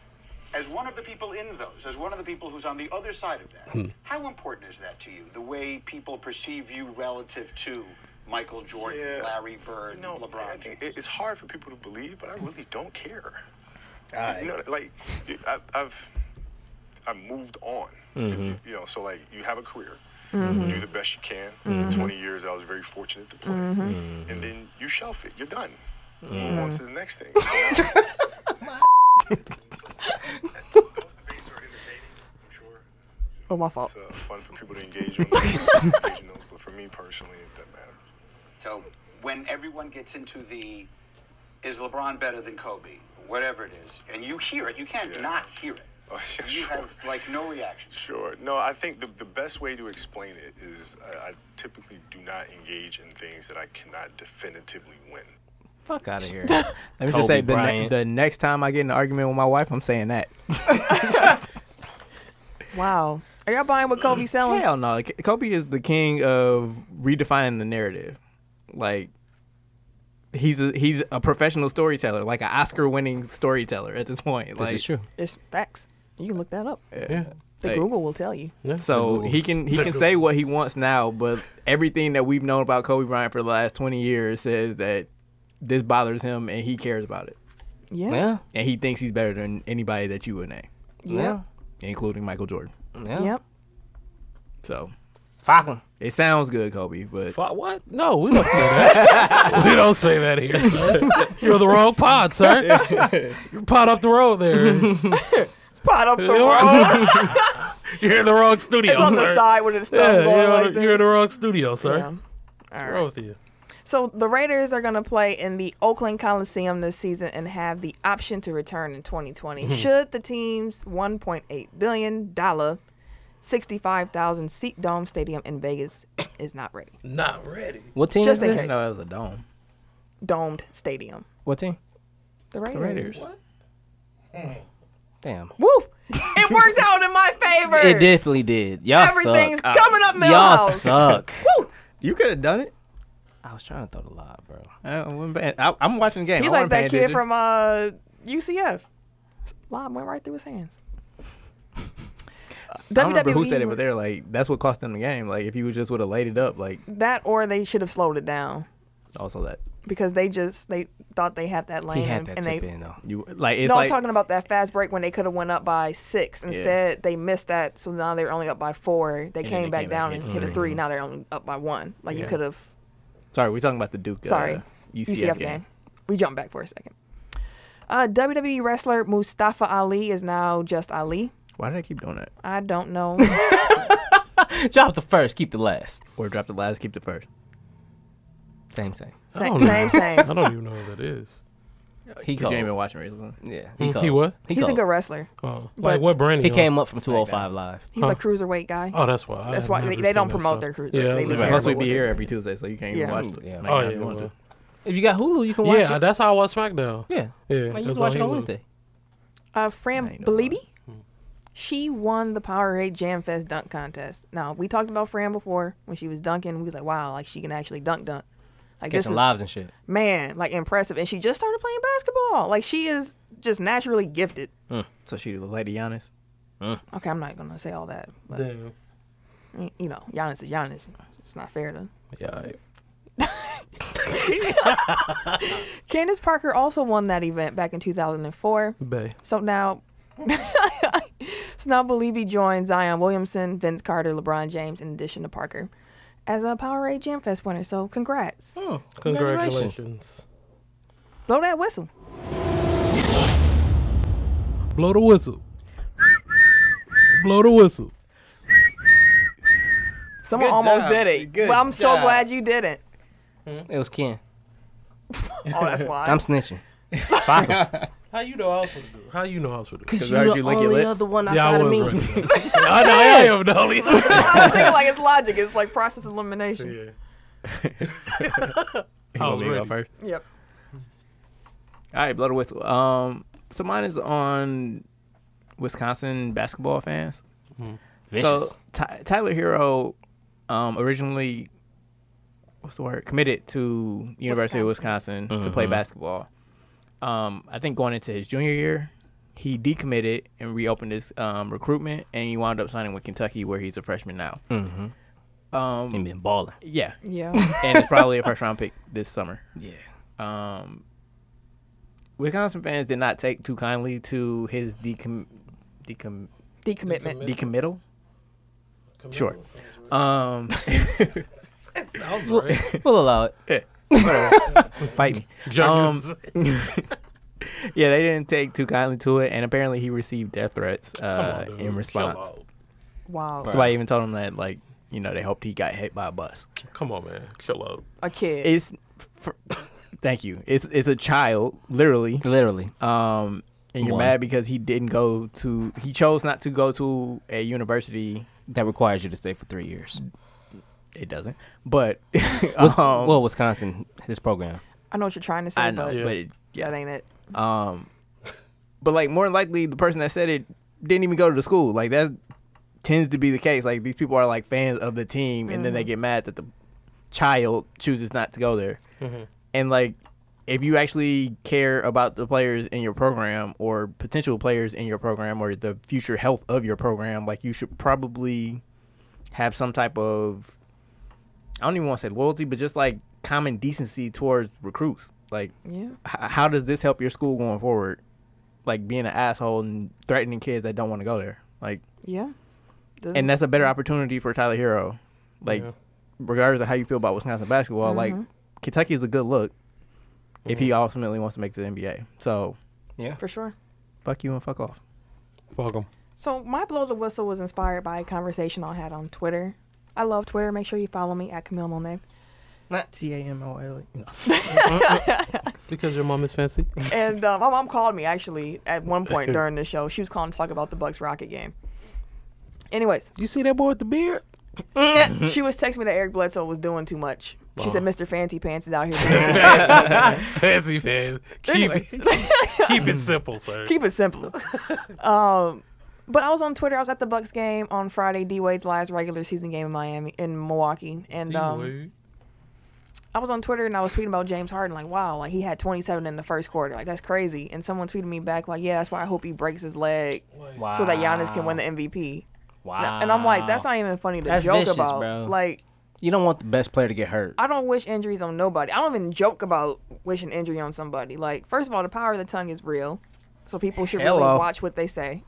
As one of the people in those, as one of the people who's on the other side of that, Hmm. how important is that to you? The way people perceive you relative to Michael Jordan, Yeah. Larry Bird, No, I LeBron. think it- it's hard for people to believe, but I really don't care. Uh, You know, like I, I've I've moved on. You know, so like you have a career, you do the best you can. The Twenty years, I was very fortunate to play, and then you shelf it. You're done. Move on to the next thing. So now- Those debates are entertaining, I'm sure. Oh, my fault. It's uh, fun for people to engage in, engage in those, but for me personally, it doesn't matter. So when everyone gets into the is LeBron better than Kobe, whatever it is, and you hear it, you can't not hear it. *laughs* you have like no reaction. Oh, Sure. No, I think the, the best way to explain it is I, I typically do not engage in things that I cannot definitively win. Fuck out of *laughs* here. Let me Kobe just say, the, ne- Bryant. the next time I get in an argument with my wife, I'm saying that. Wow. Are y'all buying what Kobe's selling? Hell no. K- Kobe is the king of redefining the narrative. Like, he's a, he's a professional storyteller, like an Oscar winning storyteller at this point. This like, is true. It's facts. You can look that up. Yeah. The Like- Google will tell you. So he can he can say what he wants now, but everything that we've known about Kobe Bryant for the last twenty years says that this bothers him and he cares about it. Yeah. Yeah. And he thinks he's better than anybody that you would name. Yeah. Including Michael Jordan. Yep. So fuck him. It sounds good, Kobe, but what? No, we don't say that. *laughs* we don't say that here. You're the wrong pod, sir. You're pod up the road there. Pot up the You're- road. You're in the wrong studio. It's on the sir. side with its thumb Yeah, going you're, like you're in the this. wrong studio, sir. Yeah. What's All wrong right. with you? So the Raiders are going to play in the Oakland Coliseum this season and have the option to return in 2020 Mhm. should the team's 1.8 billion dollar 65,000 seat dome stadium in Vegas is not ready. Not ready. What team Just is in this? case. No, that was a dome. Domed stadium. What team? The Raiders. Raiders. Damn. Woof! It worked out in my favor. It definitely did. Y'all *laughs* Everything's suck. coming up, Y'all Millhouse. suck. Uh, Woo! You could have done it. I was trying to throw the lob, bro. I wasn't paying- I, am watching the game. He's I wasn't like that paying kid attention. from uh, UCF. Lob went right through his hands. E I don't remember who WWE said it, but they're like, that's what cost them the game. Like if you just would have laid it up, like That or they should have slowed it down also that. because they just they thought they had that lane and, and they You like it's no, like I'm talking about that fast break when they could have went up by six. Instead, they missed that, so now they're only up by four. They And then came they back came back down and and hit hit a three. three. Now they're only up by one. Like you Yeah. could have. sorry, we're talking about the Duke. Sorry, uh, UCF, game. game. We jumped back for a second. Uh, WWE wrestler Mustafa Ali is now just Ali. Why did I keep doing that? I don't know. Drop the first, keep the last. Or drop the last, keep the first. Same, same. Sa- Oh, same, same. I don't even know who that is. He But you cold. ain't been watching recently. Yeah, Hmm, he cold. what? He's a cold. good wrestler. Oh, But like what brand? He you came on? up from 205 live. He's a cruiserweight guy. Uh, Oh, that's why. I That's have why never they, they seen don't that promote show. their cruiser. Yeah, they that's be right. terrible Unless we with be it. here every Tuesday, so you can't Yeah. even watch it. Yeah. Like, Oh not yeah, even watch well, it. If you got Hulu, you can watch yeah. it. That's how I watch SmackDown. Yeah. yeah. Like, you that's can watch all it on Hulu. Wednesday. Uh, Fran Beliebe, she won the Powerade Jam Fest dunk contest. Now we talked about Fran before when she was dunking. We was like, wow, like she can actually dunk dunk. Like Catching lives and shit. Man, like impressive. And she just started playing basketball. Like she is just naturally gifted. So she the Lady *laughs* Giannis. Okay, I'm not gonna say all that. But, Damn. I mean, You know, Giannis is Giannis. It's not fair to Yeah. I- *laughs* Candace Parker also won that event back in 2004. Bay. So now, *laughs* so now Beliebe joined Zion Williamson, Vince Carter, LeBron James, in addition to Parker, as a Powerade Jam Fest winner. So congrats! Congratulations. Blow that whistle. Blow the whistle. Blow the whistle. Someone Good almost job. did it. Good well, I'm so job. glad you didn't. It was Ken. Oh, *laughs* that's why. I'm snitching. Fuck 'em. How you know I was gonna do? it? How you know I was gonna do? it? 'Cause 'Cause you I heard the you lick your only lips. other one outside of me. right there. I know I am the only. I was thinking like it's logic. It's like process *laughs* elimination. You I want was me to go ready. first? Yep. All right, blow the whistle. Um, so mine is on Wisconsin basketball fans. Mhm. So Vicious. Ty- Tyler Hero, um, originally, what's the word? Committed to University of Wisconsin to play Mhm. basketball. Um, I think going into his junior year, he decommitted and reopened his um, recruitment, and he wound up signing with Kentucky, where he's a freshman now. Mhm. Um, He been balling. Yeah. Yeah. and it's probably a first round pick this summer. Yeah. Um, Wisconsin fans did not take too kindly to his decom, decom, Decommitment. decommittal. Sure. Um, sounds *laughs* We'll, right. we'll allow it. Yeah. Whatever. *laughs* Fight me. Judges. yeah, they didn't take too kindly to it, and apparently he received death threats uh, Come on, dude. in response. Chill out. Wow. Somebody even told him that like you know, they hoped he got hit by a bus. Come on, man, chill out. A kid. It's for, thank you. It's it's a child, literally, literally. Um, and you're One. mad because he didn't go to. He chose not to go to a university that requires you to stay for three years. It doesn't, but *laughs* Wis- um, well, Wisconsin, his program. I know what you're trying to say, I know, but, but it- yeah. that ain't it. Um, but like more than likely, the person that said it didn't even go to the school. Like that tends to be the case. Like these people are like fans of the team, and then they Mhm. get mad that the child chooses not to go there. Mhm. And like, if you actually care about the players in your program or potential players in your program or the future health of your program, like you should probably have some type of I don't even want to say loyalty, but just like common decency towards recruits. Like, Yeah. h- how does this help your school going forward? Like being an asshole and threatening kids that don't want to go there. Like, Yeah. Doesn't- and that's a better opportunity for Tyler Hero. Like, Yeah. regardless of how you feel about Wisconsin basketball, Mhm. like Kentucky is a good look if he ultimately wants to make it to the NBA. So, yeah, for sure. fuck you and fuck off. Fuck him. So my blow the whistle was inspired by a conversation I had on Twitter. I love Twitter. Make sure you follow me at Camille Monet. Not T A M O L E. because your mom is fancy. And uh, my mom called me actually at *laughs* one point during the show. She was calling to talk about the Bucks Rocket game. Anyways, you see that boy with the beard? Mm-hmm. she was texting me that Eric Bledsoe was doing too much. She Wow. said, "Mr. Fancy Pants is out *laughs* here." Doing too much." fancy man. Keep *laughs* it, keep it simple, sir. Keep it simple. um, but I was on Twitter. I was at the Bucks game on Friday. D Wade's last regular season game in Miami, in Milwaukee, and um, I was on Twitter and I was tweeting about James Harden. Like, wow, like he had 27 in the first quarter. Like that's crazy. And someone tweeted me back, like, yeah, that's why I hope he breaks his leg so that Giannis can win the MVP. And I- And I'm like, that's Wow. not even funny to That's joke vicious, about. bro. Like. You don't want the best player to get hurt. I don't wish injuries on nobody. I don't even joke about wishing injury on somebody. Like, first of all, the power of the tongue is real. So people should really Hello. watch what they say.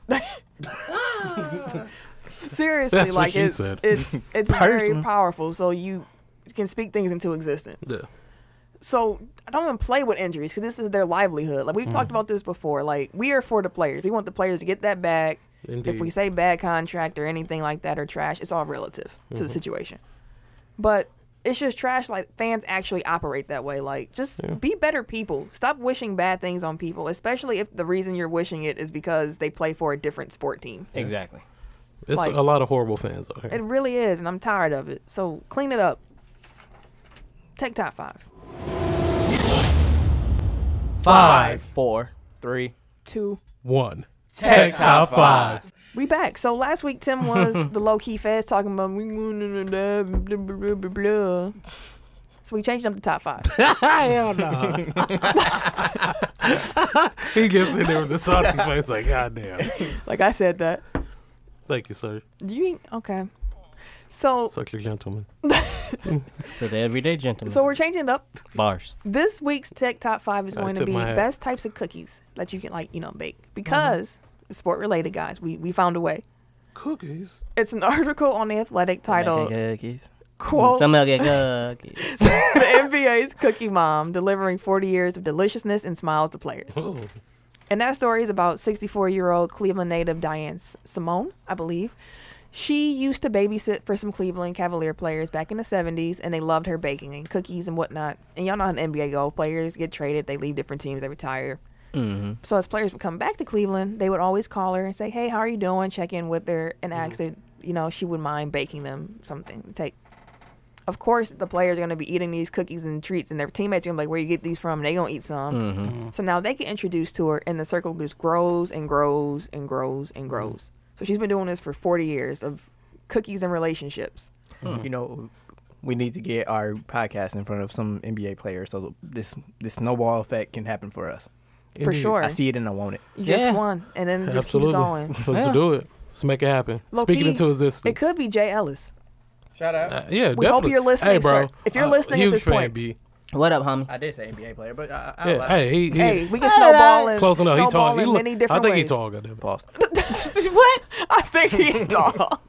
*laughs* Seriously, That's what like she it's, said. it's it's *laughs* very Personal. powerful. So you can speak things into existence. Yeah. So I don't even play with injuries because this is their livelihood. Like we've talked Mhm. about this before. Like we are for the players. We want the players to get that bag. If we Indeed. say bad contract or anything like that or trash, it's all relative to the Mhm. situation. But it's just trash. Like fans actually operate that way. Like just Yeah. be better people. Stop wishing bad things on people, especially if the reason you're wishing it is because they play for a different sport team. Exactly. It's Like- a lot of horrible fans out here. It really is, and I'm tired of it. So clean it up. Take top five. Five, four, three, two, One. Tech Top five. We back. So last week *laughs* Tim was the low key feds talking about we wanna blah, blah, blah, blah, blah. So we changed them to *laughs* top five. Hell he gets in there with the *laughs* salty face, like, God damn. like I said that. Thank you, sir. You ain't okay. So Such a gentleman. to the everyday gentleman. so we're changing it up. Bars. This week's tech top five is I going to tip be my hat. Uh-huh. best types of cookies that you can like, you know, bake. Because it's sport related guys, we we found a way. Cookies. It's an *laughs* article on the athletic titled Quote Somebody get cookies. *laughs* the NBA's Cookie Mom delivering 40 years of deliciousness and smiles to players. Oh, And that story is about 64 year old Cleveland native Diane S- Simone, I believe. She used to babysit for some Cleveland Cavalier players back in the 70s, and they loved her baking and cookies and whatnot. And y'all know how the NBA go players get traded, they leave different teams, they retire. Mm-hmm. So as players would come back to Cleveland, they would always call her and say, "Hey, how are you doing?" Check in with her and ask if you know she would mind baking them something to take. Of course, the players are going to be eating these cookies and treats, and their teammates are going to be like, "Where you get these from?" And they going to eat some. Mhm. So now they get introduced to her, and the circle just grows and grows and grows and grows. So she's been doing this for 40 years of cookies and relationships. You know, we need to get our podcast in front of some NBA player so that this this snowball effect can happen for us. For Indeed. sure. I see it and I want it. You just won, and then it just Absolutely. *laughs* keeps going. Let's do it. Let's make it happen. Speak it Low-key, into existence. It could be Jay Ellis. Shout out. Uh, yeah, We hope definitely. you're listening, Hey, bro. sir. If you're Uh, listening at huge this fan, point, B. What up, homie? I did say NBA player, but I, I Yeah, hey, he, he, Hey, we can snowball and close enough. He snowball tall. He in look- many different I think ways. he tall. Goddamn. Pause. what? *laughs* I think he tall.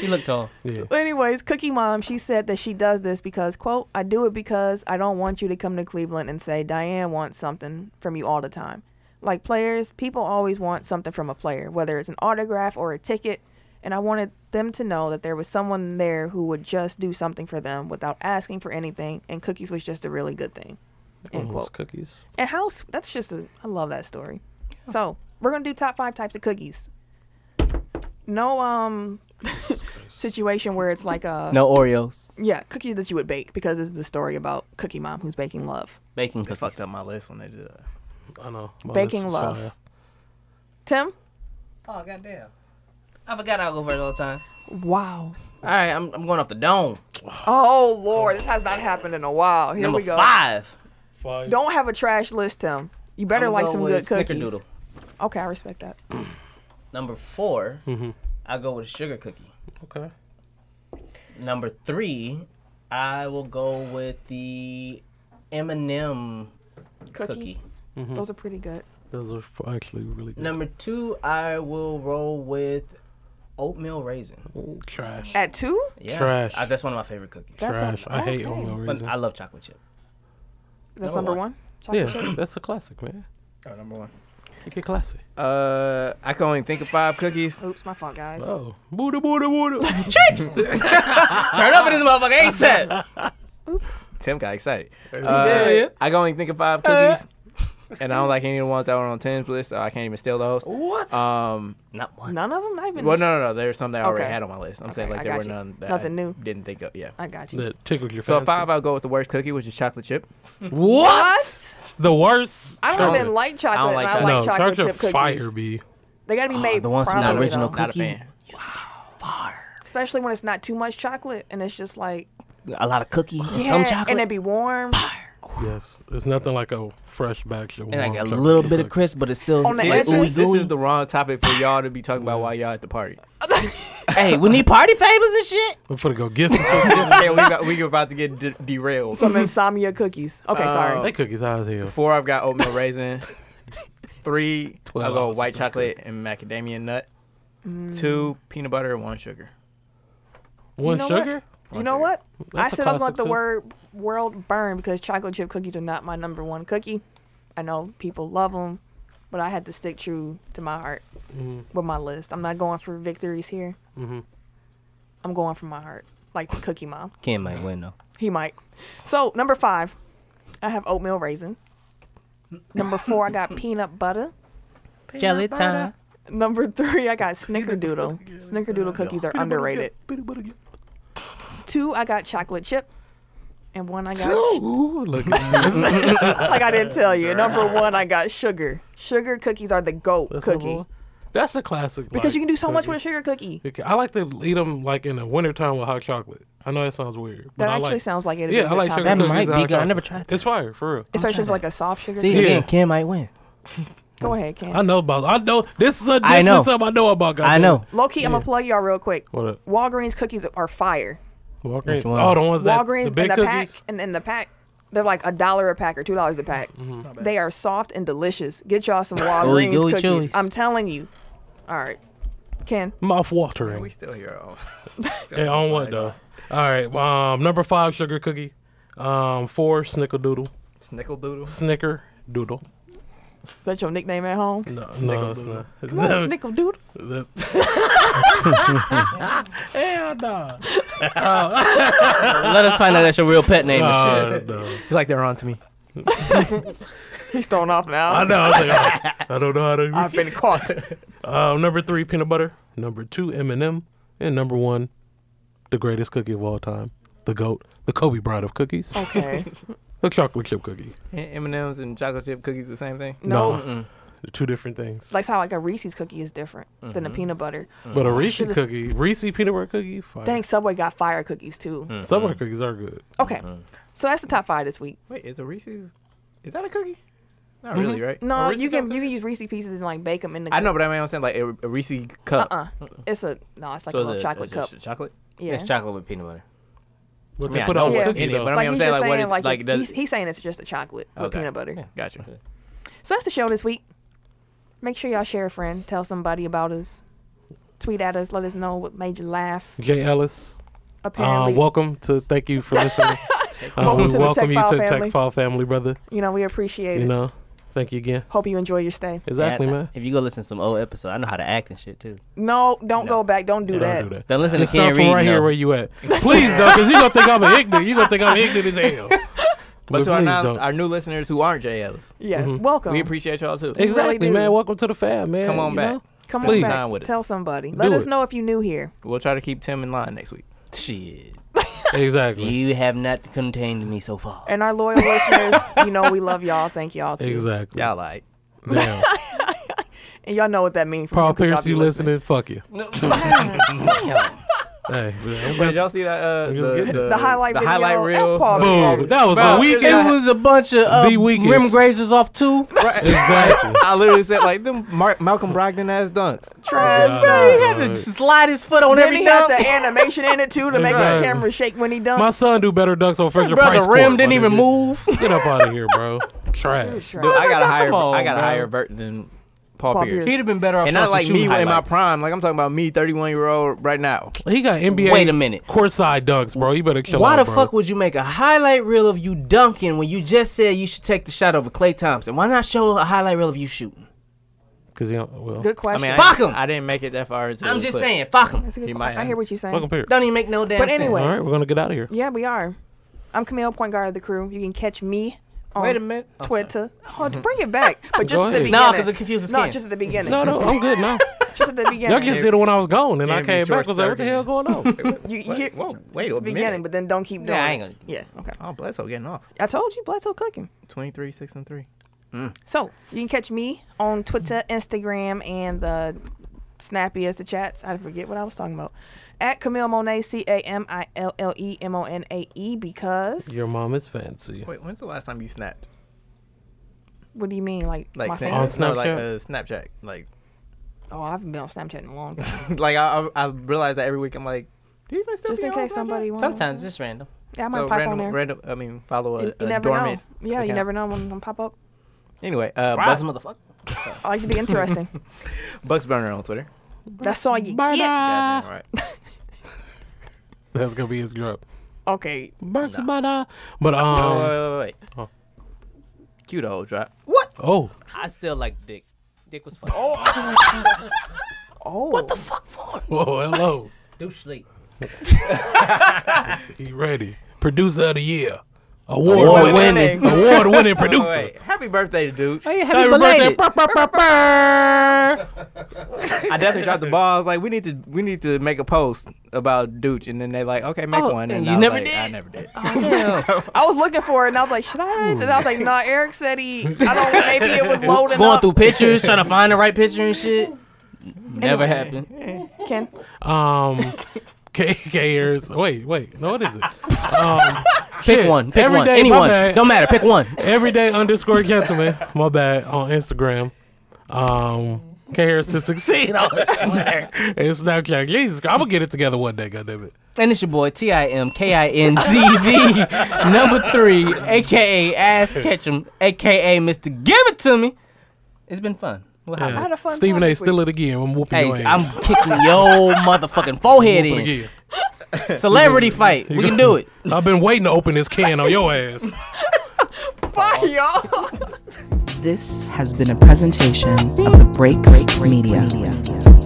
You look tall. Yeah. But anyways, Cookie Mom, she said that she does this because, quote, I do it because I don't want you to come to Cleveland and say Diane wants something from you all the time. Like players, people always want something from a player, whether it's an autograph or a ticket. And I wanted them to know that there was someone there who would just do something for them without asking for anything, and cookies was just a really good thing. End Ooh, quote. cookies. And how s- that's just a, I love that story. So we're gonna do top five types of cookies. No um situation where it's like a No Oreos. Yeah, cookies that you would bake because it's the story about Cookie Mom who's baking love. Baking they fucked up my list when they did that. I know. baking love. Tim. Oh goddamn! I forgot I'll go first all the time. Wow. All right, I'm, I'm going off the dome. Oh Lord, this has not happened in a while. Here Number we go. five. Five. Don't have a trash list, Tim. You better I'ma like go some good with cookies. Snickerdoodle. Okay, I respect that. Number 4 I go with a sugar cookie. Okay. Number three, I will go with the M and M Cookie. cookie. Mhm. Those are pretty good. Those are f- actually really good. Number two, I will roll with oatmeal raisin. trash. At two? Yeah. Trash. I, that's one of my favorite cookies. That's a- Trash. I hate okay. oatmeal But raisin. I love chocolate chip. That's Number number one. one. Yeah, Chocolate chip? that's a classic, man. Oh, number one. Keep it classy. Uh, I can only think of five cookies. Oops, my fault, guys. Oh, booty, booty, booty. Chicks! *laughs* Turn up in this motherfucker ASAP. *laughs* Tim got excited. Hey, Uh, yeah. I can only think of five *laughs* cookies, and I don't like any of the ones that were on Tim's list, so I can't even steal those. What? Um, not one. None of them. Not even. Well, no, no, no. There were some that I already Okay. had on my list. I'm saying Okay, like I there got were you. none that Nothing I new. Didn't think of. Yeah. I got you. *laughs* That tickled your So at fancy. five, I'll go with the worst cookie, which is chocolate chip. What? The worst. I don't even like chocolate. and I like no, chocolate chocolate chip cookies. fire be. They got to be made Ah, the ones from the properly, original though. Not a fan. Especially when it's not too much chocolate and it's just like A lot of cookie and yeah, some chocolate. and it'd be warm. Yes, it's nothing like a fresh batch of And like warm a chocolate little chip bit of cookie. crisp, but it's still On the like This, ooey is- this gooey. is the wrong topic for y'all to be talking about while y'all at the *laughs* party. *laughs* hey, we need party favors and shit. I'm finna go get some. *laughs* Just saying, we, got, we about to get de- derailed. Some insomnia cookies. Okay, Uh, sorry. They cookies high as hell. Four, I've got oatmeal *laughs* raisin. Three, I'll Twelve go hours white chocolate and macadamia nut. Mm. Two, peanut butter and one sugar. One you know sugar. What? You know what? That's I a said I classic was going to let the too. word world burn because chocolate chip cookies are not my number one cookie. I know people love them, but I had to stick true to my heart Mhm. with my list. I'm not going for victories here. Mm-hmm. I'm going for my heart, like the Cookie Mom. Ken might win though. He might. So number five, I have oatmeal raisin. Number four, *laughs* I got peanut butter. Jelly time. Number three, I got snickerdoodle. Snickerdoodle cookies are underrated. Two, I got chocolate chip. And one I got Ooh, look at this. *laughs* like I didn't tell you. Number one I got sugar. Sugar cookies are the goat That's number cookie. one? That's a classic. Because you can do so much with a cookie. sugar cookie. Okay, I like to eat them like in the wintertime with hot chocolate. I know that sounds weird. but That I actually like, sounds like it'd be a Yeah, I good like sugar combination. cookies. That might and be hot good. I chocolate. never tried that. It's fire for real. Especially for like a soft sugar See cookie. again, Ken might win. Go ahead, Cam. I know about. I know this is a I I know. know. something I know about. I goddamn. know. Low key, I'm Yeah. gonna plug y'all real quick. What up? Walgreens cookies are fire. Walgreens. one? Oh, the ones that Walgreens the big and the cookies. pack and in the pack. They're like a dollar a pack or two dollars a pack. They are soft and delicious. Get y'all some Walgreens gooey cookies. chewies. I'm telling you. All right, Ken. Mouth Man, we watering. still here. Oh. *laughs* Yeah, on what though? All right. Um, number five, sugar cookie. Um, four, snickerdoodle. Snickle doodle. Snicker doodle. Is that your nickname at home? Oh, No, no, it's Snickerdoodle. not. Come on, Snickle Dude. Hell no. Let us find out that's your real pet name and shit. Uh, no. He's like they're on to me. He's thrown off now. I know. I was like, *laughs* oh, I don't know how *laughs* to. I've been caught. Um, number three, peanut butter. Number two, M and M. And number one, the greatest cookie of all time, the goat, the Kobe Bryant of cookies, Okay. the chocolate chip cookie. M and M's and chocolate chip cookies the same thing. No. They're two different things. Like how like a Reese's cookie is different than a peanut butter. But a Reese Should've- cookie, Reese peanut butter cookie, fire. Dang, Subway got fire cookies too. Subway cookies are good. Okay, so that's the top five this week. Wait, is a Reese's? Is that a cookie? Not really, right? Mm-hmm. No, A Reese's you not a can you can use Reese pieces and like bake them in the. I know, but I mean, I'm saying like a, a Reese cup. Uh uh It's a no. It's like So a is little it- chocolate is it cup. just chocolate. Yeah. It's chocolate with peanut butter. What I they mean, I put know on what's what in cookie it, though. but I mean, Like I'm he's saying just like what saying is like, like it's- does he's, he's saying it's just a chocolate with Okay. peanut butter. Yeah, Gotcha. So that's the show this week. Make sure y'all share a friend, tell somebody about us, tweet at us, let us know what made you laugh. Jay Ellis. Apparently, Um, welcome to thank *laughs* you for listening. Uh, Welcome we to the Tech welcome you File to family. Tech File family, brother. you know we appreciate You it. know, Thank you again. Hope you enjoy your stay. Exactly, Yeah, man. If you go listen to some old episode, I know how to act and shit too. No, don't go back. Don't do, that. Don't listen Just to Ken start from Reed. right no. here where you at. Please, though, because you gonna think I'm ignorant. You gonna think I'm ignorant as hell. But, But to our, please non, don't. our new listeners who aren't JLs, Yes, Mhm. welcome. We appreciate y'all too. Exactly, man. Welcome to the fab, man. Come on you back. know? Come Please. on Down back. with it. Tell somebody. Let Do us it. know if you new here. We'll try to keep Tim in line next week. Shit. *laughs* exactly. You have not contained me so *laughs* far. And our loyal listeners, you know we love y'all. Thank y'all too. Exactly. Y'all like. Damn. And y'all know what that means. for Paul you 'cause y'all Pierce, be you listening? Fuck you. Hey, But man, did y'all see that? Uh, I'm the, just the, getting it. The highlight the video, highlight F reel. Paul *laughs* Boom. Pierce. That was a Bro, weekend. it It was a bunch of uh, The weakest. rim grazers off two. Exactly. I literally said like them Mar- Malcolm Brogdon ass *laughs* dunks. Trash. Bro, he had to slide his foot on Then every he had dunk. the animation in it too to make the Exactly. camera shake when he dunked. My son do better dunks on Fisher Bro, the Price. rim court, didn't my even nigga. move. Get up out of here, bro. Trash. Dude, I got a higher. on, I got a bro. higher vert than Paul, Paul Pierce. Pierce. He'd have been better off And not watching like me shooting in my highlights. prime. Like I'm talking about me, 31 year old right now. He got NBA. Wait a minute. Courtside dunks, bro. You better chill Why out, the bro. fuck would you make a highlight reel of you dunking when you just said you should take the shot over Clay Thompson? Why not show a highlight reel of you shooting? Because he don't. Well, Good I question. mean, I Fuck didn't- 'em. I didn't make it that far. into I'm the just clip. saying, fuck him. That's a good He que- might I have. hear what you're saying. Fucking period. Don't even make no damn But sense. anyways. All right, we're gonna get out of here. Yeah, we are. I'm Camille, point guard of the crew. You can catch me on Wait a minute. Oh, Twitter. Oh, bring it back, but just Go at the ahead. beginning. Nah, 'cause it confuses No, Ken. just at the beginning. No, no, I'm good *laughs* now. *laughs* just at the beginning. Y'all just did it when I was gone, and I Can't be came back. I was like, what the hell short-circuiting. going on? You, you hear, Whoa, wait wait a the beginning, minute. but then don't keep doing Yeah, I it. ain't gonna- Yeah, okay. Oh, Bledsoe getting off. I told you, Bledsoe cooking. 23, 6, and 3. So you can catch me on Twitter, Instagram, and the snappiest of chats. I forget what I was talking about. At Camille Monet, C A M I L L E M O N A E, because. Your mom is fancy. Wait, when's the last time you snapped? What do you mean? Like, Like my sent- fingers? On no, like uh, Snapchat? Snapchat. Like, *laughs* Oh, I haven't been on Snapchat in a long time. like I, I I realize that every week. I'm like, do you even still Just be in on case Snapchat? somebody wants. Sometimes it's random. Yeah, I might so pop random, on there. random. I mean, follow a, you you a never dormant. know. Yeah, you account. never know when when pop up. Anyway, uh, Surprise, Bucks, motherfucker. I like to *laughs* be interesting. Bucks Burner on Twitter. That's all you get. Uh, Goddamn right. That's gonna be his drop. Okay. Barks about uh, but um, Oh, wait, wait, wait. Oh. Cute old drop. oh, I still like Dick. Dick was funny. Oh. What the fuck? whoa, hello, Douche sleep. he ready? Producer of the year, award Award-winning. winning, award *laughs* winning Oh, producer. wait. Happy birthday to Dude. Oh yeah, happy, Happy birthday! belated. Brr, brr, brr, brr. I definitely dropped the ball. I was like, we need to we need to make a post about Dooch, and then they like, okay, make Oh, one. And, and I you was never like, did? I never did. Damn. *laughs* I was looking for it and I was like, should I? And I was like, no, nah, Eric said he. I don't. Maybe *laughs* it was loading Going up. through pictures, trying to find the right picture and shit. Never happened. Ken. Um, K K ears. Wait, wait. No, what is *laughs* it? Um, Pick shit. one. Pick Every one. day, my Anyone. bad. Don't matter. Pick one. Everyday underscore gentleman. My bad on Instagram. Um, K Harris to succeed on Twitter *laughs* and Snapchat. Jesus, Christ, I'm gonna get it together one day. God damn it. *laughs* And it's your boy T I M K I N Z V *laughs* number three, aka Ass Ketchum, aka Mr. Give It To Me. It's been fun. We'll holler. Yeah. had a fun Stephen time A. this Still it again. I'm whooping Hey, your I'm ass. kicking your motherfucking forehead Whooping in. again. Celebrity fight. We can do it. I've been waiting to open this can on your ass. Bye, y'all. This has been a presentation of the Break Break Media.